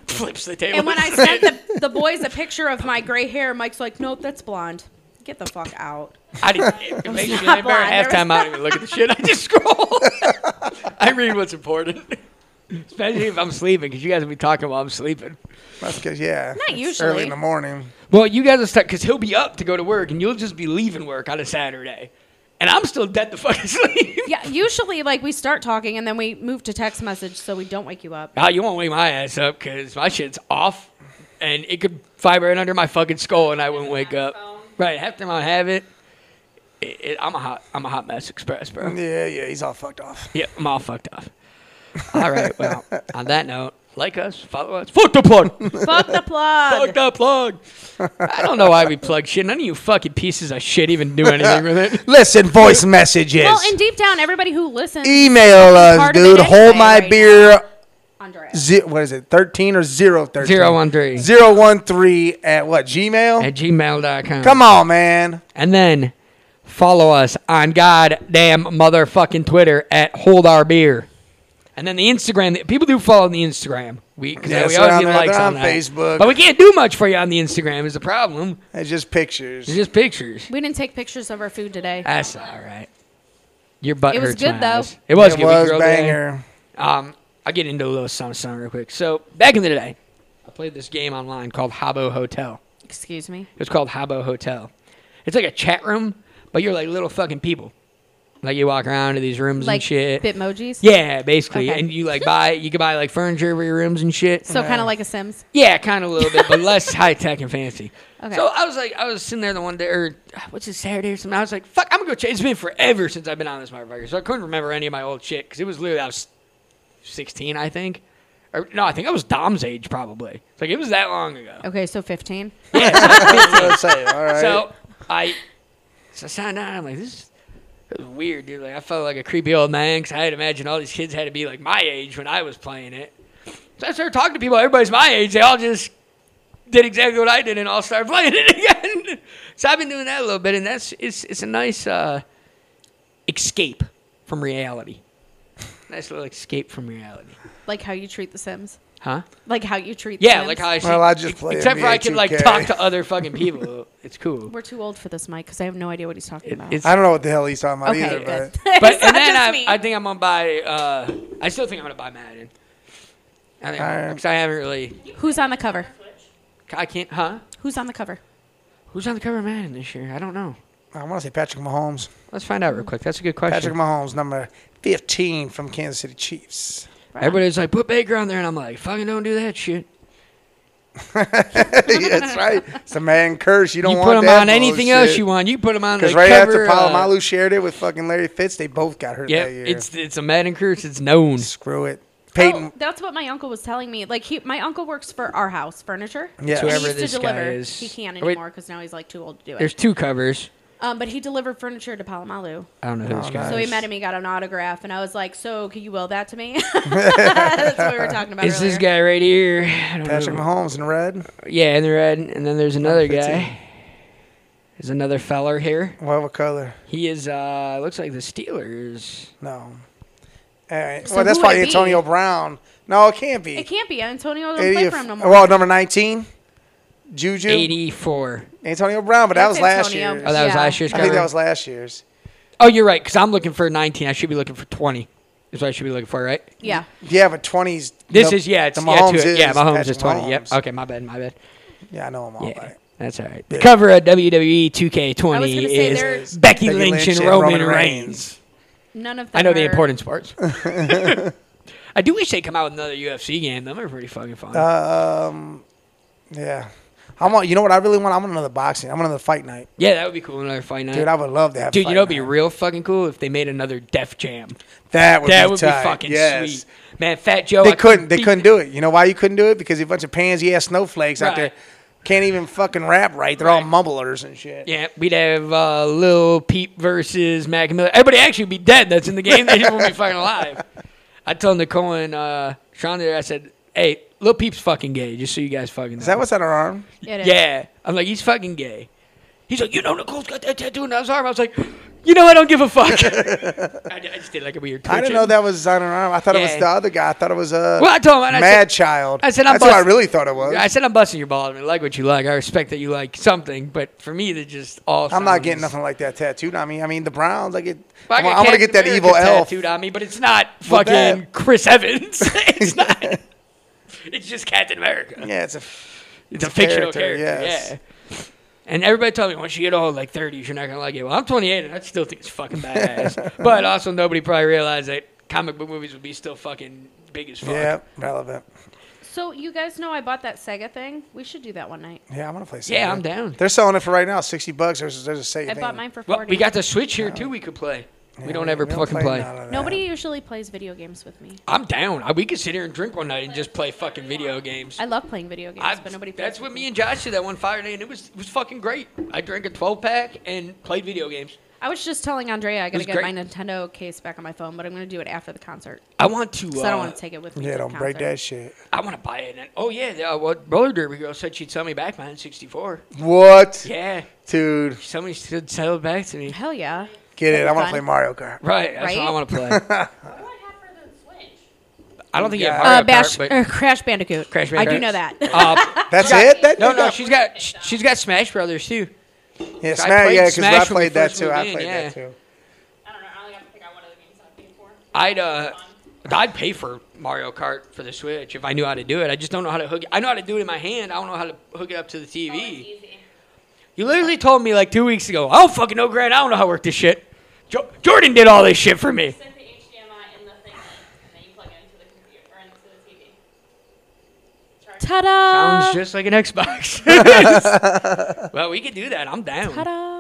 Speaker 4: Flips the table.
Speaker 5: And when I sent the, the boys a picture of my gray hair, Mike's like, nope, that's blonde. Get the fuck out.
Speaker 4: I didn't. It it makes me
Speaker 5: not
Speaker 4: embarrassed.
Speaker 5: blind.
Speaker 4: Half time, I don't even look at the shit. I just scroll. I read what's important, especially if I'm sleeping, because you guys will be talking while I'm sleeping.
Speaker 2: That's 'cause- yeah.
Speaker 5: Not
Speaker 2: it's
Speaker 5: usually.
Speaker 2: Early in the morning.
Speaker 4: Well, you guys are stuck because he'll be up to go to work, and you'll just be leaving work on a Saturday, and I'm still dead to fucking sleep.
Speaker 5: Yeah, usually like we start talking and then we move to text message so we don't wake you up.
Speaker 4: Ah, you won't wake my ass up because my shit's off, and it could vibrate under my fucking skull, and I wouldn't wake up. Right, half time I have it. it, it I'm a hot, I'm a hot mess express, bro.
Speaker 2: Yeah, yeah. He's all fucked off.
Speaker 4: Yeah, I'm all fucked up. All right, well, on that note, like us, follow us. Fuck the plug.
Speaker 5: Fuck the
Speaker 4: Fuck
Speaker 5: plug.
Speaker 4: the plug. I don't know why we plug shit. None of you fucking pieces of shit even do anything with it.
Speaker 2: Listen, voice messages.
Speaker 5: Well, and deep down, everybody who listens,
Speaker 4: E
Speaker 2: Email us,
Speaker 5: part of it
Speaker 2: dude.
Speaker 5: anyway
Speaker 2: Hold my
Speaker 5: right
Speaker 2: beer.
Speaker 5: Andrea.
Speaker 2: Zi- what is it? Thirteen or zero thirteen?
Speaker 4: 013.
Speaker 2: 013 at what? Gmail.
Speaker 4: At gmail.com.
Speaker 2: Come on, man.
Speaker 4: And then follow us on goddamn motherfucking Twitter at Hold Our Beer. And then the Instagram. People do follow the Instagram. We, 'cause
Speaker 2: Yeah,
Speaker 4: we
Speaker 2: so
Speaker 4: always
Speaker 2: on
Speaker 4: get
Speaker 2: there,
Speaker 4: likes
Speaker 2: they're
Speaker 4: on,
Speaker 2: on
Speaker 4: that.
Speaker 2: Facebook.
Speaker 4: But we can't do much for you on the Instagram is the problem.
Speaker 2: It's just pictures.
Speaker 4: It's just pictures.
Speaker 5: We didn't take pictures of our food today.
Speaker 4: That's all right. Your butt
Speaker 5: It was
Speaker 4: hurts
Speaker 5: good,
Speaker 4: my
Speaker 5: though.
Speaker 4: ass. It was
Speaker 2: it
Speaker 4: good. We
Speaker 2: was
Speaker 4: grilled it.
Speaker 2: banger.
Speaker 4: Um, I'll get into a little something, something real quick. So back in the day, I played this game online called Habbo Hotel.
Speaker 5: Excuse me.
Speaker 4: It was called Habbo Hotel. It's like a chat room, but you're like little fucking people. Like you walk around to these rooms
Speaker 5: Like
Speaker 4: and shit.
Speaker 5: Bitmojis.
Speaker 4: yeah, basically,
Speaker 5: Okay.
Speaker 4: and you like buy you can buy like furniture for your rooms and shit.
Speaker 5: So kind of like a Sims.
Speaker 4: Yeah, kind of a little bit, but less high tech and fancy.
Speaker 5: Okay.
Speaker 4: So I was like, I was sitting there the one day, or uh, what's it, Saturday or something. I was like, fuck, I'm gonna go check. It's been forever since I've been on this motherfucker, so I couldn't remember any of my old shit because it was literally I was 16, I think, or no, I think I was Dom's age probably. It's like it was that long ago.
Speaker 5: Okay, so 15.
Speaker 2: That's what I'm saying, all right.
Speaker 4: So I, so I signed on. I'm like, this is it was weird, dude. Like I felt like a creepy old man because I had imagined all these kids had to be like my age when I was playing it. So I started talking to people. Everybody's my age. They all just did exactly what I did and all started playing it again. so I've been doing that a little bit, and that's it's it's a nice uh, escape from reality. Nice little escape from reality,
Speaker 5: Like how you treat the Sims.
Speaker 4: huh?
Speaker 5: Like how you treat the
Speaker 4: Yeah,
Speaker 5: Sims.
Speaker 4: like how I
Speaker 2: Well, I just play
Speaker 4: except for I
Speaker 2: NBA
Speaker 4: can like
Speaker 2: 2K.
Speaker 4: talk to other fucking people. It's cool.
Speaker 5: We're too old for this, Mike, because I have no idea what he's talking about.
Speaker 4: It's
Speaker 2: I don't know what the hell he's talking about
Speaker 5: okay,
Speaker 2: either,
Speaker 5: good.
Speaker 2: but
Speaker 4: But
Speaker 5: It's not
Speaker 4: and then
Speaker 5: just
Speaker 4: I,
Speaker 5: me.
Speaker 4: I think I'm gonna buy. Uh, I still think I'm gonna buy Madden. I think
Speaker 2: Alright.
Speaker 4: because I haven't really.
Speaker 5: Who's on the cover?
Speaker 4: I can't. Huh?
Speaker 5: Who's on the cover?
Speaker 4: Who's on the cover of Madden this year? I don't know.
Speaker 2: I want to say Patrick Mahomes.
Speaker 4: Let's find out real quick. That's a good question.
Speaker 2: Patrick Mahomes, number 15 from Kansas City Chiefs.
Speaker 4: Everybody's like, put Baker on there, and I'm like, fucking don't do that shit.
Speaker 2: Yeah, That's right. It's a man curse. You don't
Speaker 4: You
Speaker 2: want
Speaker 4: put him
Speaker 2: that
Speaker 4: on anything
Speaker 2: bullshit.
Speaker 4: else you want. You put him on the
Speaker 2: Because right
Speaker 4: cover. uh,
Speaker 2: after Palomalu shared it with fucking Larry Fitz, they both got hurt
Speaker 4: yeah,
Speaker 2: that year.
Speaker 4: it's it's a Madden curse. It's known.
Speaker 2: Screw it. Peyton.
Speaker 5: Oh, that's what my uncle was telling me. Like he, my uncle works for our house furniture.
Speaker 2: Yeah.
Speaker 4: It's whoever
Speaker 5: he used
Speaker 4: this
Speaker 5: to
Speaker 4: guy
Speaker 5: deliver.
Speaker 4: is.
Speaker 5: He can't
Speaker 4: Oh, wait,
Speaker 5: anymore because now he's like too old to do
Speaker 4: there's
Speaker 5: it.
Speaker 4: two covers.
Speaker 5: Um, but he delivered furniture to Palomalu.
Speaker 4: I don't know
Speaker 2: Oh,
Speaker 4: who this guy
Speaker 5: So
Speaker 4: is.
Speaker 5: he met him, he got an autograph, and I was like, "So can you will that to me?" That's what we were talking about.
Speaker 4: Is
Speaker 5: earlier.
Speaker 4: this guy right here? I don't
Speaker 2: Patrick
Speaker 4: know.
Speaker 2: Mahomes in red.
Speaker 4: Yeah, in the red. And then there's another guy.
Speaker 2: 15.
Speaker 4: There's another feller here.
Speaker 2: What what color?
Speaker 4: He is uh looks like the Steelers.
Speaker 2: No. All right.
Speaker 5: So
Speaker 2: well, that's
Speaker 5: who would
Speaker 2: probably
Speaker 5: it be?
Speaker 2: Antonio Brown. No, it can't be.
Speaker 5: It can't be Antonio. Don't
Speaker 2: Eighty-
Speaker 5: play for him no more.
Speaker 2: Well, number 19, Juju.
Speaker 4: 84.
Speaker 2: Antonio Brown, but that was
Speaker 5: That's
Speaker 2: last
Speaker 5: Antonio.
Speaker 2: year's.
Speaker 4: Oh, that was
Speaker 5: Yeah.
Speaker 4: last year's
Speaker 2: I think
Speaker 4: cover?
Speaker 2: that was last year's.
Speaker 4: Oh, you're right cuz I'm looking for 19. I should be looking for 20. Is what I should be looking for, right?
Speaker 5: yeah,
Speaker 2: Yeah, but 20s.
Speaker 4: This
Speaker 2: the-
Speaker 4: is yeah, it's
Speaker 2: the
Speaker 4: yeah,
Speaker 2: Mahomes
Speaker 4: two,
Speaker 2: is
Speaker 4: yeah, Mahomes
Speaker 2: Patrick
Speaker 4: is 20. Yep.
Speaker 2: Mahomes.
Speaker 4: Okay, my bad, my bad.
Speaker 2: Yeah, I know him all
Speaker 4: Yeah.
Speaker 2: about it.
Speaker 4: That's all right. The cover of E WWE
Speaker 5: I
Speaker 4: 2K20
Speaker 5: was gonna say
Speaker 4: is
Speaker 5: there's-
Speaker 4: Becky,
Speaker 2: Becky
Speaker 4: Lynch, and Roman, Reigns.
Speaker 5: none of them.
Speaker 4: I know the
Speaker 5: are-
Speaker 4: importance parts. I do wish they come out with another UFC game. Them are pretty fucking fun.
Speaker 2: Uh, Yeah. I want, you know what I really want? I want another boxing. I want another fight night.
Speaker 4: yeah, that would be cool. Another fight night.
Speaker 2: Dude, I would love to have
Speaker 4: Mm. Dude,
Speaker 2: fight
Speaker 4: you know, it'd be
Speaker 2: night.
Speaker 4: real fucking cool if they made another Def Jam.
Speaker 2: That would
Speaker 4: that
Speaker 2: be
Speaker 4: would
Speaker 2: tight.
Speaker 4: be fucking
Speaker 2: yes.
Speaker 4: sweet, man. Fat Joe.
Speaker 2: They
Speaker 4: I
Speaker 2: couldn't. They
Speaker 4: beat-
Speaker 2: couldn't do it. You know why you couldn't do it? Because a bunch of pansy ass snowflakes out there
Speaker 4: Right.
Speaker 2: can't even fucking rap right. They're all mumblers and shit.
Speaker 4: Yeah, we'd have uh, Lil Peep versus Mac Miller. Everybody actually be dead. That's in the game. They won't be fucking alive. I told Nicole and uh, Sean there. I said, "Hey, Lil Peep's fucking gay. Just so you guys fucking know."
Speaker 2: Is that what's on her arm?
Speaker 5: It is.
Speaker 4: Yeah. I'm like, he's fucking gay. He's like, you know, Nicole's got that tattoo, and I was arm. I was like, You know I don't give a fuck. I, I just did like a weird. Twitch
Speaker 2: I didn't know that was I don't know. I thought it
Speaker 4: Yeah.
Speaker 2: was the other guy. I thought it was uh,
Speaker 4: Well, I told him, and I
Speaker 2: Mad
Speaker 4: said-
Speaker 2: Child.
Speaker 4: I said, I'm
Speaker 2: that's what I
Speaker 4: bust-
Speaker 2: really thought it was.
Speaker 4: I said I'm busting your balls. I mean, like what you like. I respect that you like something, but for me, they're just all.
Speaker 2: I'm not getting
Speaker 4: sounds-
Speaker 2: nothing like that tattooed on me. I mean, the Browns. I get.
Speaker 4: If I
Speaker 2: I'm, I'm gonna
Speaker 4: Captain
Speaker 2: get that
Speaker 4: America
Speaker 2: evil elf.
Speaker 4: tattooed on me, but it's not
Speaker 2: Well,
Speaker 4: fucking
Speaker 2: that-
Speaker 4: Chris Evans. it's not. It's just Captain America.
Speaker 2: Yeah, it's a.
Speaker 4: It's a fictional
Speaker 2: character,
Speaker 4: character.
Speaker 2: yes.
Speaker 4: Yeah. And everybody told me once you get old, like 30s, you're not gonna like it. Well, I'm 28, and I still think it's fucking badass. but also, nobody probably realized that comic book movies would be still fucking big as fuck.
Speaker 2: Yeah, relevant.
Speaker 5: So you guys know I bought that Sega thing. We should do that one night.
Speaker 2: Yeah, I'm gonna play. Sega.
Speaker 4: Yeah, I'm down.
Speaker 2: They're selling it for right now, sixty bucks. There's there's a Sega.
Speaker 5: I
Speaker 2: thing.
Speaker 5: bought mine for
Speaker 4: Well,
Speaker 5: forty.
Speaker 4: we got the Switch here too. We could play. we don't ever
Speaker 2: We don't
Speaker 4: fucking play.
Speaker 2: none of that.
Speaker 5: Nobody usually plays video games with me.
Speaker 4: I'm down. I- We could sit here and drink one night and just play fucking video games.
Speaker 5: I love playing video games,
Speaker 4: I-
Speaker 5: but nobody. Plays
Speaker 4: that's
Speaker 5: with
Speaker 4: what me and Josh did that one fire day, and it was it was fucking great. I drank a 12 pack and played video games.
Speaker 5: I was just telling Andrea I gotta
Speaker 4: was
Speaker 5: get
Speaker 4: great.
Speaker 5: my Nintendo case back on my phone, but I'm gonna do it after the concert
Speaker 4: I want to.
Speaker 5: because
Speaker 4: uh,
Speaker 5: I don't want to take it with me.
Speaker 2: Yeah,
Speaker 5: to the
Speaker 2: don't break
Speaker 5: concert.
Speaker 2: that shit.
Speaker 4: I want to buy it. And, oh yeah, the, uh, what roller derby girl said she'd sell me back my N64.
Speaker 2: What,
Speaker 4: Yeah,
Speaker 2: dude?
Speaker 4: somebody should sell it back to me.
Speaker 5: Hell yeah!
Speaker 2: Get it? I want
Speaker 5: Fun.
Speaker 2: to play Mario Kart.
Speaker 4: Right, that's what I
Speaker 5: Right?
Speaker 4: want to play.
Speaker 6: What do I have for the Switch?
Speaker 4: I don't think you have Mario
Speaker 5: Uh, Bash,
Speaker 4: Kart, but
Speaker 5: uh, Crash Bandicoot.
Speaker 4: Crash
Speaker 5: I do
Speaker 4: Bandicoot.
Speaker 5: know that.
Speaker 4: uh,
Speaker 2: That's it. That,
Speaker 4: no, no, she's got she's got Smash Brothers too.
Speaker 2: yeah,
Speaker 4: I
Speaker 2: Smash.
Speaker 4: played
Speaker 2: Yeah, because
Speaker 4: Smash
Speaker 2: I
Speaker 4: when we
Speaker 2: played that
Speaker 4: first
Speaker 2: too.
Speaker 4: moved
Speaker 2: I
Speaker 4: in,
Speaker 2: played
Speaker 4: yeah.
Speaker 2: that too.
Speaker 6: I don't know. I only got to pick out one of the games I'm paying for.
Speaker 4: I'd uh, I'd pay for Mario Kart for the Switch if I knew how to do it. I just don't know how to hook. It. I know how to do it in my hand. I don't know how to hook it up to the
Speaker 6: Oh, it's
Speaker 4: TV.
Speaker 6: easy.
Speaker 4: You literally told me like two weeks ago. I don't fucking know, Grant. I don't know how to work this shit. Jo- Jordan did all this shit for me.
Speaker 6: Stick the HDMI in the thing, and then you plug it into the computer or into the TV. Charge it.
Speaker 5: Ta-da!
Speaker 4: Sounds just like an Xbox. well, we could do that. I'm down.
Speaker 5: Ta-da!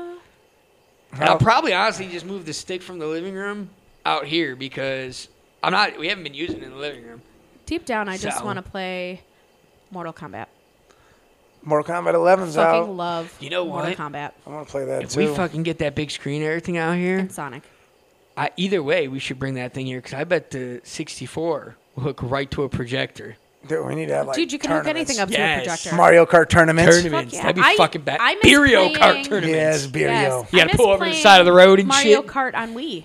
Speaker 4: And I'll probably honestly just move the stick from the living room out here because I'm not. We haven't been using it in the living room.
Speaker 5: Deep down, I just
Speaker 4: So-
Speaker 5: want to play Mortal Kombat.
Speaker 2: Mortal Kombat 11's
Speaker 5: Fucking
Speaker 2: out.
Speaker 5: love
Speaker 4: You know
Speaker 5: Mortal
Speaker 4: what?
Speaker 5: Kombat
Speaker 2: I want to play that
Speaker 4: If
Speaker 2: too.
Speaker 4: we fucking get that big screen and everything out here,
Speaker 5: and Sonic.
Speaker 4: I, either way, we should bring that thing here because I bet the 64 will hook right to a projector.
Speaker 2: Dude, we need to have like
Speaker 5: Dude, you can hook anything up to
Speaker 4: Yes.
Speaker 5: a projector.
Speaker 2: Mario Kart tournaments.
Speaker 4: Tournaments.
Speaker 5: yeah.
Speaker 4: That'd be
Speaker 5: I-
Speaker 4: fucking bad.
Speaker 5: I miss
Speaker 4: Mario
Speaker 5: playing-
Speaker 4: Kart tournaments.
Speaker 2: Yes, Beerio.
Speaker 5: Yes.
Speaker 4: You
Speaker 5: I
Speaker 4: gotta
Speaker 5: miss
Speaker 4: pull over to the
Speaker 5: playing
Speaker 4: side of the road and
Speaker 5: Mario
Speaker 4: shit.
Speaker 5: Kart on Wii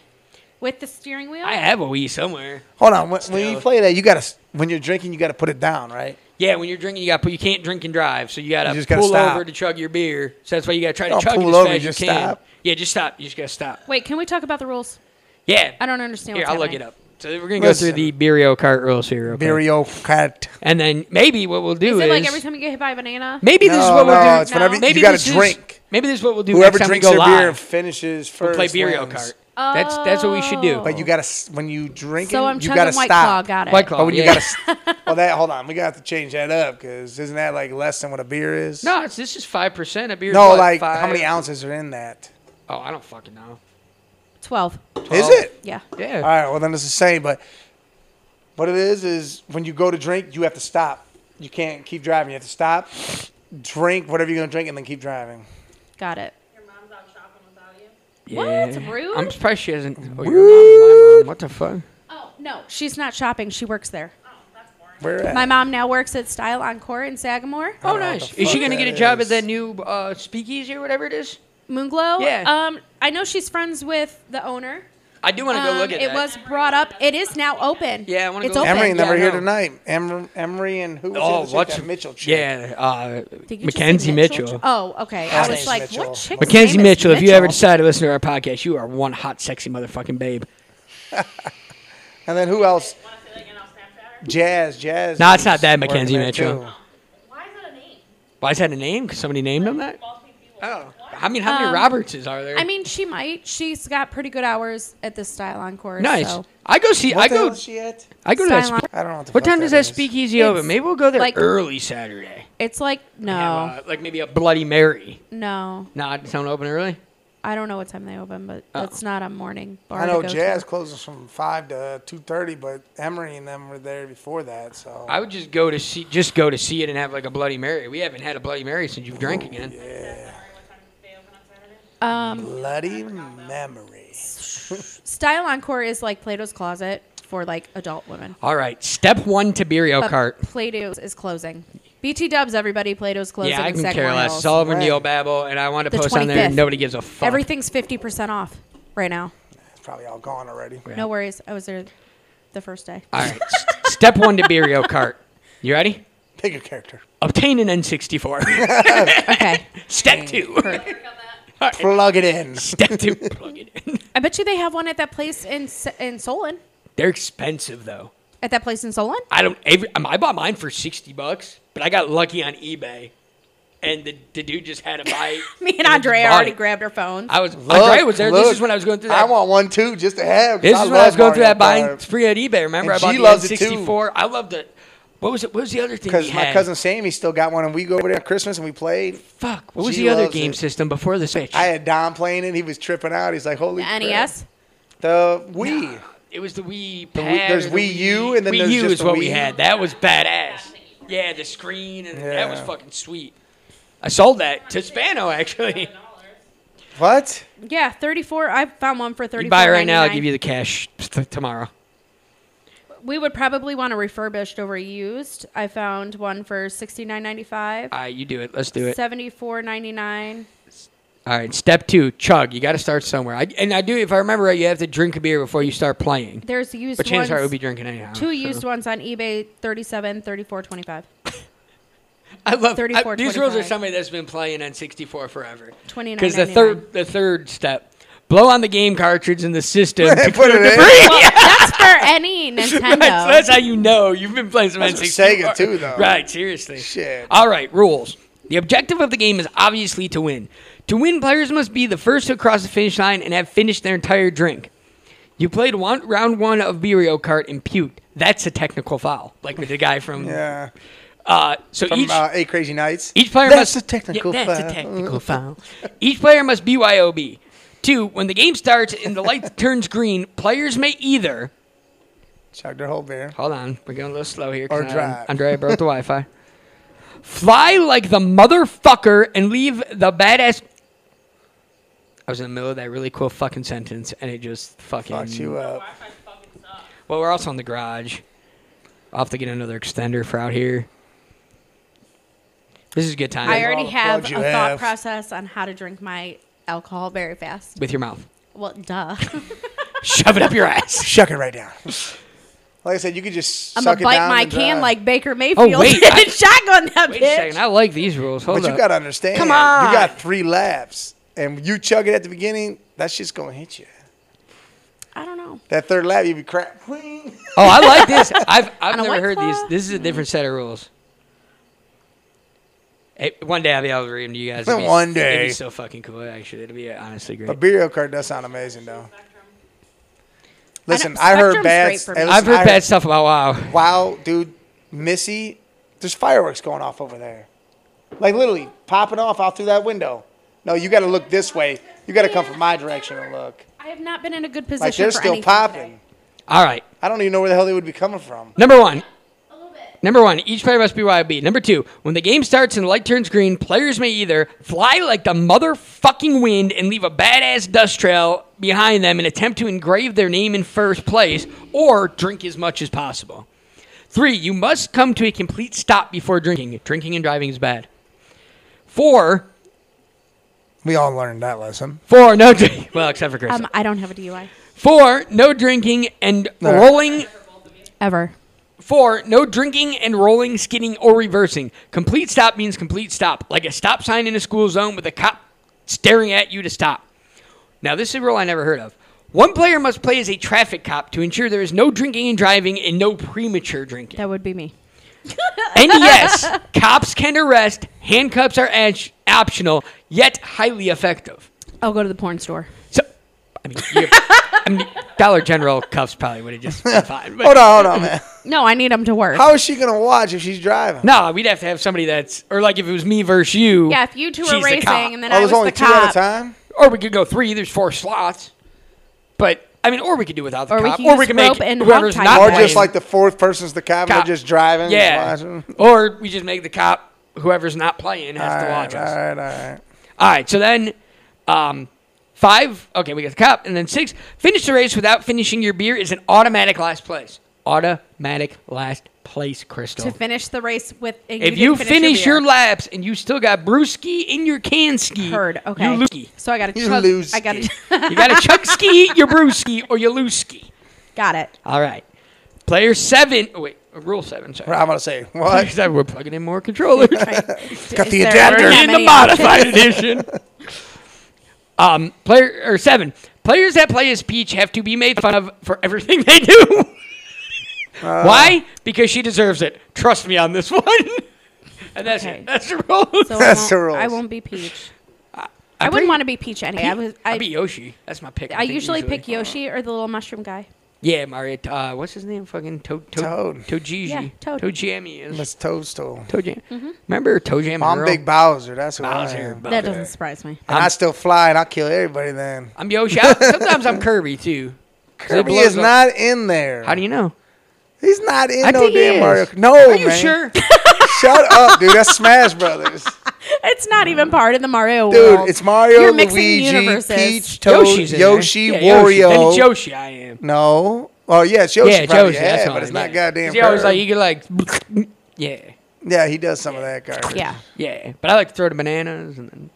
Speaker 5: with the steering wheel.
Speaker 4: I have a Wii somewhere.
Speaker 2: Hold on. When, when
Speaker 4: Still.
Speaker 2: you play that, you gotta s- when you're drinking, you gotta put it down, right?
Speaker 4: Yeah, when you're drinking, you got to you can't drink and drive, so you got
Speaker 2: You
Speaker 4: to
Speaker 2: just gotta
Speaker 4: pull
Speaker 2: stop.
Speaker 4: over to chug your beer. So that's why you got to try to
Speaker 2: Don't
Speaker 4: chug
Speaker 2: pull
Speaker 4: it as
Speaker 2: over,
Speaker 4: fast as
Speaker 2: just
Speaker 4: you can.
Speaker 2: stop.
Speaker 4: Yeah, just stop. You just got to stop.
Speaker 5: Wait, can we talk about the rules?
Speaker 4: Yeah,
Speaker 5: I don't understand.
Speaker 4: Here,
Speaker 5: what's
Speaker 4: I'll look it
Speaker 5: happening.
Speaker 4: up. So we're gonna go through
Speaker 2: Listen.
Speaker 4: the Beerio Kart rules here, okay?
Speaker 2: Mario Kart.
Speaker 4: and then maybe what we'll do
Speaker 5: Is
Speaker 4: is,
Speaker 5: it like every time you get hit by a banana?
Speaker 4: maybe this is
Speaker 2: No,
Speaker 4: what we'll
Speaker 2: no,
Speaker 4: do.
Speaker 2: it's whenever
Speaker 5: No.
Speaker 2: you
Speaker 4: maybe
Speaker 2: gotta
Speaker 4: this is-
Speaker 2: drink.
Speaker 4: maybe this is what we'll do.
Speaker 2: Whoever
Speaker 4: next time
Speaker 2: drinks
Speaker 4: we
Speaker 2: their
Speaker 4: go
Speaker 2: beer
Speaker 4: live.
Speaker 2: finishes
Speaker 4: We'll
Speaker 2: first.
Speaker 4: play Beerio
Speaker 2: wins.
Speaker 4: Kart. That's that's what we should do.
Speaker 5: Oh.
Speaker 2: But you gotta s- when you drink
Speaker 5: So
Speaker 2: it,
Speaker 5: I'm
Speaker 2: you
Speaker 5: chugging
Speaker 2: gotta
Speaker 5: White Claw.
Speaker 2: stop.
Speaker 5: Got it.
Speaker 4: White Claw.
Speaker 2: But when you
Speaker 4: yeah.
Speaker 2: gotta, s- well, that hold on, we gotta have to change that up because isn't that like less than what a beer is?
Speaker 4: No, it's, this is five percent. A beer.
Speaker 2: no,
Speaker 4: what,
Speaker 2: like
Speaker 4: five?
Speaker 2: how many ounces are in that?
Speaker 4: Oh, I don't fucking know.
Speaker 5: Twelve.
Speaker 2: Is
Speaker 4: Twelve.
Speaker 2: it?
Speaker 5: Yeah.
Speaker 4: Yeah.
Speaker 2: All right, well then it's the same. But what it is is when you go to drink, you have to stop. You can't keep driving. You have to stop, drink whatever you're gonna drink, and then keep driving.
Speaker 5: Got it.
Speaker 6: Your mom's out shopping without you.
Speaker 5: What?
Speaker 4: Yeah.
Speaker 5: That's rude.
Speaker 4: I'm surprised she hasn't. Oh, your mom, my mom. What the fuck?
Speaker 5: Oh no, she's not shopping. She works there.
Speaker 6: Oh, that's boring.
Speaker 2: Where at?
Speaker 5: My mom now works at Style Encore in Sagamore.
Speaker 4: Oh,
Speaker 2: know what
Speaker 4: nice.
Speaker 2: the
Speaker 4: Is she
Speaker 2: fuck
Speaker 4: gonna
Speaker 2: that
Speaker 4: get a job
Speaker 2: is.
Speaker 4: at that new uh, speakeasy or whatever it is?
Speaker 5: Moonglow.
Speaker 4: Yeah.
Speaker 5: Um, I know she's friends with the owner.
Speaker 4: I do want to
Speaker 5: Um,
Speaker 4: go look at
Speaker 5: it
Speaker 4: that.
Speaker 5: was brought up. It is now open.
Speaker 4: Yeah, I wanna
Speaker 5: It's
Speaker 4: go-
Speaker 5: open.
Speaker 2: Emery and them
Speaker 4: Yeah,
Speaker 2: are
Speaker 4: I
Speaker 2: here
Speaker 4: know.
Speaker 2: tonight. Em- Emery and who was the
Speaker 4: Oh,
Speaker 2: other chick?
Speaker 4: what's
Speaker 2: That Mitchell? Chick.
Speaker 4: Yeah, uh,
Speaker 5: Did you just say
Speaker 4: Mackenzie Mitchell.
Speaker 5: Oh, okay.
Speaker 2: Last
Speaker 5: I was
Speaker 2: name's
Speaker 5: like,
Speaker 2: Mitchell.
Speaker 5: what chick?
Speaker 4: Mackenzie Mitchell, if you ever decide to listen to our podcast, you are one hot, sexy motherfucking babe.
Speaker 2: And then who else?
Speaker 6: Want to say that again on Snapchat?
Speaker 2: Jazz, Jazz.
Speaker 4: No, it's not that
Speaker 2: is working
Speaker 4: Mackenzie
Speaker 2: there,
Speaker 4: Mitchell.
Speaker 2: too.
Speaker 6: Why is that a name?
Speaker 4: Why is that a name? 'Cause somebody named him that?
Speaker 6: Multiple people.
Speaker 4: Oh.
Speaker 6: What?
Speaker 4: I mean, how many
Speaker 5: Um,
Speaker 4: Robertses are there?
Speaker 5: I mean, she might. She's got pretty good hours at the Style Encore.
Speaker 4: nice.
Speaker 5: So.
Speaker 4: I go see.
Speaker 2: What
Speaker 4: I
Speaker 2: the hell
Speaker 4: go.
Speaker 2: is she at?
Speaker 4: I go to that.
Speaker 5: Style
Speaker 4: spe-
Speaker 2: I don't know what the
Speaker 4: what
Speaker 2: fuck
Speaker 4: time does that
Speaker 2: is.
Speaker 4: speakeasy
Speaker 5: It's
Speaker 4: open? Maybe we'll go there
Speaker 5: like-
Speaker 4: early Saturday.
Speaker 5: It's like no,
Speaker 4: Have, uh, like maybe a Bloody Mary.
Speaker 5: no.
Speaker 4: Nah, it's not open early.
Speaker 5: I don't know what time they open, but
Speaker 4: Oh.
Speaker 5: that's not a morning bar.
Speaker 2: I know
Speaker 5: to go
Speaker 2: Jazz
Speaker 5: To.
Speaker 2: closes from five to two thirty, but Emery and them were there before that. So
Speaker 4: I would just go to see, just go to see it and have like a Bloody Mary. We haven't had a Bloody Mary since you've drank again.
Speaker 6: Sorry, what time do they open on Saturday?
Speaker 5: Um,
Speaker 2: bloody memory.
Speaker 5: Style Encore is like Plato's Closet for like adult women.
Speaker 4: All right, step one to Beerio
Speaker 5: But
Speaker 4: cart.
Speaker 5: Plato's is closing. BT Dubs, everybody. Plato's closing.
Speaker 4: Yeah, I
Speaker 5: in
Speaker 4: can
Speaker 5: Sagamore
Speaker 4: care less.
Speaker 5: Hills.
Speaker 4: It's all over
Speaker 2: Right.
Speaker 4: Neil Babel, and I want to
Speaker 5: The
Speaker 4: post on there. and
Speaker 5: 25th.
Speaker 4: Nobody gives a fuck.
Speaker 5: Everything's fifty percent off. right now.
Speaker 2: It's probably all gone already.
Speaker 5: No worries. I was there the first day.
Speaker 4: All right. s- Step one to be Rio Kart. You ready?
Speaker 2: Pick a character.
Speaker 4: Obtain an N64.
Speaker 5: Okay.
Speaker 4: Step two.
Speaker 6: Work on that.
Speaker 2: Plug it in.
Speaker 4: Step two. Plug it in.
Speaker 5: I bet you they have one at that place in S- in Solon.
Speaker 4: They're expensive though.
Speaker 5: At that place in Solon?
Speaker 4: I don't. Every, um, I bought mine for sixty bucks, but I got lucky on eBay, and the, the dude just had to buy.
Speaker 5: Me and
Speaker 4: just
Speaker 5: Andrea
Speaker 4: bought
Speaker 5: already
Speaker 4: it.
Speaker 5: grabbed our phones.
Speaker 4: I was. Andrea was there. this
Speaker 2: look,
Speaker 4: is when I was going through
Speaker 2: I
Speaker 4: that.
Speaker 2: want one too, just to have. 'cause
Speaker 4: this is when I
Speaker 2: love
Speaker 4: was going through
Speaker 2: Mario
Speaker 4: that buying
Speaker 2: Kart.
Speaker 4: spree at eBay. Remember,
Speaker 2: And
Speaker 4: I bought
Speaker 2: she
Speaker 4: the
Speaker 2: loves it, too.
Speaker 4: N64. I loved it. What was it? What was the other thing?
Speaker 2: Because
Speaker 4: we
Speaker 2: my
Speaker 4: had?
Speaker 2: cousin Sammy still got one, and we go over there at Christmas and we played.
Speaker 4: Fuck. What was
Speaker 2: She
Speaker 4: the other
Speaker 2: loves
Speaker 4: game
Speaker 2: it.
Speaker 4: system before the Switch?
Speaker 2: I had Don playing it. He was tripping out. He's like, "Holy
Speaker 5: The
Speaker 2: crap.
Speaker 5: NES.
Speaker 2: The Wii.
Speaker 4: It was the Wii
Speaker 2: Wii-
Speaker 4: pad.
Speaker 2: there's
Speaker 4: or the
Speaker 2: Wii U and then
Speaker 4: Wii
Speaker 2: there's
Speaker 4: U
Speaker 2: just
Speaker 4: is
Speaker 2: the
Speaker 4: what we
Speaker 2: Wii.
Speaker 4: had. That was badass. Yeah, the screen and that was
Speaker 2: Yeah.
Speaker 4: fucking sweet. I sold that to Spano actually.
Speaker 2: What?
Speaker 5: Yeah, 34. I found one for 34.
Speaker 4: You buy it right now. I'll give you the cash t- tomorrow.
Speaker 5: We would probably want a refurbished over used. I found one for 69.95.
Speaker 4: All right, you do it. Let's do it.
Speaker 5: 74.99.
Speaker 4: All right, step two, chug. You got to start somewhere. I, and I do, if I remember right, you have to drink a beer before you start playing.
Speaker 5: There's used
Speaker 4: But chances
Speaker 5: ones.
Speaker 4: are, I would be drinking anyhow.
Speaker 5: two
Speaker 4: so.
Speaker 5: used ones on eBay 37, 34, 25.
Speaker 4: I love
Speaker 5: 34,
Speaker 4: I, these rules are
Speaker 5: 25.
Speaker 4: somebody that's been playing N64 forever. Because the
Speaker 5: 29.99.
Speaker 4: third, the third step, blow on the game cartridge in the system. to
Speaker 2: Put
Speaker 4: clear
Speaker 2: it in.
Speaker 4: debris.
Speaker 5: Well, that's for any Nintendo.
Speaker 4: That's, that's how you know you've been playing some
Speaker 2: That's what
Speaker 4: N64.
Speaker 2: Sega too, though.
Speaker 4: Right, seriously.
Speaker 2: Shit.
Speaker 4: All right, rules. The objective of the game is obviously to win. To win, players must be the first to cross the finish line and have finished their entire drink. You played one, round one of Mario Kart and puked. That's a technical foul, like with the guy from.
Speaker 2: Yeah.
Speaker 4: Uh, so
Speaker 2: From
Speaker 4: each
Speaker 2: uh, Eight Crazy Nights.
Speaker 4: each player
Speaker 2: That's
Speaker 4: must
Speaker 2: a technical
Speaker 4: Yeah, that's
Speaker 2: foul.
Speaker 4: a technical foul. Each player must BYOB. Two, when the game starts and the light turns green, players may either
Speaker 2: Chugged her whole beer.
Speaker 4: Hold on, we're going a little slow here.
Speaker 2: Or
Speaker 4: 'cause I-
Speaker 2: drive.
Speaker 4: Andrea broke the Wi-Fi. Fly like the motherfucker and leave the badass. I was in the middle of that really cool fucking sentence, and it just fucking.
Speaker 2: Fucked you
Speaker 4: Mm.
Speaker 2: up.
Speaker 6: Wi-Fi fucking sucks.
Speaker 4: Well, we're also in the garage. I'll have to get another extender for out here. This is good time
Speaker 5: I
Speaker 2: all
Speaker 5: already
Speaker 2: the
Speaker 5: have
Speaker 2: plugs
Speaker 5: a
Speaker 2: you
Speaker 5: thought
Speaker 2: have.
Speaker 5: process on how to drink my alcohol very fast.
Speaker 4: with your mouth.
Speaker 5: Well, duh.
Speaker 4: Shove it up your ass.
Speaker 2: Shuck it right down. Like I said, you could just.
Speaker 5: I'm
Speaker 2: suck
Speaker 5: gonna
Speaker 2: it
Speaker 5: bite
Speaker 2: down
Speaker 5: my
Speaker 2: and
Speaker 5: can
Speaker 2: drive.
Speaker 5: like Baker Mayfield
Speaker 4: Oh, wait,
Speaker 5: and
Speaker 4: I-
Speaker 5: shotgun that
Speaker 4: Wait a
Speaker 5: bitch.
Speaker 4: second. I like these rules. Hold
Speaker 2: But
Speaker 4: up.
Speaker 2: you gotta understand.
Speaker 4: Come on.
Speaker 2: You got three laps, and you chug it at the beginning. That shit's gonna hit you.
Speaker 5: I don't know.
Speaker 2: That third lap, you be crap.
Speaker 4: oh, I like this. I've I've
Speaker 5: On a
Speaker 4: never
Speaker 5: White
Speaker 4: heard these.
Speaker 5: Claw?
Speaker 4: This is a different set of rules. Eh, one day I'll be able to read them to you guys. It'd be-
Speaker 2: One
Speaker 4: it'd
Speaker 2: day.
Speaker 4: be so fucking cool. Actually, it'd be honestly great.
Speaker 2: But Burial card does sound amazing though. Listen,
Speaker 5: know,
Speaker 2: I, heard
Speaker 5: Spectrum's
Speaker 2: bad.
Speaker 5: great for me.
Speaker 2: listen,
Speaker 4: I've
Speaker 2: I
Speaker 4: heard bad stuff about wow.
Speaker 2: Wow, dude, Missy, there's fireworks going off over there. Like literally popping off out through that window. No, you got to look this way. You got to come from my direction and look.
Speaker 5: I have not been in a good position.
Speaker 2: Like they're
Speaker 5: for
Speaker 2: still
Speaker 5: anything today.
Speaker 2: popping.
Speaker 4: All right,
Speaker 2: I don't even know where the hell they would be coming from.
Speaker 4: number one.
Speaker 6: A little bit.
Speaker 4: Number one, each player must be YB. Number two, when the game starts and the light turns green, players may either fly like the motherfucking wind and leave a badass dust trail behind them and attempt to engrave their name in first place, or drink as much as possible. Three, you must come to a complete stop before drinking. Drinking and driving is bad. Four,
Speaker 2: We all learned that lesson.
Speaker 4: four, no drink. Well, except for Chris.
Speaker 5: Um, I don't have a DUI
Speaker 4: four, no drinking and rolling
Speaker 5: ever.
Speaker 4: Four, no drinking and rolling, skidding, or reversing. Complete stop means complete stop, like a stop sign in a school zone with a cop staring at you to stop. Now, this is a rule I never heard of. One player must play as a traffic cop to ensure there is no drinking and driving and no premature drinking.
Speaker 5: That would be me.
Speaker 4: And yes, cops can arrest. Handcuffs are ash- optional, yet highly effective.
Speaker 5: I'll go to the porn store.
Speaker 4: So, I mean, you- I mean Dollar General cuffs probably would have just been fine. but-
Speaker 2: Hold on, hold on, man.
Speaker 5: No, I need them to work.
Speaker 2: How is she gonna watch if she's driving?
Speaker 4: No, we'd have to have somebody that's, or like if it was me versus you.
Speaker 5: yeah, if you two
Speaker 4: she's
Speaker 5: are
Speaker 4: the
Speaker 5: racing
Speaker 4: cop.
Speaker 5: and then
Speaker 2: oh,
Speaker 5: I
Speaker 2: there's
Speaker 5: was
Speaker 2: only
Speaker 5: the
Speaker 2: two
Speaker 5: cop,
Speaker 2: at a time.
Speaker 4: or we could go three. There's four slots. But I mean, or we could do without the
Speaker 5: Or we
Speaker 4: cop,
Speaker 5: could
Speaker 4: or we
Speaker 5: use
Speaker 4: could make
Speaker 5: rope and
Speaker 4: whoever's
Speaker 5: hog
Speaker 4: not
Speaker 5: tie.
Speaker 2: Or
Speaker 5: Right.
Speaker 2: just like the fourth person's the cop, and
Speaker 4: cop.
Speaker 2: they're just driving.
Speaker 4: yeah,
Speaker 2: just watching.
Speaker 4: or we just make the cop whoever's not playing has to watch
Speaker 2: all
Speaker 4: us.
Speaker 2: right, all right.
Speaker 4: All right, so then um, five. Okay, we got the cop, and then six. Finish the race without finishing your beer is an automatic last place. Automatic last place, Crystal.
Speaker 5: to finish the race with. and
Speaker 4: if
Speaker 5: didn't
Speaker 4: you finish, your,
Speaker 5: beer.
Speaker 4: laps and you still got brewski in your can ski,
Speaker 5: heard, okay.
Speaker 4: you looski.
Speaker 5: So I got to
Speaker 2: You
Speaker 5: chug.
Speaker 2: lose
Speaker 5: I got to.
Speaker 4: You got to chug ski your brewski or you lose ski.
Speaker 5: got it.
Speaker 4: All right, player seven. oh, wait, rule seven. Sorry,
Speaker 2: I'm gonna say
Speaker 4: Player
Speaker 2: what?
Speaker 4: seven, we're plugging in more controllers.
Speaker 2: Got
Speaker 5: Is
Speaker 2: the
Speaker 5: there-
Speaker 2: adapter.
Speaker 5: there
Speaker 4: They're in
Speaker 5: aren't that
Speaker 4: the
Speaker 5: many
Speaker 4: modified
Speaker 5: options?
Speaker 4: edition. Um, player or seven players that play as Peach have to be made fun of for everything they do. Why? Because she deserves it. Trust me on this one. and that's
Speaker 5: Okay.
Speaker 4: it. That's the rules.
Speaker 5: So
Speaker 2: That's
Speaker 5: I,
Speaker 2: the
Speaker 5: won't, I
Speaker 2: rules.
Speaker 5: won't be Peach.
Speaker 4: I
Speaker 5: I,
Speaker 4: pre-
Speaker 5: wouldn't want to be Peach anyway. I was.
Speaker 4: I
Speaker 5: I,
Speaker 4: be Yoshi. That's my pick.
Speaker 5: I
Speaker 4: think,
Speaker 5: usually pick Yoshi or the little mushroom guy.
Speaker 4: Yeah, Mario. Uh, what's his name? Fucking to- to-
Speaker 2: Toad.
Speaker 4: Tojiji.
Speaker 5: Yeah, Toad. Mm-hmm.
Speaker 4: Tojami is.
Speaker 2: Miss Toadstool.
Speaker 4: Tojam. Remember Tojam?
Speaker 2: I'm
Speaker 4: Earl?
Speaker 2: Big Bowser. That's what I
Speaker 4: Bowser,
Speaker 2: am.
Speaker 4: Bowser.
Speaker 5: That doesn't surprise me.
Speaker 2: And I still fly and I kill everybody. Then
Speaker 4: I'm Yoshi. I- sometimes I'm Kirby too. 'Cause it
Speaker 2: Kirby
Speaker 4: blows
Speaker 2: is
Speaker 4: up.
Speaker 2: not in there.
Speaker 4: How do you know?
Speaker 2: He's not in
Speaker 4: I
Speaker 2: no
Speaker 4: think he
Speaker 2: damn
Speaker 4: is.
Speaker 2: Mario. No,
Speaker 4: Are you
Speaker 2: man.
Speaker 4: sure?
Speaker 2: Shut up, dude. That's Smash Brothers.
Speaker 5: It's not even part of the Mario
Speaker 2: Dude,
Speaker 5: world.
Speaker 2: it's Mario,
Speaker 5: You're mixing
Speaker 2: Luigi,
Speaker 5: universes.
Speaker 2: Peach, Toad,
Speaker 4: Yoshi's in there.
Speaker 2: Yoshi,
Speaker 4: Yeah, Yoshi. Then
Speaker 2: Wario.
Speaker 4: it's Yoshi. I am.
Speaker 2: No. Oh yeah, it's Yoshi.
Speaker 4: yeah,
Speaker 2: Yeah, probably.
Speaker 4: Yoshi.
Speaker 2: yeah,
Speaker 4: that's what
Speaker 2: but
Speaker 4: I
Speaker 2: it's not
Speaker 4: meant. 'Cause
Speaker 2: goddamn.
Speaker 4: He always
Speaker 2: Kirby.
Speaker 4: like you get like. yeah,
Speaker 2: yeah, he does some of that garbage.
Speaker 5: Yeah,
Speaker 4: yeah. But I like to throw the bananas and then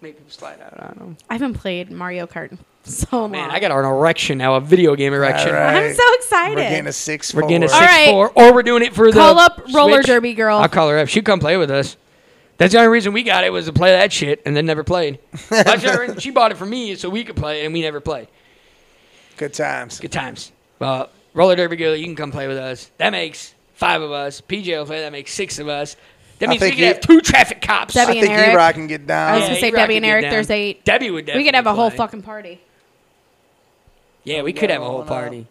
Speaker 4: make people slide out on them.
Speaker 5: I haven't played Mario Kart in so long.
Speaker 4: Man, I got an erection now, a video game erection.
Speaker 2: All right.
Speaker 5: I'm so excited.
Speaker 2: We're getting a six.
Speaker 4: We're getting a
Speaker 2: four.
Speaker 4: six
Speaker 5: All right.
Speaker 4: four, or we're doing it for the
Speaker 5: Call up Roller
Speaker 4: Switch.
Speaker 5: Derby Girl.
Speaker 4: I'll call her up. She'd come play with us. That's the only reason we got it was to play that shit, and then never played. That's the only reason she bought it for me so we could play, and we never played.
Speaker 2: Good times.
Speaker 4: Good times. Well, roller derby girl, you can come play with us. That makes five of us. PJ will play. That makes six of us. That
Speaker 2: I
Speaker 4: means we
Speaker 2: think
Speaker 4: could
Speaker 2: you-
Speaker 4: have two traffic cops.
Speaker 2: I
Speaker 5: Debbie and
Speaker 2: think
Speaker 5: Eric.
Speaker 2: E-Rock can get down.
Speaker 5: I was gonna say
Speaker 4: E-Rock
Speaker 5: Debbie
Speaker 4: could
Speaker 5: and
Speaker 4: get
Speaker 5: Eric,
Speaker 4: down.
Speaker 5: there's eight.
Speaker 4: Debbie would.
Speaker 5: we could have a whole
Speaker 4: definitely play.
Speaker 5: fucking party.
Speaker 4: Yeah, we could have a whole
Speaker 2: Going up.
Speaker 4: party.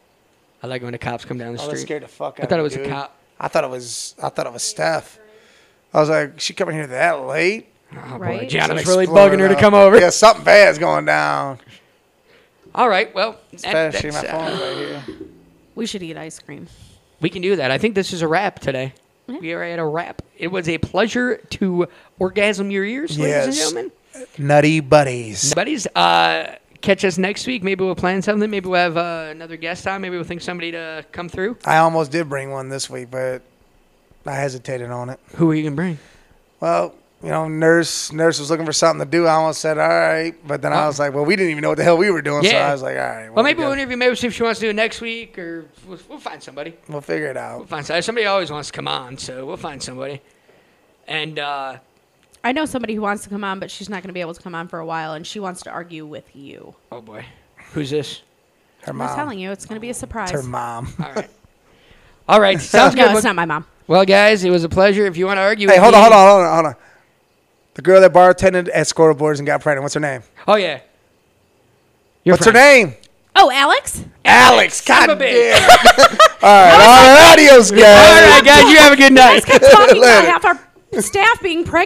Speaker 4: I like when the cops come down the
Speaker 2: I was
Speaker 4: street.
Speaker 2: Oh, scared the fuck
Speaker 4: I
Speaker 2: out. of
Speaker 4: thought it
Speaker 2: me,
Speaker 4: was a
Speaker 2: dude.
Speaker 4: cop.
Speaker 2: I thought it was. I thought it was Steph. I was like, she coming here that late?
Speaker 4: Oh boy,
Speaker 5: Right?
Speaker 4: Gianna's
Speaker 2: Some
Speaker 4: really
Speaker 2: explorer,
Speaker 4: bugging her to
Speaker 2: though.
Speaker 4: come over.
Speaker 2: Yeah, something bad's going down.
Speaker 4: All right, well, that,
Speaker 2: Especially my
Speaker 4: that's, uh,
Speaker 2: phone's right here.
Speaker 5: We should eat ice cream.
Speaker 4: we can do that. I think this is a wrap today. We are at a wrap. It was a pleasure to orgasm your ears, ladies and
Speaker 2: Yes.
Speaker 4: gentlemen.
Speaker 2: Nutty buddies.
Speaker 4: buddies. Uh, catch us next week. Maybe we'll plan something. Maybe we'll have uh, another guest on. Maybe we'll think somebody to come through.
Speaker 2: I almost did bring one this week, but I hesitated on it.
Speaker 4: Who are you gonna bring?
Speaker 2: Well, you know, nurse nurse was looking for something to do. I almost said, all right, but then I was like, well, we didn't even know what the hell we were doing, so
Speaker 4: Yeah.
Speaker 2: I was like, all right.
Speaker 4: Well, maybe we'll
Speaker 2: we'll,
Speaker 4: interview. Maybe we'll see if she wants to do it next week, or we'll, we'll find somebody.
Speaker 2: we'll figure it
Speaker 4: We'll
Speaker 2: out.
Speaker 4: find somebody. Somebody always wants to come on, so we'll find somebody. And uh,
Speaker 5: I know somebody who wants to come on, but she's not gonna be able to come on for a while, and she wants to argue with you.
Speaker 4: oh boy, who's this?
Speaker 2: Her
Speaker 5: I'm
Speaker 2: mom.
Speaker 5: telling you, it's gonna be a surprise.
Speaker 2: It's her mom.
Speaker 4: All right. All right, sounds good.
Speaker 5: No,
Speaker 4: Well-
Speaker 5: it's not my mom.
Speaker 4: Well, guys, it was a pleasure. If you want to argue,
Speaker 2: Hey,
Speaker 4: with
Speaker 2: hold on,
Speaker 4: me-
Speaker 2: hold on, hold on, hold on. The girl that bartended at Scoreboards and got pregnant. What's her name?
Speaker 4: Oh yeah. Your
Speaker 2: What's
Speaker 4: friend.
Speaker 2: her name?
Speaker 5: Oh, Alex.
Speaker 2: Alex.
Speaker 4: Son
Speaker 2: God
Speaker 4: of a bitch.
Speaker 2: damn. All right, all right, adios, guys.
Speaker 4: All right, guys, you have a good night.
Speaker 5: Talking about half our staff being pregnant.